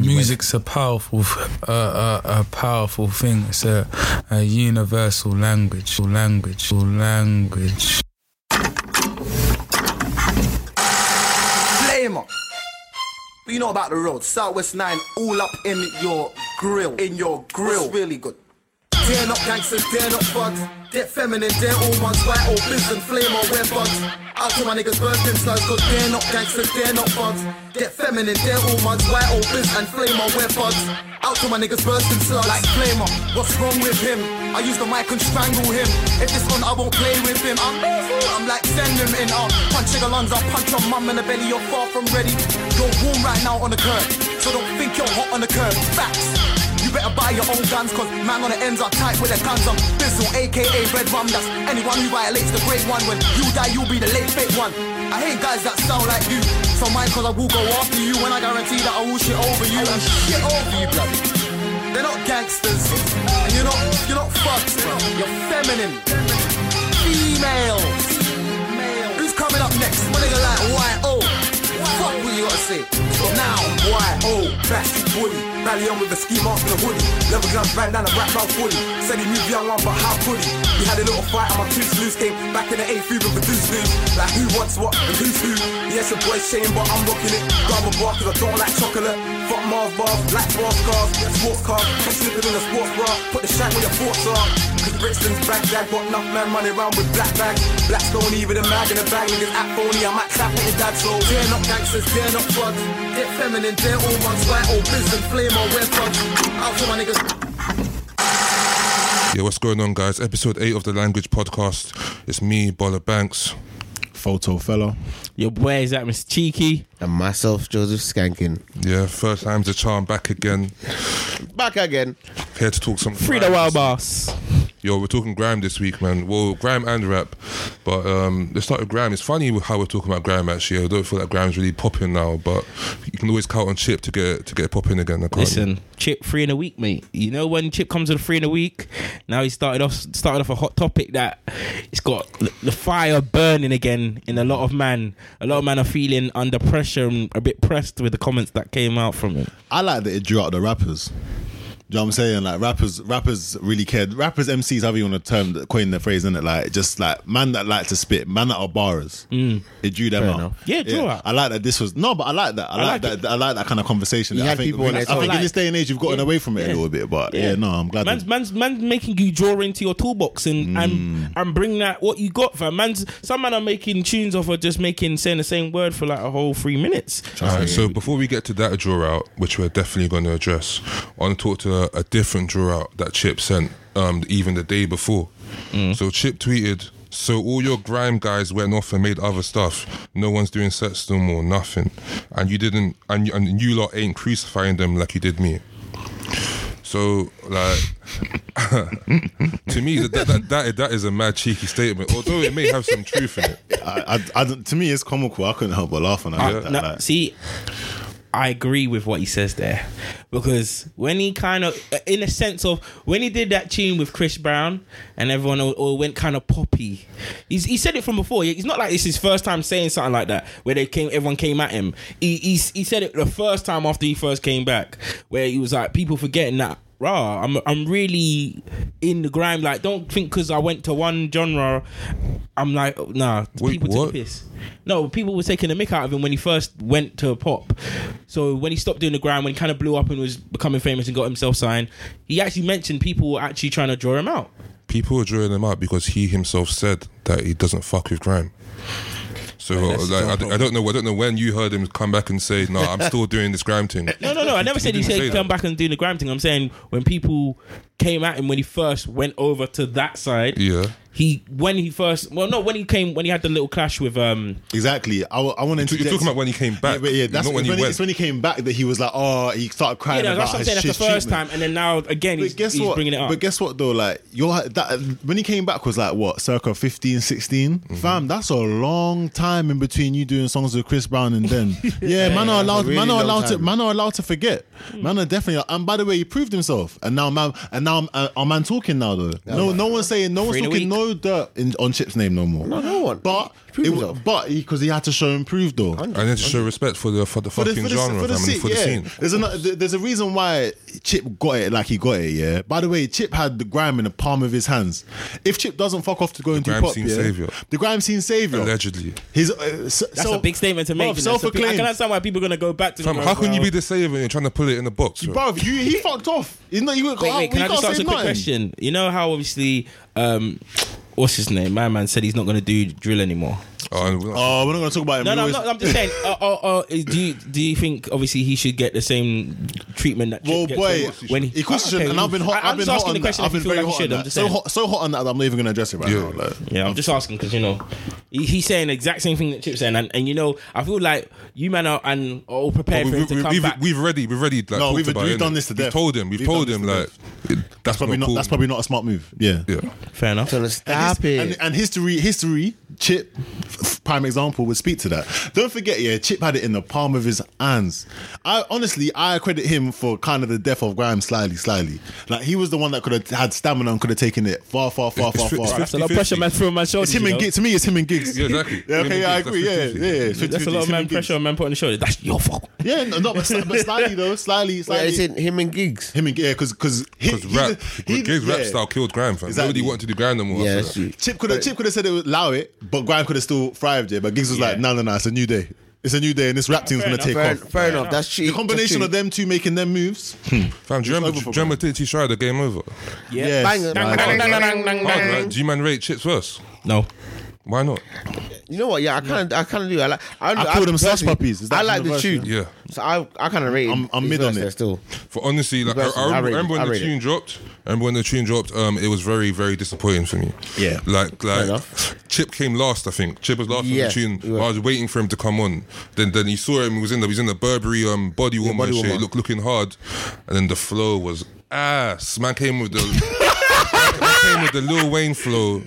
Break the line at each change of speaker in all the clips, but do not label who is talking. Music's a powerful, uh, a, a powerful thing. It's a, a universal language, language, language.
Play him up. But you know about the road. Southwest 9 all up in your grill. In your grill. It's really good. They're not gangsters, they're not bugs. They're feminine, they're all ones. White or biz and flame or wear bugs. Out to my niggas bursting slugs, cause they're not gangsters, they're not bugs. They're feminine, they're all ones. White or biz and flame or wear bugs. Out to my niggas bursting slugs. Like flamer, what's wrong with him? I use the mic and strangle him. If this one, I won't play with him. I'm, I'm like, send him in. Uh, punch your lungs, I'll punch your mum in the belly. You're far from ready. You're warm right now on the curb. So don't think you're hot on the curb. Facts. You better buy your own guns, cause man on the ends are tight with their guns. I'm Bizzle, aka Red Rum. That's anyone who violates the great one. When you die, you'll be the late fake one. I hate guys that sound like you. So mine, cause I will go after you, and I guarantee that I will shit over you. And shit over you, bloody. They're not gangsters, and you're not, you're not fucks, bro. You're feminine. Females. Who's coming up next? My nigga like, why, oh. Fuck what you gotta say. So now, why? Oh, Bassy Woody. Rally on with the ski mask and the hoodie. Leather gloves, bandana, wrapped around 40. Said he knew young one, but how could he? We had a little fight and my tooth loose came back in the eighth fever with deuce loose. Like who wants what and who's who? Yes, your boy's shame, but I'm rocking it. Grab a bar cause I don't like chocolate. Fuck Mars bars, black bars, cars, sports cars. Keep slipping in the sports bra. Put the shack where your thoughts are. Cause Brixton's Baghdad got enough man running around with black bags. Black stony with a mag and a bag. Niggas act phony, I might clap at his dad, so yeah, not gangsters, they're not bugs. They're feminine, they're all ones. White or biz and flame or wear bugs. Out for my niggas.
Yeah, what's going on, guys? Episode 8 of the Language Podcast. It's me, Bola Banks.
Photo fella.
Your boy is that Miss Cheeky.
And myself, Joseph Skankin.
Yeah, first time's a charm, back again.
Back again.
Here to talk some.
Free the
grime.
wild boss.
Yo, we're talking grime this week, man. Well, grime and rap. But um, let's start with grime. It's funny how we're talking about grime, actually. I don't feel like grime's really popping now, but you can always count on Chip to get to get it popping again. I can't
Listen, Chip three in a week, mate. You know when Chip comes with a three in a week. Now he started off started off a hot topic that it's got the- the fire burning again in a lot of man. A lot of men are feeling under pressure and a bit pressed with the comments that came out from him.
I like that it drew out the rappers. Do you know what I'm saying? Like rappers, rappers really cared. Rappers, MCs, however you want to term, the- coin the phrase, innit? Like just like man that like to spit, man that are barras. It drew them out.
enough.
Mm. Yeah, it drew out.
I like that. This was no, but I like that. I, like,
like
that. I like that kind of conversation.
You
I
had
think,
people on
I
their
think
toes.
in this day and age, you've gotten away from it a little bit. But yeah, no, I'm glad.
Man's,
That, Mm.
man's man's making you draw into your toolbox and and and bring that what you got for man's. Some men are making tunes off of just making saying the same word for like a whole three minutes.
All right, so before we get to that draw out, which we're definitely going to address, I want to talk to a, a different draw out that Chip sent um, even the day before. So Chip tweeted, "So all your grime guys went off and made other stuff. No one's doing sets no more, nothing. And you didn't, and you, and you lot ain't crucifying them like you did me." So like, to me that that, that that is a mad cheeky statement, although it may have some truth in it.
I, I, I don't- to me, it's comical. I couldn't help but laugh when I heard that.
No,
like,
see, I agree with what he says there because when he kind of, in a sense of when he did that tune with Chris Brown and everyone all, all went kind of poppy, he's, he said it from before. It's not like it's his first time saying something like that where they came, everyone came at him. He he, he said it the first time after he first came back where he was like people forgetting that. Rah, I'm I'm really in the grime. Like, don't think because I went to one genre, I'm like, "Oh, nah.
Wait,
people
what?
took the piss. No, people were taking the mick out of him when he first went to pop. So when he stopped doing the grind, when he kind of blew up and was becoming famous and got himself signed, he actually mentioned people were actually trying to draw him out.
people are drawing him out because he himself said that he doesn't fuck with grime. So
that's
like,
not
I, d- I don't know. I don't know when you heard him come back and say, "No, I'm still doing this grime thing."
No, no, no. I never said he
didn't
said
say that.
come back and do the grind thing. I'm saying when people came at him when he first went over to that side.
Yeah.
He when he first well no when he came when he had the little clash with um
exactly. I, wa- I want to.
You're talking about when he came back.
Yeah, but yeah, that's
not
it's
when he
when, he,
went.
it's when he came back that he was like, oh, he started
yeah
crying
no,
about
that's what I'm
his
saying that's the
shit's
first
treatment.
time and then now again he's,
But guess
he's
what?
bringing it up
But guess what though? Like you're that when he came back was like what, circa 15, 16?
Mm-hmm.
Fam, that's a long time in between you doing songs with Chris Brown and then. yeah, man are allowed.
a really
man are
long
allowed to.
time.
Man are allowed to forget.
Hmm.
Man are definitely. And by the way, he proved himself. And now man. And now uh, our man talking now though. no, no one's saying. No one's
Free the
talking.
week.
No dirt in, on Chip's name no more.
no one.
But
Prove
It w-
yourself.
but because he, had to show improve though.
I need to show respect for the for the
For the-
fucking
for the-
genre,
for the
fam, and
scene,
for the
yeah.
scene.
There's a there's a reason why Chip got it like he got it. Yeah. By the way, Chip had the grime in the palm of his hands. If Chip doesn't fuck off to go and do
grime
pop,
scene
yeah,
savior.
the grime scene savior,
Allegedly.
His uh, s-
That's
self-
a big statement to make.
Bruv,
you know, so pe- I
self-acclaimed.
can understand why people are gonna go back to.
Fam,
the
how can you
well,
be the savior and you're trying to put it in a box? bro?
Bruv, you, he fucked off. He's not. You,
Wait, wait,
we
can I just
can't
ask
say
a quick
nothing.
question? You know how obviously, um, what's his name? My man said he's not gonna do drill anymore.
Oh, and we're not-
Oh, we're not going to talk about him.
No, no,
Lewis.
no, I'm just saying. Uh, uh, uh, do you do you think obviously he should get the same treatment that? Chip
Well,
gets
boy,
when he, Ah,
he questioned,
Okay,
and I've been hot.
I-
have
I'm
been
just
hot
asking
on
the question
that.
if
I've
you
been
feel
very
like you
hot. on
should. I'm
that.
just
So
saying.
hot, so hot on that. that I'm not even going to address it right
Yeah.
now. like.
Yeah, I'm just asking because you know he, he's saying the exact same thing that Chip's saying, and, and you know I feel like you man are and are all prepared
we,
for him
we,
to
we,
come
we've,
back.
we've already, we've already like,
No,
talked
we've-
about
we've
it,
done
innit?
this to
We've
death.
told him. We've,
We've
told
done
him
this
like
to
it, that's
Probably
not.
not.
cool.
That's probably not a smart move. Yeah.
yeah.
Fair enough.
Trying to stop it.
And, and history, history, Chip, f- prime example, would speak to that. Don't forget, yeah, Chip had it in the palm of his hands. I honestly, I credit him for kind of the death of Graham slyly, slyly. Like he was the one that could have had stamina and could have taken it far, far, far,
It's-
far,
it's-
far.
it's-
That's a lot of pressure, man, throwing my shoulders.
It's him
you
and
know?
Giggs. To me, it's him and Gigs.
Yeah, exactly.
Yeah,
Him and
okay, yeah, I
Giggs,
agree. Yeah, yeah,
that's 50-50.
yeah.
That's
50-50,
That's a lot
it's
of
him
man
and Giggs.
pressure on man put on the shoulder. That's your fault.
Yeah, no, no, but, sli- but slyly though, slyly,
Wait, I
slyly.
said him and gigs.
him and yeah, because because
Because rap, Giggs rap style killed Grime, fam.
Exactly.
Nobody wanted to do Grime no more.
Yeah,
after
that's
that.
true.
Chip could have Chip could have said it would allow it, but Grime could have still thrived there. But Giggs was like, no, no, no, it's a new day. It's a new day, and this rap team's
fair
gonna
enough.
take
Fair,
off.
fair enough. That's cheap.
The combination of them two making them moves.
Fam, do you remember,
over
do
for
you remember T.T. Strider, game over?
Yeah.
Yes.
Banger.
Dang, dang, dang, dang, dang,
Hard,
dang.
right? Do you man rate chips first?
No.
Why not?
You know what? Yeah, I kind of, I kind of do. I like. I,
I call them sus
personally,
puppies. Is that
I like
from the
the
verse,
tune.
Yeah.
So I, I kind of rate.
I'm- I'm
his
mid on
verse
it.
there Still,
For honestly, like I,
Versus,
I, remember,
I rate it,
remember when
I
the
rate it.
tune dropped. Remember when the tune dropped? Um, it was very, very disappointing for me.
Yeah.
like like
enough.
Chip came last. I think Chip was last
Yeah,
on the tune.
he was.
I was waiting for him to come on. Then then he saw him. He was in the he was in the Burberry um body warmer
body
and shit.
warmer.
Look looking hard, and then the flow was ass. Man came with the. man came with the Lil Wayne flow,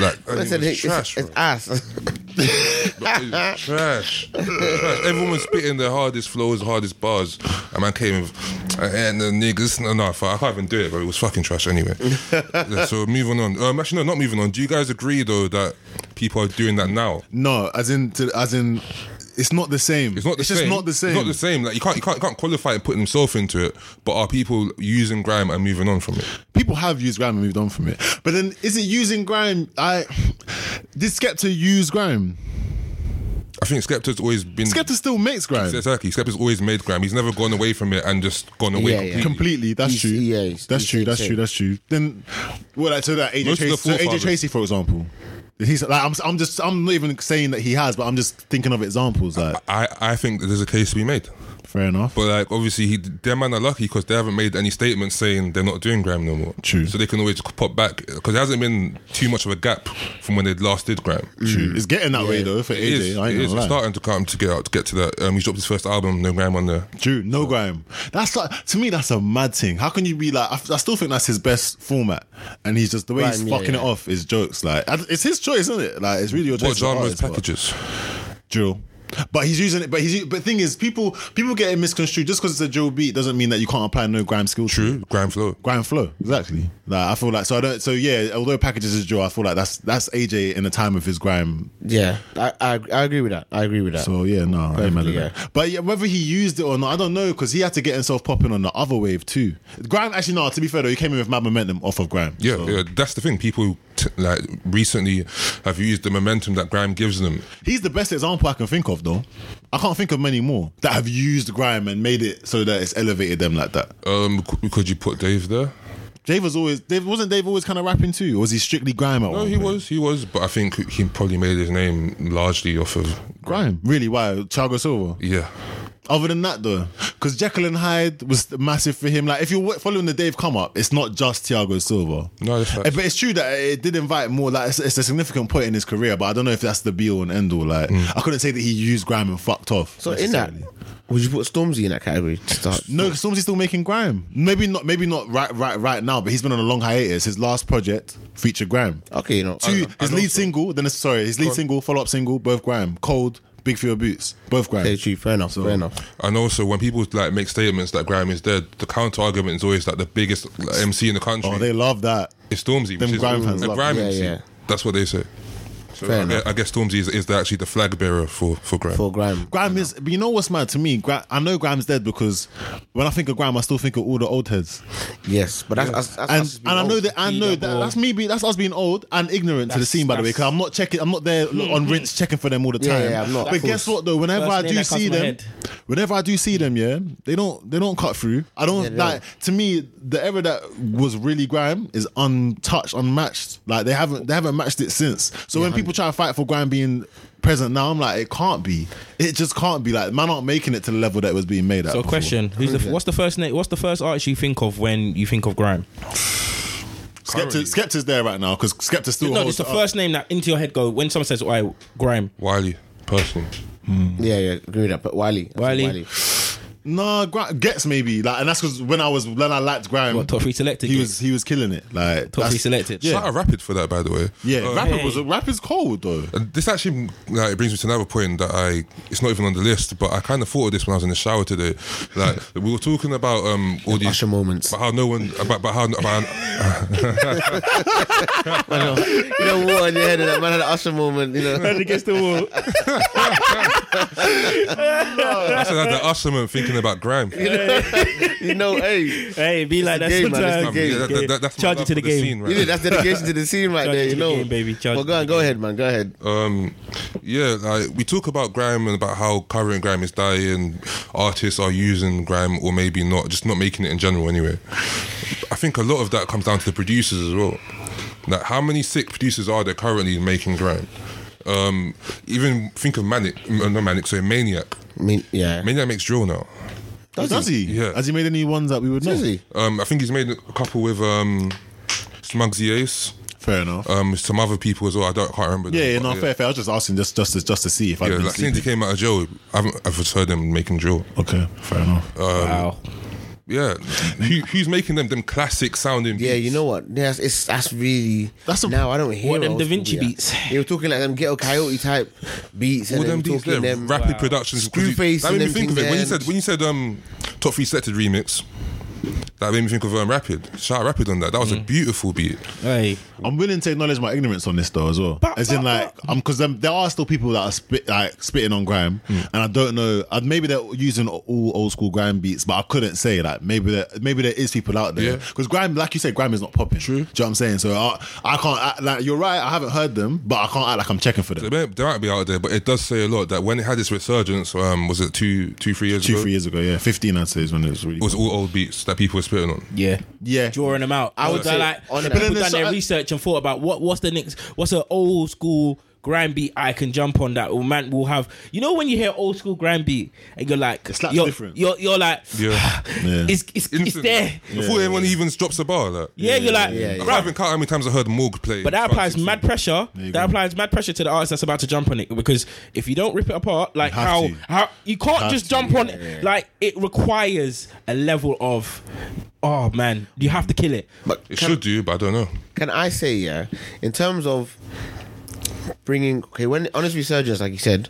like and
I
it
said
was
it's,
trash,
it's
bro.
ass.
It was trash. trash. Everyone was spitting their hardest flows, hardest bars. And man came with, uh, and the niggas, no, no, I can't even do it, but it was fucking trash anyway. Yeah, so moving on. Um, actually, no, not moving on. Do you guys agree, though, that people are doing that now?
No, as in to, as in, it's not the same.
It's not the
it's
same.
just not the same.
It's not the same. Like you can't, you can't, you can't qualify and put himself into it. But are people using grime and moving on from it?
people have used grime and moved on from it. But then, is it using grime? I did Skepta use grime?
I think Skepta's always been
Skepta still makes grime
Exactly. Skepta's always made grime. He's never gone away from it and just gone away
Yeah, yeah.
completely.
completely.
That's
He's-
true.
yeah, he's-
that's
he's
true. That's
insane.
true. That's true. Then, well, like, so that AJ
Most of
Tracy,
the
so AJ
forefathers.
Tracy, for example, he's like, I'm, I'm just, I'm not even saying that he has, but I'm just thinking of examples. Like,
I, I think that there's a case to be made.
fair enough.
But like, obviously, he, their man are lucky because they haven't made any statements saying they're not doing Graham no more.
True.
So they can always pop back because there hasn't been too much of a gap from when they last did Graham.
True. It's getting that way though for AJ.
It is.
I
it
ain't
is.
gonna
It's
lie.
starting to come to get out to get to that. Um, he dropped his first album, no Graham on there.
True. No grime. That's like to me. That's a mad thing. How can you be like? I, I still think that's his best format, and he's just the way he's
Grime, yeah,
fucking
yeah.
it off is jokes. Like I- it's his choice, isn't it? Like it's really your choice. as
What
an
genres
artist, but-
packages?
drill. But he's using it. But he's but thing is, people people get it misconstrued just because it's a drill beat doesn't mean that you can't apply no grime skill. to it.
True. Graham flow.
Grime flow, exactly. Like I feel like so I don't so yeah. Although packages is drill, I feel like that's that's AJ in the time of his grime.
yeah, I, I I agree with that. I agree with that.
So yeah, no, I ain't mad at
Perfectly,
that. But yeah, whether he used it or not, I don't know because he had to get himself popping on the other wave too. Grime actually no. To be fair though, he came in with mad momentum off of grime.
Yeah,
So
yeah, that's the thing. People t- like recently have used the momentum that Graham gives them.
he's the best example I can think of though. I can't think of many more that have used grime and made it so that it's elevated them like that.
Um, c- could you put Dave there?
Dave was always Dave wasn't Dave always kind of rapping too, or was he strictly grime at
No,
one
he
point?
was, he was, but I think he probably made his name largely off of
grime. Really? Why? Chago Silva.
yeah.
Other than that though, because Jekyll and Hyde was massive for him. Like if you're wa- following the Dave come up, it's not just Thiago Silva.
No, that's
Eh,
facts.
but it's true that it did invite more. Like it's, it's a significant point in his career, but I don't know if that's the be all and end all. Like
Mm.
I couldn't say that he used grime and fucked off.
So in that,
necessarily.
would you put Stormzy in that category to start?
No, Stormzy's still making grime. Maybe not. Maybe not right, right, right now. But he's been on a long hiatus. His last project featured grime.
Okay, you know.
Two,
I-
his
I know
lead
so.
single, then it's, sorry, his lead single, follow up single, both Graham. Cold, Big for Your Boots, both Graham.
Okay, true. Fair enough. fair enough.
And also, when people like make statements that Graham is dead, the counter argument is always like the biggest like, MC in the country
Oh, they love that.
is Stormzy,
them
which is
Grime
Grime
fans
a
love
Grime
it. Yeah,
MC.
yeah.
That's what they say. So
Fair
I,
enough.
guess, I guess Stormzy is, is actually the flag bearer for for Grime.
for Grime.
Grime is, but you know what's mad to me? Gra- I know Grime's dead because when I think of Grime, I still think of all the old heads.
Yes, but that's, that's, that's,
and
that's
and I know that I know that
Speedable.
that's me. Be, that's us being old and ignorant to the
That's-
scene. By the way, because
that's-
I'm not checking. I'm not there look, on rinse checking for them all the
Yeah,
time.
yeah, I'm not.
But
Of
guess
course.
what though? Whenever
First
I
name
do
that comes
see
to my
them,
head.
whenever I do see them, yeah, they don't they don't cut through. I don't
Yeah, they
like to me the era that was really grime is untouched, unmatched. Like they haven't they haven't matched it since. So when people try to fight for grime being present now, I'm like it can't be. It just can't be. Like man, aren't making it to the level that it was being made at.
So,
before.
question: Who's the, what's the first name? What's the first artist you think of when you think of grime?
Skepta, Skepta's there right now because Skepta's still
No,
holds
just the
uh,
up.
first name that into your head go when someone says, "Why grime?"
Wiley, personally.
yeah, yeah, agree with that. But Wiley, I think
Wiley.
Nah, Gra- gets maybe like, and that's because when I was when I liked Grime,
What, top three selected?
he
gig?
was he was killing it. Like
top three
that's-
selected.
Yeah.
Shout out Rapid for that, by the way.
Yeah,
Uh,
rapid was rapid's cold though.
And This actually like, it brings me to another point that I it's not even on the list, but I kind of thought of this when I was in the shower today. Like we were talking about um all these
Usher moments.
about how no one about, about how about,
I know. You know what on your head and that man had an usher moment, you know.
against the wall.
I said that the Usher moment thinking about grime.
you know, hey.
Hey, be like that
the game, man. It's
Um,
sometimes.
yeah, that- that- that's my
Charge
love
it to
for
the game.
scene, right?
You know, that's dedication to the scene right
Charge it
there, you
to the
know.
game, Uh, baby. Charge
Well,
it
go
to
on, go ahead, man. Go ahead.
Um, yeah, like we talk about grime and about how current grime is dying, artists are using grime or maybe not, just not making it in general anyway. I think a lot of that comes down to the producers as well. Like, how many sick producers are there currently making grime? Um, even think of Manic, uh, not Manic, sorry, Maniac.
I mean, yeah.
Maniac makes drill now.
Does, he?
Yeah.
Has he made any ones that we would know?
Does he?
Um, I think he's made a couple with um, Smugsy Ace,
Fair enough.
um, some other people as well. I don't can't remember.
yeah,
them,
yeah,
but
no, fair, fair. I was just asking just just to, just to see if I've
Yeah,
been
like since
sleeping.
he came out of jail, I haven't, I've just heard them making drill.
Okay, fair enough.
wow.
Yeah, Who, who's making them them classic sounding?
Yeah,
beats?
you know what? That's it's that's really
That's a-
now I don't hear
What them
old
Da
school
Vinci beats?
They were talking like them ghetto coyote type beats and
all
then
them beats,
talking
yeah,
them
rapid productions. 'cause you-
Screwface
That made me
and
think of it when you
everything
said when you said um top three selected remix. That made me think of um, rapid. Shout out rapid on that. That was a
Mm.
beautiful beat.
Hey,
I'm willing to acknowledge my ignorance on this though as well. As in like, um, because there are still people that are spit like spitting on grime,
Mm.
and I don't know. Uh, maybe they're using all old school grime beats, but I couldn't say like maybe there maybe there is people out there
Yeah.
because grime, like you said, grime is not popping. True. Do you know what I'm saying? So I, I can't act, like you're right. I haven't heard them, but I can't act like I'm checking for
They,
them.
may, they might be out there, but it does say a lot that when it had its resurgence, um, was it two, two, three years
Two
ago?
three years ago, yeah, fifteen I'd say is when it was really.
It was all old beats that people were spitting on.
yeah,
Yeah.
drawing them out. I
would
was
say
like, people
on that.
But then
done
it's-
their research and thought about what what's the next, what's an old school grind beat I can jump on that will man will have. You know when you hear old school grind beat and you're like,
slaps
you're,
different.
You're you're like,
Yeah.
it's it's, it's
Instant.
there.
Before anyone even drops a bar, like,
Yeah, you're like,
I
bruv,
haven't counted how many times I heard Morg play.
But that
Fuck,
applies
16.
mad pressure.
you
That
go.
applies mad pressure to the artist that's about to jump on it because if you don't rip it apart, like
have
how
to.
how you can't
Have
just
to,
jump on it. Like it requires a level of, oh man, you have to kill it.
But
It
can,
should do, but I don't know.
can I say yeah? In terms of bringing okay, when honest resurgence, like you said,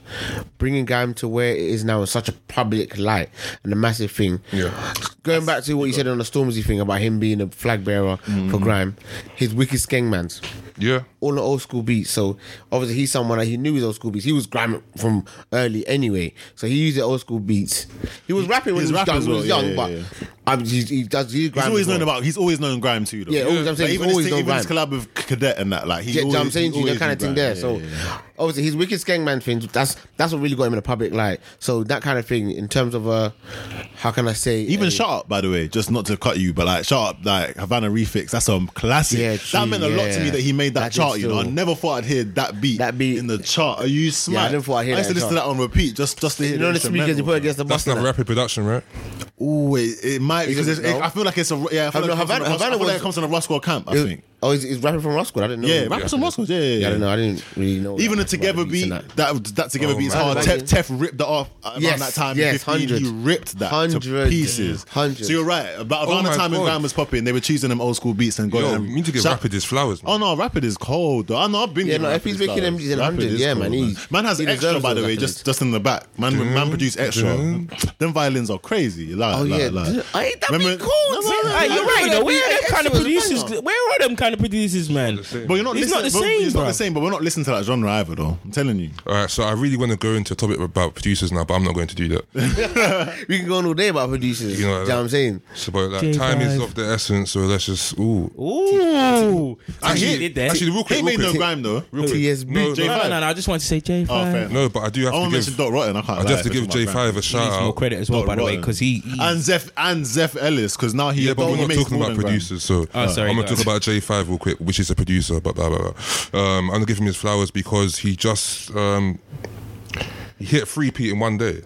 bringing grime to where it is now in such a public light and a massive thing.
Yeah.
Going back to what you said on the Stormzy thing about him being a flag bearer
Mm.
for grime, his wicked skengmans.
Yeah.
all the old school beats. So obviously he's someone that he knew his old school beats. He was grime from early anyway, so he used the old school beats. He was rapping when
He's
he was,
rapping
young,
as
when he was
well,
young,
yeah,
but
yeah,
um, he, he does. He's,
He's always known about. He's always known grime too, though.
Yeah, always- I'm saying
Like,
he's
even his
always
thing-
known
even his
grime.
collab with Cadet and that, like he's
Yeah,
always,
I'm saying
he's
to you, that
always
kind of
been
thing
grime.
there. So
Yeah, yeah, yeah.
obviously his wicked skengman thing. That's that's what really got him in the public light. So that kind of thing in terms of uh, how can I say
Even
a-
Shut Up, by the way, just not to cut you, but like Shut Up, like Havana Refix, that's a classic.
Yeah,
that
true,
meant a lot to
yeah.
me that he made that,
That did
chart, you know. I
still-
never thought I'd hear that beat,
That beat.
in the chart. Are you smart?
I didn't thought I'd hear
used to
that
listen to that on repeat just, just to hear
You know the speakers you put against the bus.
That's not rapid production, right?
Oh, it, it might
Is it-
because it's, it,
no?
I feel like it's a yeah. I feel like
Oh, no,
it comes from
Havana-
the Rus- I
Havana
feel like
was-
it comes from the Roscoe camp. I think.
Oh, he's, he's rapping from Roscoe. I didn't know.
Yeah, rappers from Roscoe. Yeah, yeah,
Yeah, I
yeah.
don't know. I didn't really know.
Even the
about
together
beats
beat
and
that that, together
Oh,
beat is
man.
hard.
Like
Tef,
it.
Tef ripped that off around
Yes,
that time.
yes,
15, He
100.
ripped that to
100,
pieces.
100.
So you're right. About
Oh
around the
my
time when
God.
Grime was popping, they were choosing them old school beats and going.
Yo,
and
we need to give
shout-
Rapid his flowers. Man.
um, Oh no, Rapid is cold though. I know I've been.
Yeah,
with
no,
Rapid
if he's
is
making them,
cold.
he's in
Rapid
100,
is
yeah,
cold,
man,
Man,
he-
Man has
he
extra
deserves
by the
those
way,
accolades.
just just in the back. Man, man produced extra. Them violins are crazy. Like,
Oh
like,
yeah,
like.
I ain't that
Remember-
cool.
No, no, no,
Hey,
no,
you're
no,
right
no,
though. Where are
yeah,
them kind of
Extra was
producers?
banger.
Where are them trying to produce this man.
But you're not
It's
listening-
not the
but
same,
It's not
bruv.
the same. But we're not listening to that genre either, though. I'm telling you.
All right, so I really want to go into a topic about producers now, but I'm not going to do that.
We can go on all day about producers.
You
You
know
know,
what I
what I'm saying?
So, but like, time is
J5.
of the essence, so let's just ooh.
Ooh,
Actually,
You did that.
actually, real quick,
He
real
made
quick.
no grime though.
Real quick.
TSB.
No,
J-
no,
no, no, no, no. I just wanted to say J5.
Oh, fair.
no, but I do have
I want to
to
mention Dot
give.
Rotten. I can't.
I do
lie
have to
if
give
it's my grime.
J5 a
He
shout
needs more
out.
credit as well,
Dot
by the way,
Rotten.
because he, he
and Zeph and Zeph Ellis because now he
Yeah, but we're
he
not
makes
talking
more
about
than grime.
producers, so
Oh, sorry,
I'm
go
gonna talk
ahead.
about J5 real quick, which is a producer, but blah blah blah. Um, I'm gonna give him his flowers because he just um, he hit three P in one day.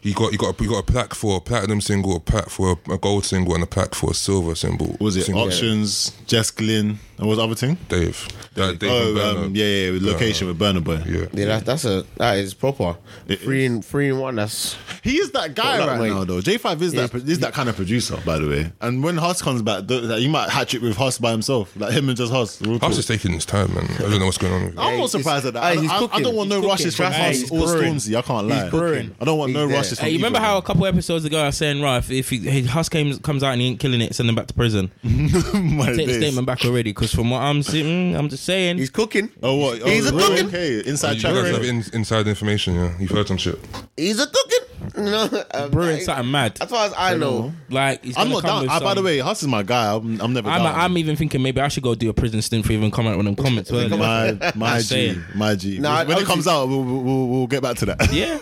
He got he got a, he got a plaque for a platinum single, a plaque for a, a gold single, and a plaque for a silver single.
What was it
single.
auctions? Jess Glynn and what was the other thing?
Dave? Uh, Dave and
Oh,
Burner.
um, yeah, yeah, with location with Burner Boy.
yeah.
Yeah, that, that's a that is proper.
It
three in three in one. That's
He is that guy
Got that
right
weight.
now, though. J5 is that is that kind of producer, by the way. And when Huss comes back, th- like, he might hatch it with Huss by himself, like him and just Huss. real
I was
talk.
just taking his time, man. I don't know what's going on. With him.
I'm
Hey,
not surprised
he's-
at that.
hey,
I,
he's
I- I
cooking.
don't want no
He's
rushes
cooking.
from
Hey,
Huss
he's
or
brewing.
Stormzy. I can't
He's
lie.
brewing.
I don't want
He's
no
there.
rushes.
Hey,
from
you remember
either
how a
of
couple episodes ago I was saying, right, if, if he- his Husk came, comes out and he ain't killing it, send him back to prison.
them. My
Take the
days.
statement back already, because from what I'm seeing, mm, I'm just saying.
he's cooking.
Oh what? Oh,
He's a
we're
cooking.
Okay, inside
You
track.
guys have in, inside information, yeah. You've heard some shit.
He's a cooking. No, um,
brewing
I-
something mad.
As far as I know,
Like he's
I'm
gonna
not
come
down.
with
I, by
some-
the way, Huss is my guy. I'm, I'm never
I'm,
down.
I'm even thinking maybe I should go do a prison stint for even comment on them comments. earlier.
my my
I'm
G,
saying.
my G.
Nah,
when it
obviously-
comes out, we'll, we'll, we'll get back to that.
yeah,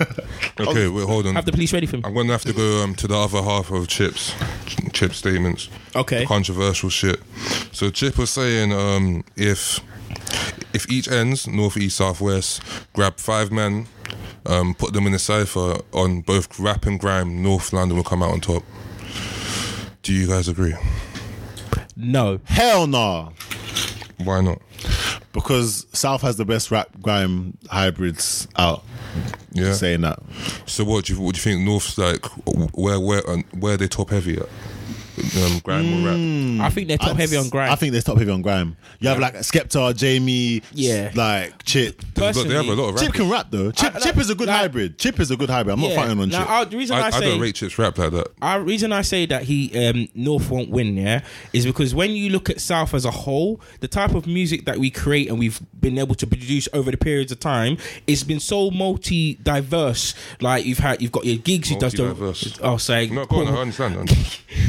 Okay, wait, hold on.
have the police ready for me.
I'm gonna have to go um, to the other half of Chip's Ch- Chip statements.
Okay.
The controversial shit. So Chip was saying um, if if each ends north, east, south, west, grab five men, um, put them in a cipher on both rap and grime. North London will come out on top. Do you guys agree?
No,
Hell nah.
Why not?
Because South has the best rap grime hybrids out.
Yeah.
Saying that,
So what do you what do you think North's like? Where where um, where are they top heavy at? Um, grime or rap?
I think they're top
Hmm. I-
heavy on grind.
I think they're top heavy on grime. You have like Skepta, Jamie,
Yeah.
like Chip.
They have a lot of
Chip
rap.
can rap though. Chip,
I-
Chip is a good
like-
hybrid. Chip is a good hybrid. I'm not fighting on
now,
Chip.
I, the reason I,
I, I
say
don't rate Chip's rap like that.
Our reason I say that he um, North won't win, yeah, is because when you look at South as a whole, the type of music that we create and we've been able to produce over the periods of time, it's been so multi diverse. Like you've had, you've got your gigs, you does the
Multi-diverse.
oh, sorry,
No, go on, I understand. man.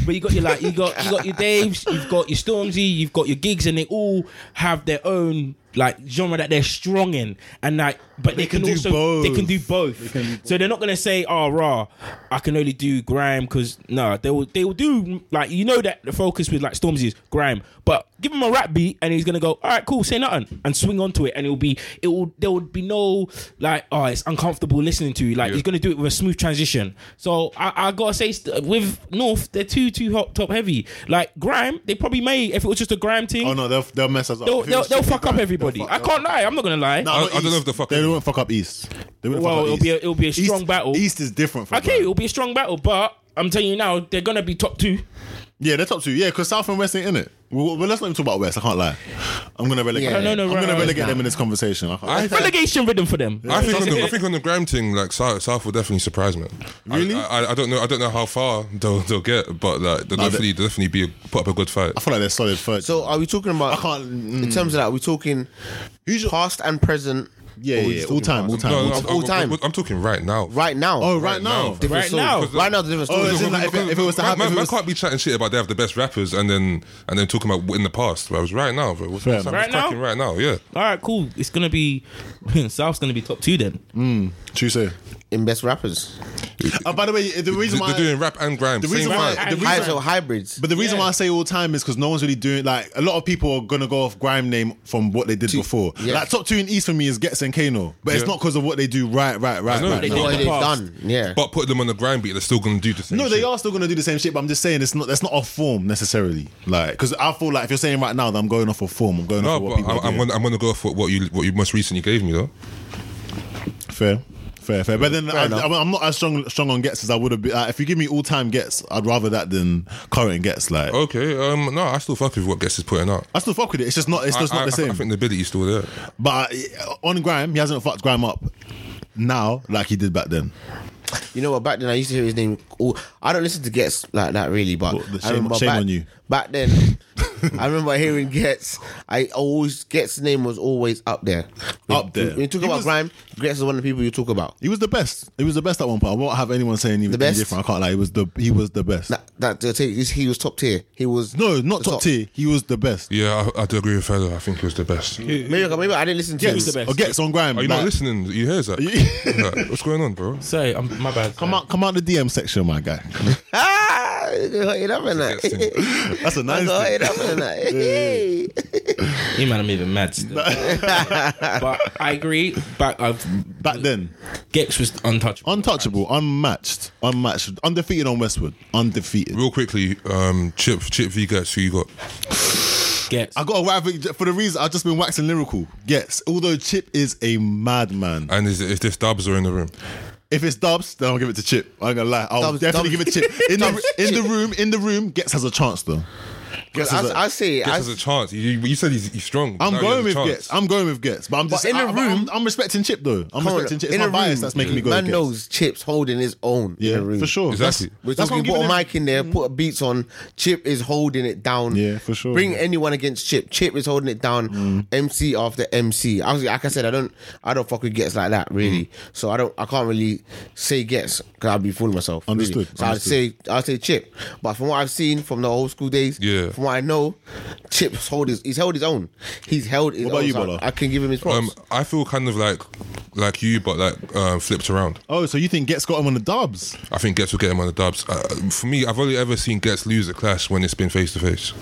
but you got your like you got you got your Daves, you've got your Stormzy, you've got your gigs, and they all have their own like genre that they're strong in, and like but they, can,
can do
also
both.
they can do both. so they're not gonna say, "Oh, rah, I can only do grime," because no, they will they will do like you know that the focus with like Stormzy is grime, but give him a rap beat and he's gonna go, "All right, cool, say nothing," and swing onto it, and it'll be it will there would be no like oh it's uncomfortable listening to you like he's gonna do it with a smooth transition. So I, I gotta say st- with North they're too too hot, top heavy. Like grime, they probably may if it was just a grime thing.
oh no, they'll, they'll mess us up.
They'll,
If it
they'll,
was
they'll
Chip
fuck
and
up
grime,
everybody.
they'll fuck
I
up.
can't lie. I'm not gonna lie.
No,
I-
not
I don't know
East.
if they're fucking-
They won't fuck up East. They wouldn't
Well,
fuck up
it'll
East.
be a- it'll be a strong
East,
battle.
East is different. From
Okay,
Grime.
it'll be a strong battle, but I'm telling you now, they're gonna be top two.
Yeah, they're top two. Yeah, because South and West ain't in it. Well, well, let's not even talk about West. I can't lie. I'm gonna relegate.
Yeah.
them.
No, no, no,
I'm
right,
gonna
right,
relegate
right.
them in this conversation. I can't-
I think,
Relegation rhythm for them.
I think, on the, I think on the Graham thing, like South, South will definitely surprise me.
Really?
I, I, I don't know. I don't know how far they'll they'll get, but like they'll
No,
definitely they'll definitely be a, put up a good fight.
I feel like they're solid third.
so are we talking about?
I can't- mm.
In terms of that, are we talking past and present?
yeah,
Or
yeah,
we
yeah,
just
all
talking
time, all
past?
time.
No,
all
no,
time.
I'm-
all
I'm-
time.
I'm, talking right now.
Right now.
Oh, right now.
now.
Different
Right
story.
now.
Right now, the different
Oh,
story.
is it like- if it- if it was to
Man-
happen-
man,
if it
man
was-
can't be chatting shit about they have the best rappers and then and then talking about in the past. But it was right now, bro. What's, what's
enough.
Right now?
cracking right now, yeah.
All right, cool. It's gonna be South's gonna be top two then.
Tuesday.
in best rappers.
Oh, by the way, the reason
They're
why.
doing rap and grime.
The
same
reason why-
fight.
the
Hi-
reason-
so hybrids.
But the reason
Yeah.
why I say all time is because no one's really doing like a lot of people are gonna go off grime name from what they did before.
yeah.
Like top two in East for me is Gets and Kano, but it's
Yeah.
not because of what they do. Right, right, right,
know.
right.
They
now.
do
what
in the
they've
past.
done. Yeah.
But put them on the grind beat, they're still gonna do the same.
No, they
shit.
are still going to do the same shit, but I'm just saying it's not. That's not off form necessarily. Like, because I feel like if you're saying right now that I'm going off of form, I'm going
No,
off of what
but
people
I'm,
are
I'm
doing.
gonna I'm gonna go for what you what you most recently gave me though.
fair, fair, fair. But then I,
enough.
I, am not as strong strong on gets as I would have been. Like, if you give me all time gets, I'd rather that than current gets. Like,
Okay, um, no, I still fuck with what Guess is putting out.
I still fuck with it. It's just not. It's just
I,
not
I-
the same.
I think the ability's still there.
but uh, on Grime, he hasn't fucked Grime up now like he did back then.
You know what? Back then, I used to hear his name. All, I don't listen to gets like that really, but
Well, the
I
shame-
remember
shame
back,
on you.
Back then, I remember hearing Gets. I always Gets' name was always up there.
Up there.
When you talk
He
about
was-
grime, Gets is one of the people you talk about.
He was the best. He was the best at one point. I won't have anyone saying anything
The best?
different. I can't lie. He was the he was the best.
That that they'll take- he was top tier. He was
No, not
the
top, tier. He was the best.
Yeah, I, I do agree with Feather. I think he was the best. Are
Maybe, maybe I didn't listen to. him.
was the best?
Or Oh, gets on grime.
Oh, you
like,
not listening? You hear that? Like, what's going on, bro?
Sorry, I'm, my bad.
Come out, come out the DM section, my guy.
Ah, you got it up in that.
Gets thing.
That's a
I
nice.
got
thing.
it up in that. Hey.
You man, I'm even mad. Still. but I agree. Back, I've,
Back then,
Gex was untouchable.
untouchable, unmatched, unmatched, undefeated on Westwood, undefeated.
Real quickly, um, Chip Chip V gets who you got?
Gex.
I got a rival for the reason I've just been waxing lyrical. Yes, although Chip is a madman.
And is is this Dubs or in the room?
If it's Dubs, then I'll give it to Chip. I'm gonna lie, I'll
Dubs-
definitely
Dubs-
give it to Chip. In
Dubs,
the in
Chip.
the room, in the room, Gets has a chance though. Gets
I,
has a-
I say,
Gets
I,
has a chance. You, you said he's, he's strong.
I'm
Now he
going
has
with
a chance.
Gets. I'm going with Gets, but I'm just
in the
I- I'm-
room-
I'm, I'm respecting Chip though. I'm
Come on,
respecting Chip. It's
in
my
a
bias
room,
that's making me go.
Man
with Gets.
knows Chip's holding his own in the
Yeah,
room.
for sure.
Exactly.
That's-
We're
that's why
talking
I'm giving
put a
him-
mic in there, put a beats on. Chip is holding it down.
Yeah, for sure. Mm.
Bring anyone against Chip. Chip is holding it down. MC after MC. I was, like I said, I don't, I don't fuck with gets like that really.
Mm.
So I don't, I can't really say gets because I'd be fooling myself. really.
Understood,
So
understood.
I'd say, I'd say Chip. But from what I've seen from the old school days,
Yeah.
from what I know, Chip's hold his, he's held his own. He's held his
What about
own.
you,
so
Bola?
I can give him his props.
Um, I feel kind of like like you, but like uh, flipped around.
Oh, so you think Gets got him on the Dubs?
I think Gets will get him on the Dubs. Uh, for me, I've only ever seen Gets lose a clash when it's been face to face.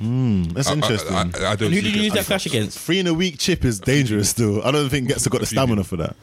That's interesting.
I, I, I don't. see
And who did you
Getz
use that
losing.
clash against?
Three in a week chip is dangerous still. I don't think Getzer got the stamina for that.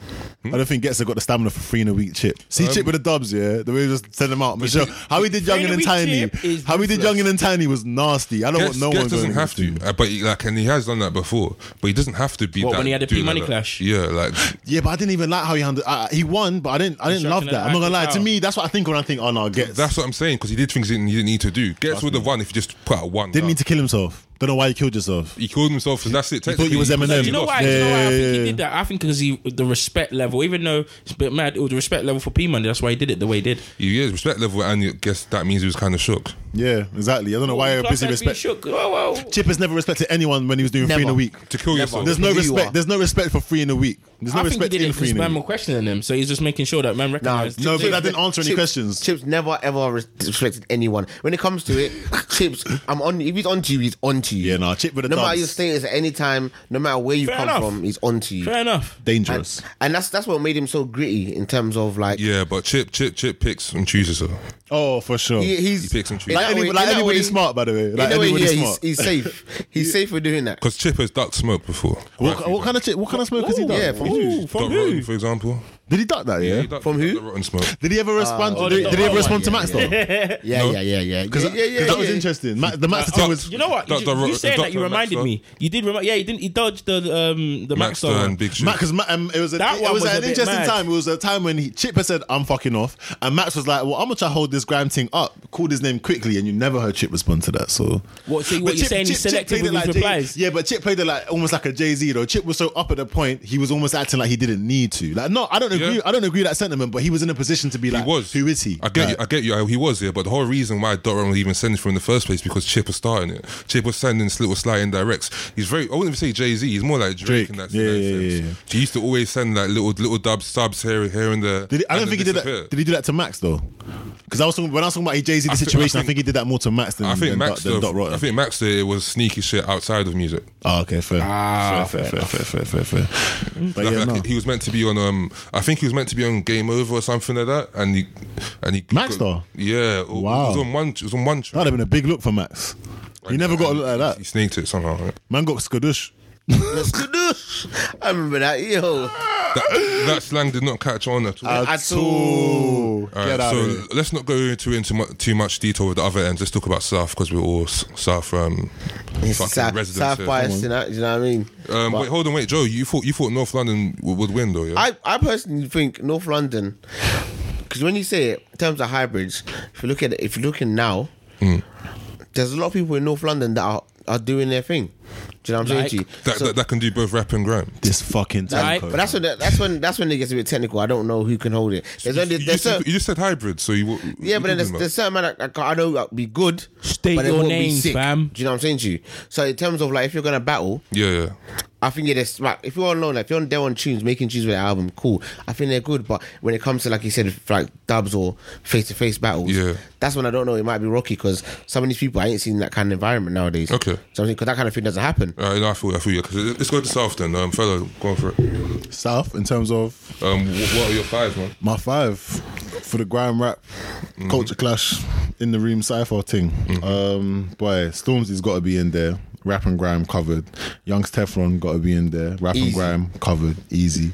Hmm?
I don't think Getzer got the stamina for three in a week chip.
Um,
See chip with the dubs, yeah? The way we just send them out. Michelle, how we did
Three in
Youngin
a
and
week
Tiny.
chip is
How we did
ruthless.
Youngin and Tiny was nasty. I don't want
Gets,
no one
Gets
going
doesn't have
against
to,
him.
uh, but he, like, and he has done that before. But he doesn't have to be.
What,
that
when he had the
dude
P-Money
like that.
clash?
Yeah, like
Yeah, but I didn't even like how he handled I, I- He won, but I didn't I didn't love
Constructing
that.
an
I'm not gonna lie.
active
To me, that's what I think when I think, oh no, Getz
that's what I'm saying because he did things he didn't, he didn't need to do. Gets would have won if he just put out one.
didn't
down.
need to kill himself. Don't know why he killed yourself.
He killed himself, and that's it.
He thought he was
Technically,
Eminem.
Do you know
lost.
why? Do you know why I think
Yeah.
he did that? I think because he the respect level, even though it's a bit mad, it was the respect level for P Money. That's why he did it the way he did.
He is respect level, and I guess that means he was kind of shocked.
Yeah, exactly. I don't know why you're
Plus,
busy
I'd be
respect.
shook. Whoa, whoa.
Chip has never respected anyone when he was doing three in
Never.
a week.
To kill yourself.
There's no
Who you
respect.
are.
There's no respect for three in a week. There's no
I think he
respect
did it
in three
because
in a
man
week.
were questioning him, so he's just making sure that man recognized.
No, but
Chip-
that didn't answer any
Chip-
questions.
Chips never ever res- respected anyone. When it comes to it, Chips, I'm on. If he's on to you, he's on to you.
Yeah, nah, Chip with the
No matter
dubs.
your status at any time, no matter where you
Fair
come
enough.
from, he's on to you.
Fair enough.
Dangerous.
And that's that's what made him so gritty in terms of like
Yeah, but Chip, Chip, Chip picks and chooses her.
oh, for sure.
he, he's
He picks and chooses.
in
like
that
any,
way-
like
in that
anybody
way-
smart, by the way.
in
Like
that way,
anybody
yeah,
smart.
he's, he's safe. He's safe for doing that.
Because Chip has ducked smoke before.
what, what kind of chip, what kind of smoke has he
Ooh,
done?
yeah,
Did
from
he-
Ooh,
Duck
from
Rotten,
who?
for example.
did he duck that? Yeah.
He ducked-
From
he
who?
ducked the rotten smoke.
Did he ever respond? did, did he ever
Oh,
respond to
yeah,
Max
yeah.
though?
Yeah, yeah, yeah, yeah.
Because
yeah, yeah,
that was
yeah.
interesting. Ma- the Max
Nah,
thing
uh,
was.
You know what? You,
Dr. Ro-
you saying that you
Dr.
reminded
Maxwell.
me. You did remind. Yeah, he didn't. He dodged the um the
Max
Maxstar
and
one.
Big Shoot.
Max, cause Ma- um, it was, a,
That
it
one
was,
was a
an
bit
interesting
mad.
time. It was a time when he, Chip had said, "I'm fucking off," and Max was like, "Well, I'm gonna try hold this grime thing up." Called his name quickly, and you never heard Chip respond to that. So
What? So
But
what you're saying? He's selective
played
with
it
his
like
replies.
Jay, yeah, but Chip played it like almost like a Jay Z though. Chip was so up at the point, he was almost acting like he didn't need to. Like, no, I don't agree.
Yeah.
I don't agree with that sentiment, but he was in a position to be
He
like,
was.
Who is he?
I get
Like,
you. I get you. I- He was here, but the whole reason why Dot Rotten was even sending for him in the first place because Chip was starting it. Chip was sending this little slight indirects. He's very. I wouldn't even say Jay Z. He's more like Drake,
Drake.
in that,
Yeah,
that
yeah,
sense.
yeah, yeah.
He used to always send like little little dubs, subs here, here and there.
Did he, I don't
and then
think he did
disappear.
that. Did he do that to Max though? Because I was talking, when I was talking about Jay Z the
I thi- I
situation, I think,
think-
he did that more to Max than,
I think
than, Dot,
Max.
than Dot
though-
Rotten.
I think Max. It was sneaky shit outside of music.
oh, okay, fair.
Ah,
fair, fair, fair, fair, fair, fair, fair. But
Like,
yeah,
like,
no.
He was meant to be on. Um, I think he was meant to be on Game Over or something like that. And he, and he.
Max
got-
though?
Yeah. it
Wow.
was on one. It was on one
That'd
track.
have been a big look for Max. He never got a look like
He
that.
sneaked it somehow. right?
Man got skadoosh.
I remember that. Yo,
That, that slang did not catch on at all.
at all.
All right,
Get out
so
of here.
let's not go into into mu- too much detail with the other ends. Let's talk about South because we're all s- South um, fucking
South,
residents.
South
here.
bias, you know, you know what I mean?
Um, wait, hold on, wait, Joe. You thought you thought North London w- would win though, yeah?
I, I personally think North London, because when you say it in terms of hybrids, if you look
Hmm.
at it, if you're looking now, there's a lot of people in North London that are, are doing their thing. Do you know what I'm
Like-
saying to you?
That,
So-
that, that can do both rap and grime.
This fucking time.
Right,
code.
but that's when that's when that's when it gets a bit technical. I don't know who can hold it. There's only
you, just,
there's cer-
you just said hybrid, so you. w-
yeah, but
you
then there's,
didn't
there's certain man that, that I know that be good.
State
but they
your
won't be
names,
sick.
fam.
Do you know what I'm saying to you? So in terms of like if you're gonna battle,
know. yeah, yeah.
I think it is like if you're on loan, like, if you're on there on tunes, making tunes with an album, cool. I think they're good, but when it comes to like you said, like dubs or face to face battles,
Yeah.
that's when I don't know. It might be rocky because some of these people I ain't seen that kind of environment nowadays.
Okay.
something because that kind of thing doesn't happen.
All right, no, I feel, you, I feel you. Cause let's go to South then, um, fella. Go on for it.
South in terms of
Um, wh- what are your fives, man?
my five for the grime rap
Mm-hmm.
culture clash in the room cipher thing. Um, boy, Stormzy's got to be in there. Rap and grime covered. Young's Teflon got to be in there. Rap
Easy.
and grime covered. Easy.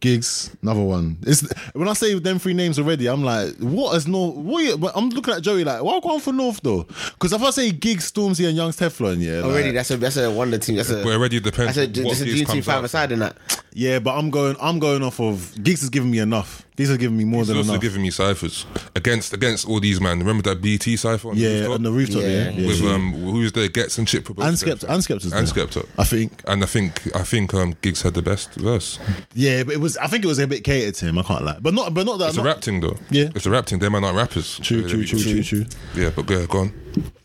Gigs, another one. It's when I say them three names already, I'm like, what is North? What? you- but I'm looking at Joey like, why go on for North though? Because if I say Gigs, Stormzy, and Young's Teflon, yeah, like-
Already, that's a that's a wonder team. That's a
Well, already it depends
That's a
what
that's a
gigs
dream team
comes
five
out.
aside in that.
yeah, but I'm going, I'm going off of Gigs has given me enough. These are giving me more
He's
than
also
enough.
giving me ciphers against against all these man. Remember that BT cipher? on the
yeah,
rooftop?
on the rooftop,
Yeah.
yeah, yeah.
with um, who's there? Gets and Chip
and Skepta, and Skepta's
and
there,
Skepta.
I think.
And I think I think um, Gigs had the best verse.
Yeah, but it was. I think it was a bit catered to him. I can't lie, but not. But not that.
It's
not,
a rap thing though.
Yeah.
it's a rap thing. They might not rappers.
True, true, true, true, true.
Yeah, but yeah, go on.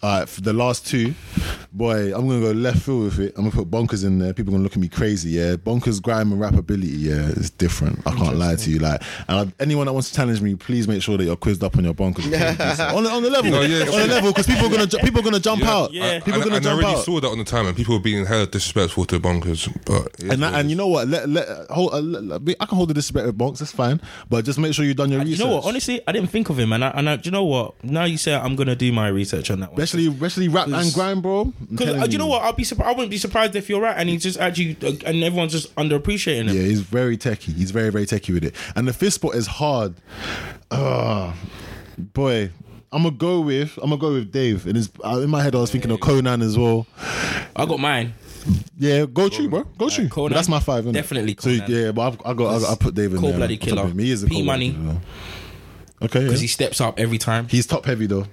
All right, for the last two, boy, I'm gonna go left field with it. I'm gonna put bonkers in there. People gonna look at me crazy. Yeah, bonkers grime and rappability. Yeah, it's different. I can't lie to you. Like, and I, anyone that wants to challenge me, please make sure that you're quizzed up on your bonkers on, the, on the level.
No, Oh, yeah, it's
on the
true.
level, because people are gonna ju- people are gonna jump out.
Yeah.
people
and,
are gonna
and I
jump
already
out.
saw that on the time, and people were being hella disrespectful to bonkers. But it
And,
is what
that,
it
and
is.
you know what? Let, let, hold, uh, let- let- I can hold the disrespect with bonks, that's fine. But just make sure you've done your
Uh, You
research.
know what? Honestly, I didn't think of him, and I, and I, do you know what? Now you say it, I'm gonna do my research on that one.
especially, especially rap and grime, bro. I'm
Because
telling
uh, do you know what? I'll be surprised. I wouldn't be surprised if you're right, and he's just actually, uh, and everyone's just underappreciating him.
Yeah, he's very techie. He's very, very techie with it. And the fist spot is hard. Ah, boy. I'm gonna go with I'm gonna go with Dave. And his, uh, in my head, I was thinking of Conan as well.
I got mine.
Yeah, go true, bro. Go true.
Conan.
But that's my five. Innit?
Definitely
So
Conan.
yeah, but I've, I got I, got- I put Dave in
Cold
there.
blooded
on top of
killer.
him. He is a
P
cold-blooded
Money.
killer. Okay.
Because
yeah.
he steps up every time.
He's top heavy though.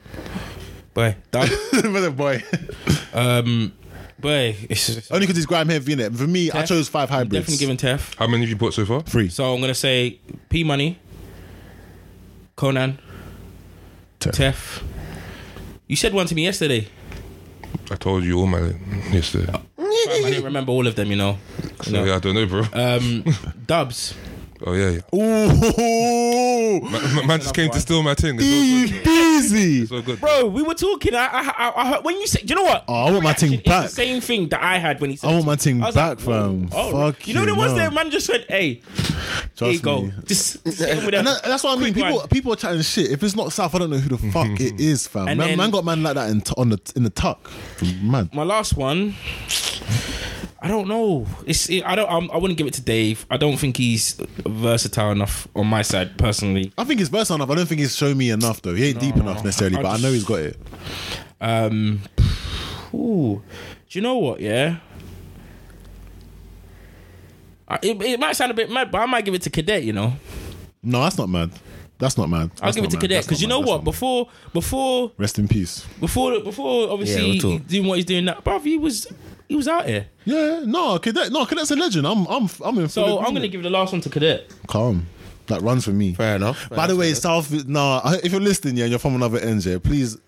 Boy, that,
Brother boy.
um, boy, it's, it's
Only because he's grime heavy in it. For me, I
Tef.
chose five hybrids.
definitely giving Tef.
how many have you put so far?
three.
So I'm gonna say P Money, Conan,
Tef.
Tef. You said one to me yesterday.
I told you all my yesterday.
Uh,
Fam, I didn't remember all of them, you know. You
So,
know.
yeah, I don't know, bro.
Uh,
Um, Dubs.
oh yeah, yeah.
Ooh,
Ma- ma- man just came to steal my thing. It's all good.
easy.
It's all good.
Bro, we were talking. I, I, I, I heard, when you said, you know what?
Oh, I want my
Reaction
thing
is
back.
The same thing that I had when he said.
I want
it.
my thing
I was
back,
whoa,
fam.
oh,
Fuck
you know, there
you,
was
no.
there. Man just said, "Hey, here
Trust
you go."
me.
Just hit him with a
And that- that's what I mean.
quick
People,
one. Mm-hmm.
people are chatting shit. If it's not South, I don't know who the fuck it is, fam. Man,
And then-
man got man like that in t- on the in the tuck, man.
My last one. I don't know. It's it, I don't. I'm, I wouldn't give it to Dave. I don't think he's versatile enough on my side personally.
I think he's versatile enough. I don't think he's shown me enough though. He ain't deep enough necessarily,
I
but I know he's got it.
Um, ooh, do you know what? Yeah, I, it, it might sound a bit mad, but I might give it to Cadet. You know,
No, that's not mad. That's not mad.
I'll
That's
give it
not
to
mad.
Cadet
That's
because you
not
know
mad.
what?
That's
Before, before,
not- Rest in peace.
before, before,
Yeah,
obviously
we'll talk.
doing what he's doing now, bruv, He was, he was out here.
Yeah, no, cadet, no, cadet's a legend. I'm, I'm, I'm in.
So I'm gonna give the last one to Cadet.
calm. That runs for me.
Fair enough.
By the way, South. Nah, I- if you're listening, yeah, and you're from another end, yeah, please,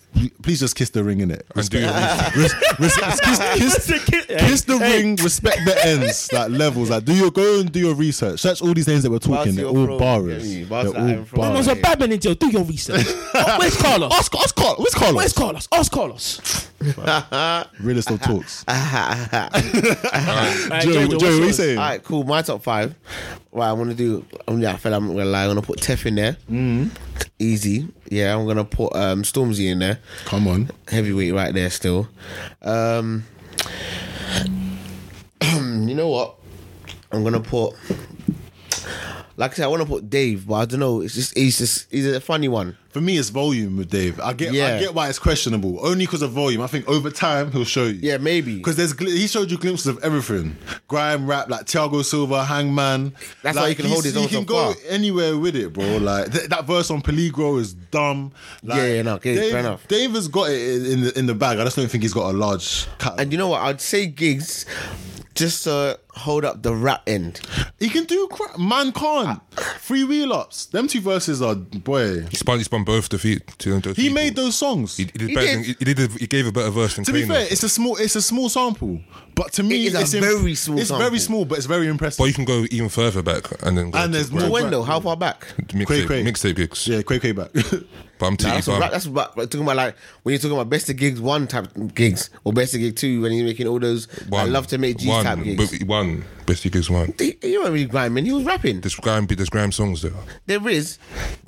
please just kiss the ring in it.
And do your research.
Res- res- kiss, kiss, kiss the ring, respect the ends, like levels. Like, do your go and do your research. Search all these names that we're talking.
Bars
They're
your
all
bro,
borrowers.
yeah,
They're
you bars that I'm
all
from.
borrowers.
Alright.
Batman in jail. Do your research. oh, where's Carlos?
Ask, ask Carl. Where's Carlos?
Where's Carlos? Ask Carlos.
Real estate talks.
Alright,
Joey, Joey, what are
Jojo,
you
what's yours?
saying?
All right, cool. My top five. Right, I'm gonna do. I'm yeah, I feel I'm not gonna lie. I'm gonna put Tef in there. Mm. Easy. Yeah, I'm gonna put um, Stormzy in there.
Come on.
Heavyweight right there still. Um, you know what? I'm gonna put Like I said, I want to put Dave, but I don't know. It's just he's just he's a funny one.
For me, it's volume with Dave. I get, I
Yeah.
get why it's questionable. Only because of volume. I think over time he'll show you.
Yeah, maybe.
Because there's gl- he showed you glimpses of everything. Grime rap like Thiago Silva, Hangman. like,
That's how he can hold his
He
own
can
so
go
far.
anywhere with it, bro. Like th- that verse on Peligro is dumb. Like,
Yeah, yeah, no, okay,
Dave,
fair enough.
Dave has got it in, in the in the bag. I just don't think he's got a large. Cat-
And you know what? I'd say gigs just to hold up the rap end.
he can do crap. Man can't.
Ah.
Free wheel ups. Them two verses are boy.
He spun, he spun both defeat to them.
He made those songs.
He, he did
He
better.
did.
Than, he, he did. A, he gave a better verse than.
To be
Kane,
fair,
though.
it's a small, it's a small sample, but to me,
It is a
it's im-
very small
It's
sample.
very small, but it's very impressive.
but you can go even further back and then. Go
And there's
more
no
To
way-
when though? How far back?
Quay,
mixtape,
Quay.
mixtape gigs.
yeah, Quake Quake back.
But I'm
Nah,
taking.
that's what rap, that's what like, talking about like when you're talking about best of gigs one type of gigs or best of gig two when you're making all those I love to make G's
one,
type gigs.
But one, best gigs one.
He, he wasn't really grinding. He was rapping.
There's grime, there's grime songs there.
There is,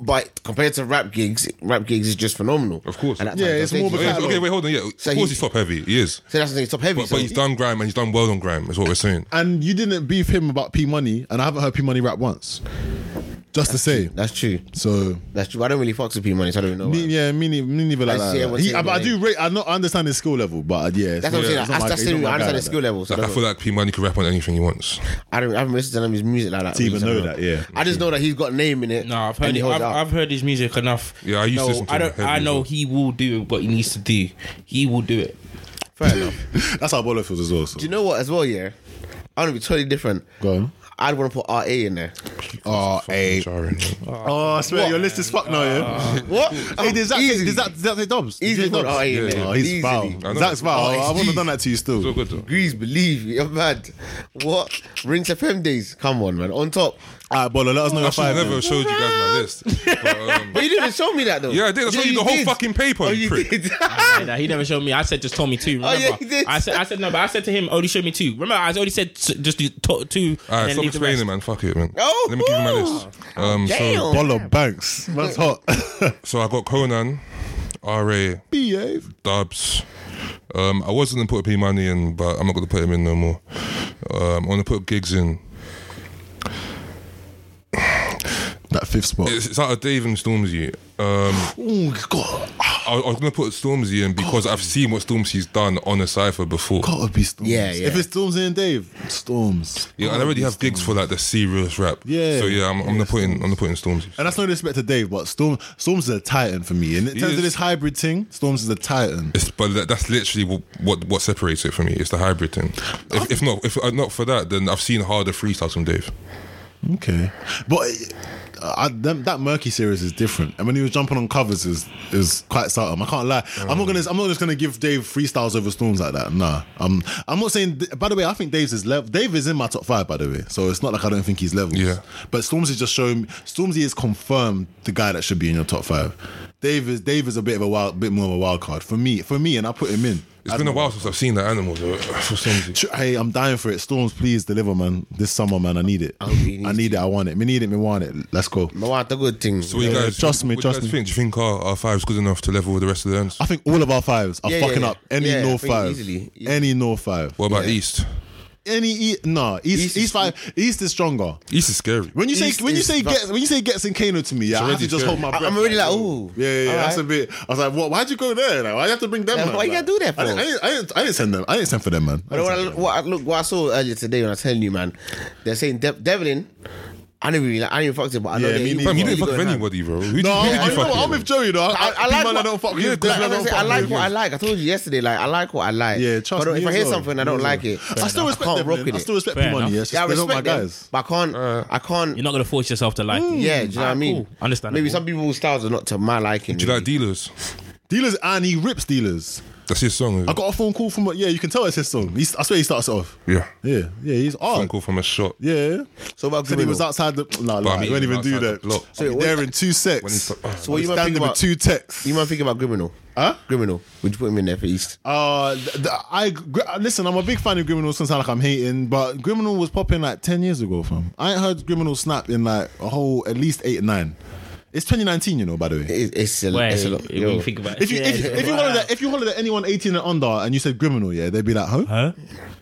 but compared to rap gigs, rap gigs is just phenomenal.
Of course.
And that
Yeah,
type of
it's
thing.
more of a
Okay,
catalog.
okay, wait, hold on. Yeah, of
So
course
he-
he's top heavy. He is.
So that's the thing. Top heavy.
But,
so
but he's done grime and he's done well on grime. Is what we're saying.
and you didn't beef him about P Money, and I haven't heard P Money rap once. Just to say,
That's true.
so
That's true. I don't really fuck with P money, so I don't know.
me,
why.
yeah, me, ne- me neither like
I see
that.
everyone
He-
saying
I, but I
that.
do rate. I not I understand his skill level, but uh, yeah,
That's what I'm saying. That's, that's, the thing. I understand the skill level. So
Like, I
that's
feel like P Money could rap on anything he wants.
I don't. I haven't listened to none of his music like that.
To even
So I
know
don't
that, yeah.
I just know that he's got a name in it.
No, I've
and
heard.
he
It,
holds
I've,
it up.
I've heard his music enough.
Yeah, I used to
No,
listen to
I
him
don't.
heavily
I
as
know
well.
he will do what he needs to do. He will do it.
Fair enough.
That's how Bolo feels as well. So.
Do you know what? As well, yeah. I'm gonna be totally different.
Go on.
I'd want to put RA in there.
Oh, hey.
Jarring.
Oh, I swear, your list is fucked now, yeah?
What?
Hey, does that, does
Easily.
that, does that, does that say Dobbs? Does
Easy
it say
put
Dobbs?
RA in
Yeah,
there.
Oh, he's
Easily.
foul.
know.
Zach's foul.
Oh,
I
it's
wouldn't have
deep.
done that to you still.
So good though.
Grease, believe me, you're mad. What? Rinse FM days. Come on, man. On top.
All right, Bolo, let us know
I
your
should have
five.
never
man.
showed you guys my list. But, um,
But you didn't show me that though.
yeah, I did. I showed you the whole fucking paper.
Oh,
you
you
prick.
did.
Yeah, nah, he never showed me. I said just told me two. Remember?
Ah! Oh, yeah, he did.
I said I said no, but I said to him only show me two. Remember, I already said s- just do to- two.
All
and
right,
then
stop
leave the rest.
explaining, man. Fuck it, man.
Oh,
Let me give you my list. Um, so,
Damn.
Bolo Banks. Man's hot.
so I got Conan, Ra,
Behave.
Dubs. Um, I was gonna put P Money in, but I'm not gonna put him in no more. Um, I'm gonna put gigs in.
That fifth spot.
It's, it's out of Dave and Stormzy. Um,
Oh, God.
I, I was gonna put Stormzy in because I've seen what Stormzy's done on a cipher before.
Gotta be Storms.
Yeah, yeah.
If it's Storms and Dave, Storms.
Yeah, and I already have gigs for like the serious rap.
Yeah.
So yeah, I'm, I'm gonna put in. I'm gonna put in Stormzy.
And that's no disrespect to Dave, but Storm Storms is a titan for me. And in terms
is.
of this hybrid thing, Storms is a titan.
It's, but that, that's literally what, what what separates it for me. It's the hybrid thing. If, if not, if uh, not for that, then I've seen harder freestyles from Dave.
Okay, but uh, I, them, that Murky series is different. And when he was jumping on covers, is is quite seldom. I can't lie. I'm not gonna. I'm not just gonna give Dave freestyles over Storms like that. Nah. Um, I'm not saying. By the way, I think Dave's is level. Dave is in my top five. By the way, so it's not like I don't think he's levels.
Yeah.
But Storms is just showing. Stormzy is confirmed the guy that should be in your top five. Dave is Dave is a bit of a wild, bit more of a wild card for me. For me, and I put him in.
It's been a while since I've seen that animal though, for Stormzy.
Tr- Hey, I'm dying for it. Storms, please deliver, man. This summer, man, I need it.
hope he needs
I need it. I want it. Me need it. Me want it. Let's go.
I want the good thing.
So what you
Yeah,
guys,
trust me,
what
trust
you guys
me.
Think? Do you think our, our five's good enough to level with the rest of the ends?
I think all of our fives are
Yeah, yeah,
fucking
yeah.
up. Any
Yeah, I
North
think
five,
easily. E-
any North five,
What about East?
any e- nah. East,
East
East,
is- e-
five, East is stronger.
East is scary.
When you say
East
when you
is
say
va-
gets when you say gets and Kano to me, yeah, I have
already
to just hold my
I-
breath.
I'm already like, ooh.
Yeah, yeah, yeah,
All
that's
right.
a bit. I was like, what? Why'd you go there? Like, why'd you have to bring them?
Yeah,
man?
why you
Like,
gotta do that
I didn't,
for?
I, didn't, I, didn't, I didn't send them. I didn't send for them, man. I
But
didn't
what I,
send for them.
what I look what I saw earlier today when I was telling you, man, they're saying De- Devlin. I didn't really, like, I didn't fuck with him, but I know
Yeah,
that
me
he
neither.
Fam,
was
you didn't
really
fuck with
going ham.
anybody, bro. Who,
No,
who
I'm, you
did you
know
fuck
what, I'm
with?
with Joe. You know, I,
I, I like
man,
what,
I don't fuck with.
Yeah,
This man,
like I,
don't
said,
fuck
I
with.
like what I like. I told you yesterday, like I like what I like.
Yeah, trust
But
me,
if I
as
hear
well.
something I
Me
don't
as
like
well.
it,
I still respect
I can't
them.
rock
man.
with
I
it.
still respect
Fair
people.
enough.
Yeah, it's
yeah, I
just they're not
respect
my
them,
guys.
but I can't, I can't.
You're not gonna force yourself to like. it.
Mm. yeah, do you know what I
Alright,
mean?
cool. Understandable.
Maybe some people's styles are not to my liking.
Do you like
really.
dealers?
Dealers and he rips dealers.
That's his song. Isn't
I
it?
got a phone call from a, yeah, you can tell it's his song. He's, I swear he starts it off.
yeah.
Yeah, yeah, he's
Phone
odd.
call from a shot.
Yeah,
So about
said he was
Grimino?
outside the. No,
But I
nah,
mean,
he won't even
outside
do
the
that.
block.
So
So
there
what-
in two
When
sex.
he's- uh,
So what you might
standing
think
with
about?
two texts.
You might think about Grimino.
Huh?
Grimino. Would you put him in there for East?
Uh, th- th- I gr- uh, listen. I'm a big fan of Criminal. Since I like I'm hating, but Criminal was popping like ten years ago, fam. I ain't heard Criminal snap in like a whole at least eight nine. It's 2019, you know. By the way,
It, it's a lot.
Wait,
It's a lot.
if
yo.
you think about it.
if you if, you- if you hollered at if you hollered at anyone 18 and under and you said Criminal, yeah, they'd be like, huh?
Huh?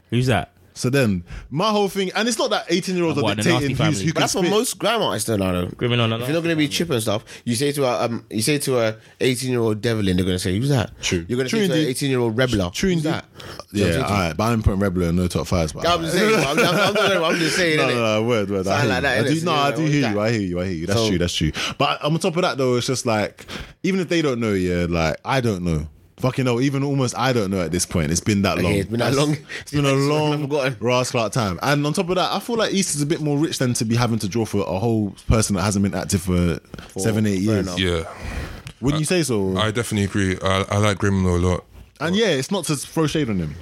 Who's that?
So then my whole thing, and it's not that 18 year olds
What,
are
the
dictating
nasty
who's,
family?
who
But
can
that's
spit.
what most grime artists do now, though.
Criminal
If you're not going to be chip and stuff, you say to a um, you say to a 18 year old Devlin, they're going to say, "Who's that?"
True.
You're going to
True
say to an
indeed.
18 year old Rebler.
True
Who's
indeed.
that?
Yeah,
Yeah,
all right, but I'm putting Rebel in no top fives. But
I'm just saying. I'm, I'm, I'm, not- I'm just saying.
no,
innit?
no, no, word, word. I
Something
hear
like
you.
that,
I do,
innit?
no,
You
I
know,
do
it's
hear
that.
you. I hear you. I hear you. That's
So-
true. That's true. But on top of that, though, it's just like even if they don't know, yeah, like I don't know. Fucking hell, even almost I don't know at this point. It's been that long.
it's been that
That's-
long.
It's been a
I've
long,
forgotten.
Ras Clark time. And on top of that, I feel like East is a bit more rich than to be having to draw for a whole person that hasn't been active for, seven, eight years.
enough.
Yeah,
Wouldn't you say so?
I definitely agree. I, I like Grimlow a lot.
and yeah, it's not to throw shade on him.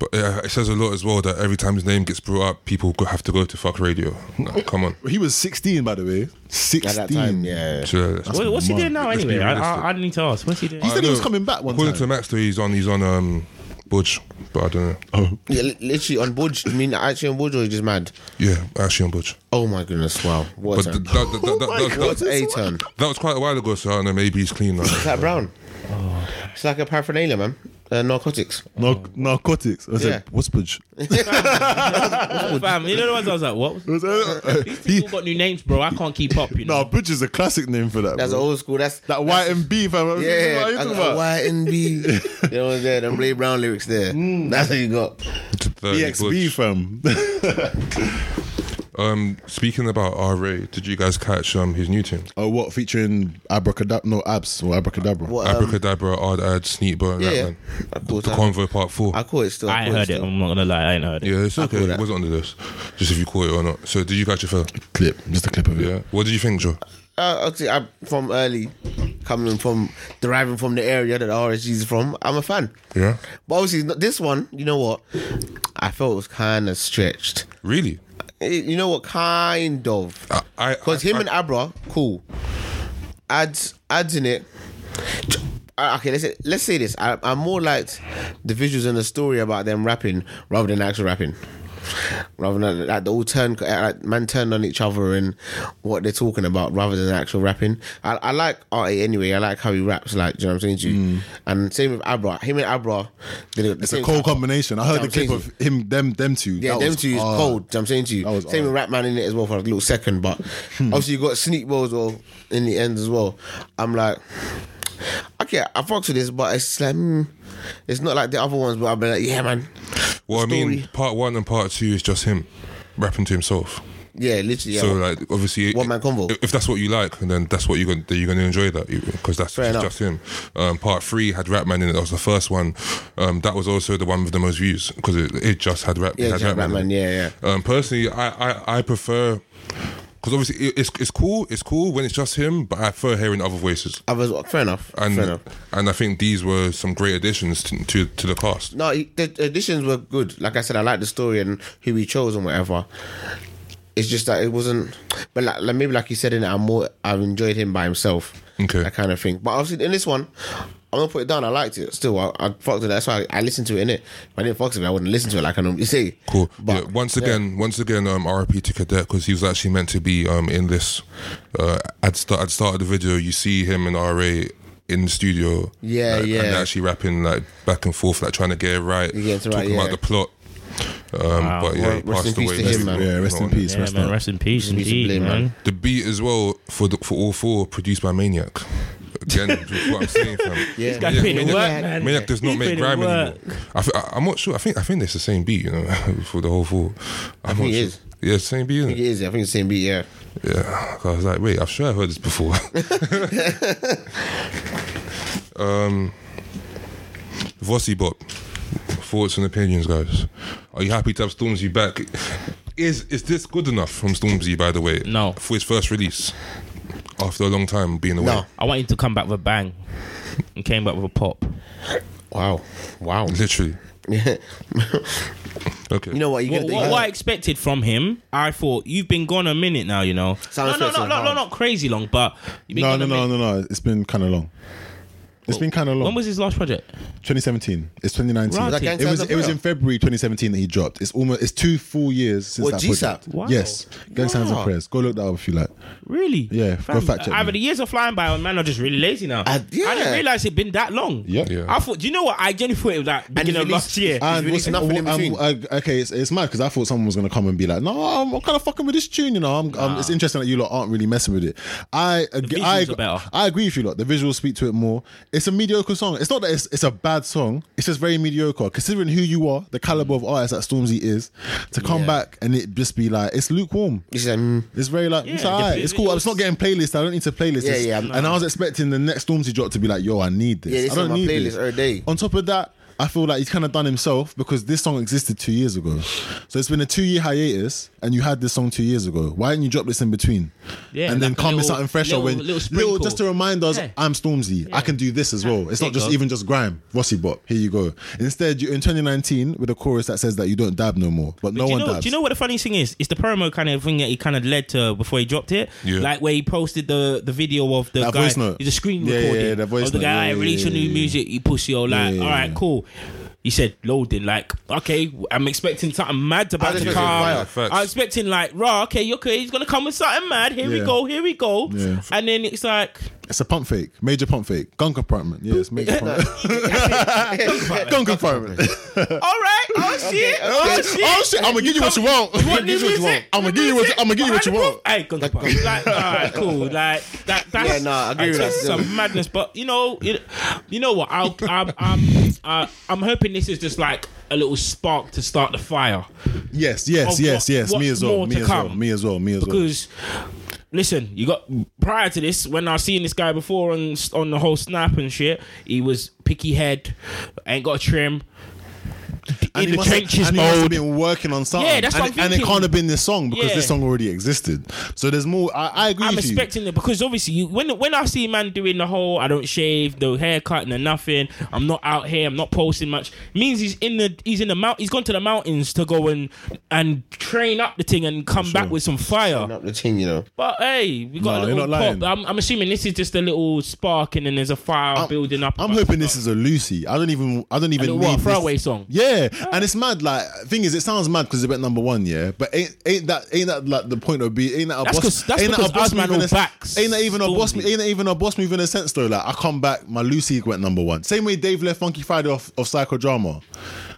But yeah, it says a lot as well that every time his name gets brought up, people go- have to go to fuck radio. Nah, come on.
He was 16, by the way. 16.
At that time, yeah.
So, that's-
What, what's he doing now
Let's be
anyway? I,
realistic.
I, I need to ask. What's he doing?
He
I
said he was
know.
coming back one
According
time.
to Max, though, he's on he's on um Budge, but I don't know.
Oh,
Yeah, li- literally on board. I mean, actually on board, or you just mad?
Yeah, actually on Budge.
Oh my goodness! Wow, what
But
a
th-
turn.
that, that,
Oh
that, that, that,
What
that,
a turn.
that was quite a while ago, so I don't know. Maybe he's clean now.
It's like Brown.
Oh,
It's like a paraphernalia, man. Uh, narcotics.
Nar- narcotics. I said,
Yeah.
what's Budge?
Fam, you know the ones I was like, what?
Was that- uh,
These
he-
people got new names, bro. I can't keep up. You know.
no, Budge is a classic name for that.
That's
bro.
old school. That's
that white and beef. Yeah, what
yeah.
are you
I
talking
got
about?
Y and B. You know what there? Them Ray Brown lyrics there.
Mm.
That's what you got.
Thirty
EXB
Budge.
E fam.
Um, speaking about RA, did you guys catch um his new tune?
oh, what featuring abracadabra? No, abs or abracadabra.
What? Um,
Abracadabra, Odd Ad, Sneakbur, and
Yeah,
that
yeah.
man.
Of
The,
course,
the
I-
Convo Part Four.
I caught it still.
I ain't
caught
heard it.
still.
I'm not gonna lie. I ain't heard it.
yeah, it's okay.
that.
It wasn't on the list. Just if you caught it or not. So did you catch it, fella?
clip? Just a clip of it.
Yeah. What did you think, Joe?
Uh, actually, I'm from early, coming from deriving from the area that the RSG is from. I'm a fan.
Yeah.
But obviously, not- this one, you know what? I felt it was kind of stretched.
Really?
Eh, You know what? Kind of.
I- I
Because
I-
him
I-
and Abra, cool. Ads, ads in it. Uh, Okay, let's say, let's say this. I, I more liked the visuals and the story about them rapping rather than actual rapping. Rather than like the all turn, eh, like, man turned on each other and what they're talking about rather than actual rapping. I, I like Artie anyway. I like how he raps. Like, do you know what I'm saying to you?
Mm.
And same with Abra. Him and Abra, they look the
It's
same
a cold
type of-
combination. I heard
Yeah,
the clip
I'm
of him, them, them two.
yeah,
That
them
was
two is
hard.
cold. do you know what I'm saying to you,
That was
same with Ratman in it as well for a little second, but obviously you got Sneak Balls all in the end as well. I'm like, okay, I fucks with this, but it's like, hmm, it's not like the other ones. But I'll be like, yeah, man,
Well, I mean,
story.
part one and part two is just him rapping to himself.
yeah, literally, yeah.
So, like, obviously,
One man convo.
If, if that's what you like, then that's what you're gonna then you're gonna enjoy that because that's
Fair enough.
just him. Um, part three had Ratman in it. That was the first one. Um, that was also the one with the most views because it, it just had Rap.
Yeah,
had
Jack
in
Ratman,
it.
yeah, yeah.
Um, personally, I, I, I prefer because obviously it, it's it's cool. It's cool when it's just him, but I prefer hearing other voices.
Others, fair enough,
And
fair enough.
and I think these were some great additions to to, to the cast.
No, he- the additions were good. Like I said, I like the story and who he chose and whatever. It's just that it wasn't, but like, like maybe like you said in it, I'm more I've enjoyed him by himself.
Okay.
that kind of thing. But obviously in this one, I'm gonna put it down. I liked it still. I, I fucked with it. That's why I, I listened to it in it. If I didn't fuck with it, I wouldn't listen to it like I normally say.
Cool.
But
yeah, once again, once again, um, RIP to Cadet because he was actually meant to be um in this. Uh, at start at start of the video, you see him and RA in the studio.
Yeah,
like,
yeah.
And actually rapping like back and forth, like trying to get it right,
You get it right,
talking about
yeah.
the plot. Um,
Wow.
but yeah, he
Rest in
passed
peace
away.
to him,
Maybe
man.
we
Yeah,
don't
rest in
want it.
peace.
Yeah,
rest
man,
up.
rest in peace,
Peace
indeed,
and blame,
man.
man.
The beat as well for the, for all four produced by Maniac. Again, with what I'm saying, fam.
Yeah. This
guy put in
Maniac,
work, man.
Maniac does
He
not
put
make
in
grime
work.
anymore. I thi- I, am not sure. I think I think it's the same beat, you know, for the whole four. I'm
think
not
it
sure.
is.
Yeah, same beat. Isn't it?
it is. I think it's the same beat. Yeah.
Yeah, 'cause I was like, wait, I'm sure I heard this before. um, Vossi Bop, thoughts and opinions, guys. Are you happy to have Stormzy back? Is is this good enough from Stormzy? By the way,
No.
for his first release after a long time being away.
No.
I want him to come back with a bang. He came back with a pop.
Wow. Wow.
Literally. Okay.
You know what? You
What,
get
what, what I expected from him, I thought you've been gone a minute now. You know,
Sound
no, no,
effects
no,
are
no, no,
hard.
not crazy long, but you've been
um, No,
gone
no, no,
a minute.
no, no. It's been kind of long. It's been kind of long.
When was his last project?
2017. It's 2019.
Right. That
it
gangsta
was
has a
it was
prayer.
in February 2017 that he dropped. It's almost it's two full years since
What,
that
G-Sap?
project.
Wow.
Yes, Gang Signs and
Wow.
Prayers. Go look that up if you like.
Really?
Yeah, go
Fam,
fact check
Either
me.
the years are flying by, or man, I'm just really lazy now.
Uh,
I
yeah.
didn't realize it'd been that long.
Yeah.
Yeah.
I thought, do you know what? I genuinely thought it was like beginning of
released-
last year.
He's released
what's-
nothing in
um,
between.
I- okay, it's, it's mad because I thought someone was gonna come and be like, "No, I'm, kind of fucking with this tune." You know, I'm, um, it's interesting that you lot aren't really messing with it. I ag- I,
visuals are better.
I agree with you lot. The visuals speak to it more. It's a mediocre song. It's not that it's, it's a bad song. It's just very mediocre considering who you are, the caliber of artist that Stormzy is. To come back and it just be like it's lukewarm.
He's like, mm,
It's very like it's,
the
alright,
vi-
it's cool. I'm not getting playlists. I don't need to playlist.
Yeah,
this.
yeah, I'm-
And I was expecting the next Stormzy drop to be like, "Yo, I need this.
Yeah, this
I
is
don't
on my
need
playlist
this
every day.
On top of that, I feel like he's kind of done himself because this song existed two years ago. So it's been a two-year hiatus, and you had this song two years ago. Why didn't you drop this in between?
Yeah,
and then
like a
come with
little-
something fresher.
little-
when
little sprinkle.
just to remind us,
Yeah.
I'm Stormzy. I can do this as well. It's
There
not
you
just
go.
even just grime, Rossi Bop. Here you go. Instead, you're in 2019 with a chorus that says that you don't dab no more, but, no
do you
one
know?
dabs.
Do you know what the funny thing is? It's the promo kind of thing that he kind of led to before he dropped it.
Yeah.
Like where he posted the the video of the
That
guy,
voice note.
the screen
Yeah, yeah,
recording
yeah, that voice
of the
note.
guy.
Yeah,
"Alright,
yeah,
release your
yeah,
new
yeah.
music, you pussy. Or like,
Yeah, yeah,
all right,
yeah.
cool. He said loading. Like, okay, I'm expecting something mad about to
expecting
come.
fire.
Facts.
I'm expecting like, raw. Okay, you okay, he's gonna come with something mad. Here we
Yeah.
go. Here we go.
Yeah.
And then it's like.
It's a pump fake, major pump fake, gun compartment. Yeah, it's major pump. gun compartment.
All right. Oh shit. Oh shit.
Oh shit! I'm gonna give you what you want.
You want new music?
I'm gonna give you what you want. I'm gonna give you what you want.
Hey, gun like, like, all right, cool. Like that. That's,
Yeah, nah, I agree with
that's
that.
Some madness, but you know, you, you know what? I'll, I'm, I'm, uh, I'm hoping this is just like a little spark to start the fire
Yes,
Of
yes, yes,
what-
yes. Me
what's
as well.
more
Me
to
as well.
come.
Me as well. Me as well.
because. Listen, you got prior to this when I seen this guy before on on the whole snap and shit. He was picky head, ain't got a trim,
And
in
he
the
must have-
trenches
and he must have
mode.
been working on something.
Yeah, that's what
and,
I'm
and it
thinking.
can't have been this song because
Yeah.
this song already existed. So there's more. I, I agree
I'm
with
expecting it because obviously you, when when I see man doing the whole I don't shave, the haircut and the nothing, I'm not out here, I'm not posting much. Means he's in the he's in the mount he's gone to the mountains to go and and train up the thing and come back with some fire.
not the thing, you know.
But hey, we
No,
got a
you're
little
not lying.
pop. I'm, I'm assuming this is just a little spark and then there's a fire
you.
building up.
I'm hoping this is a Lucy. I don't even. I don't even
little
need
what,
this-
throwaway song? Ah.
Yeah, and it's mad. Like thing is, it sounds mad because it went number one. Yeah, but ain't ain't that ain't that like the point of be? Ain't that a
That's
boss?
'cause- that's
ain't
because Usman
move in
will
a-
backs
Ain't that even a boss?
Stormzy.
Ain't that even a boss move in a sense though? Like I come back, my Lucy went number one. Same way Dave left Funky Friday off of psychodrama.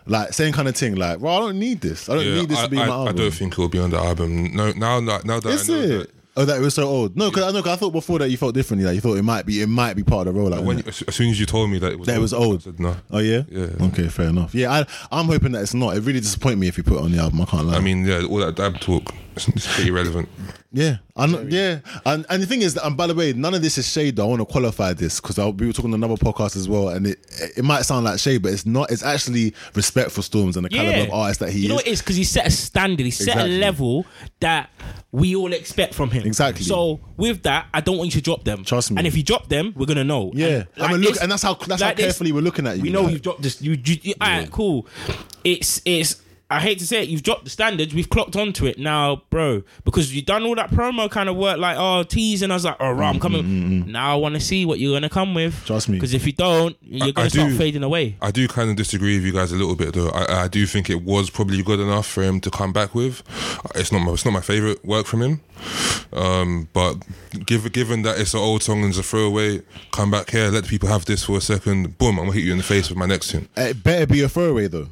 Like same kind of thing. Like, bro, I don't need this. I don't
Yeah,
need this
I,
to be
I,
my album.
I don't think it'll be on the album. No, now, now, now that
Is
I know that
it? Oh, that it was so old. No, because I know. 'cause I thought before that you felt differently. Like you thought it might be, it might be part of the rollout.
When,
innit?
as as soon as you told me that it was
that it was old.
I said, no.
Oh yeah.
Yeah, yeah.
Okay, fair enough. Yeah, I, I'm hoping that it's not. It really disappoint me if you put it on the album. I can't lie.
I mean, yeah, all that dab talk it's, it's pretty relevant.
Yeah, I know, yeah, and and the thing is, that, and by the way, none of this is shade. Though. I want to qualify this because we were talking on another podcast as well, and it it might sound like shade, but it's not. It's actually respect for Storms and the caliber of artist that he
you know
is.
what it is because he set a standard, he set
Exactly.
a level that we all expect from him.
Exactly.
So with that, I don't want you to drop them.
Trust me.
And if you drop them, we're gonna know.
Yeah.
And,
I mean, look- and that's how- that's how carefully we're looking at you,
We know
like.
you've dropped this. You, you, you- alright, cool. It's it's. I hate to say it, you've dropped the standards. We've clocked onto it now, bro, because you've done all that promo kind of work, like oh tease, and I was like, all right,
Mm,
I'm coming. Now I want to see what you're gonna come with.
Trust me.
because if you don't,
I-
you're
I
gonna start
do-
fading away.
I do kind of disagree with you guys a little bit though. I, I do think it was probably good enough for him to come back with. It's not my it's not my favorite work from him, um, but given given that it's an old song and it's a throwaway, come back here, let the people have this for a second. Boom, I'm gonna hit you in the face with my next tune.
It better be a throwaway though.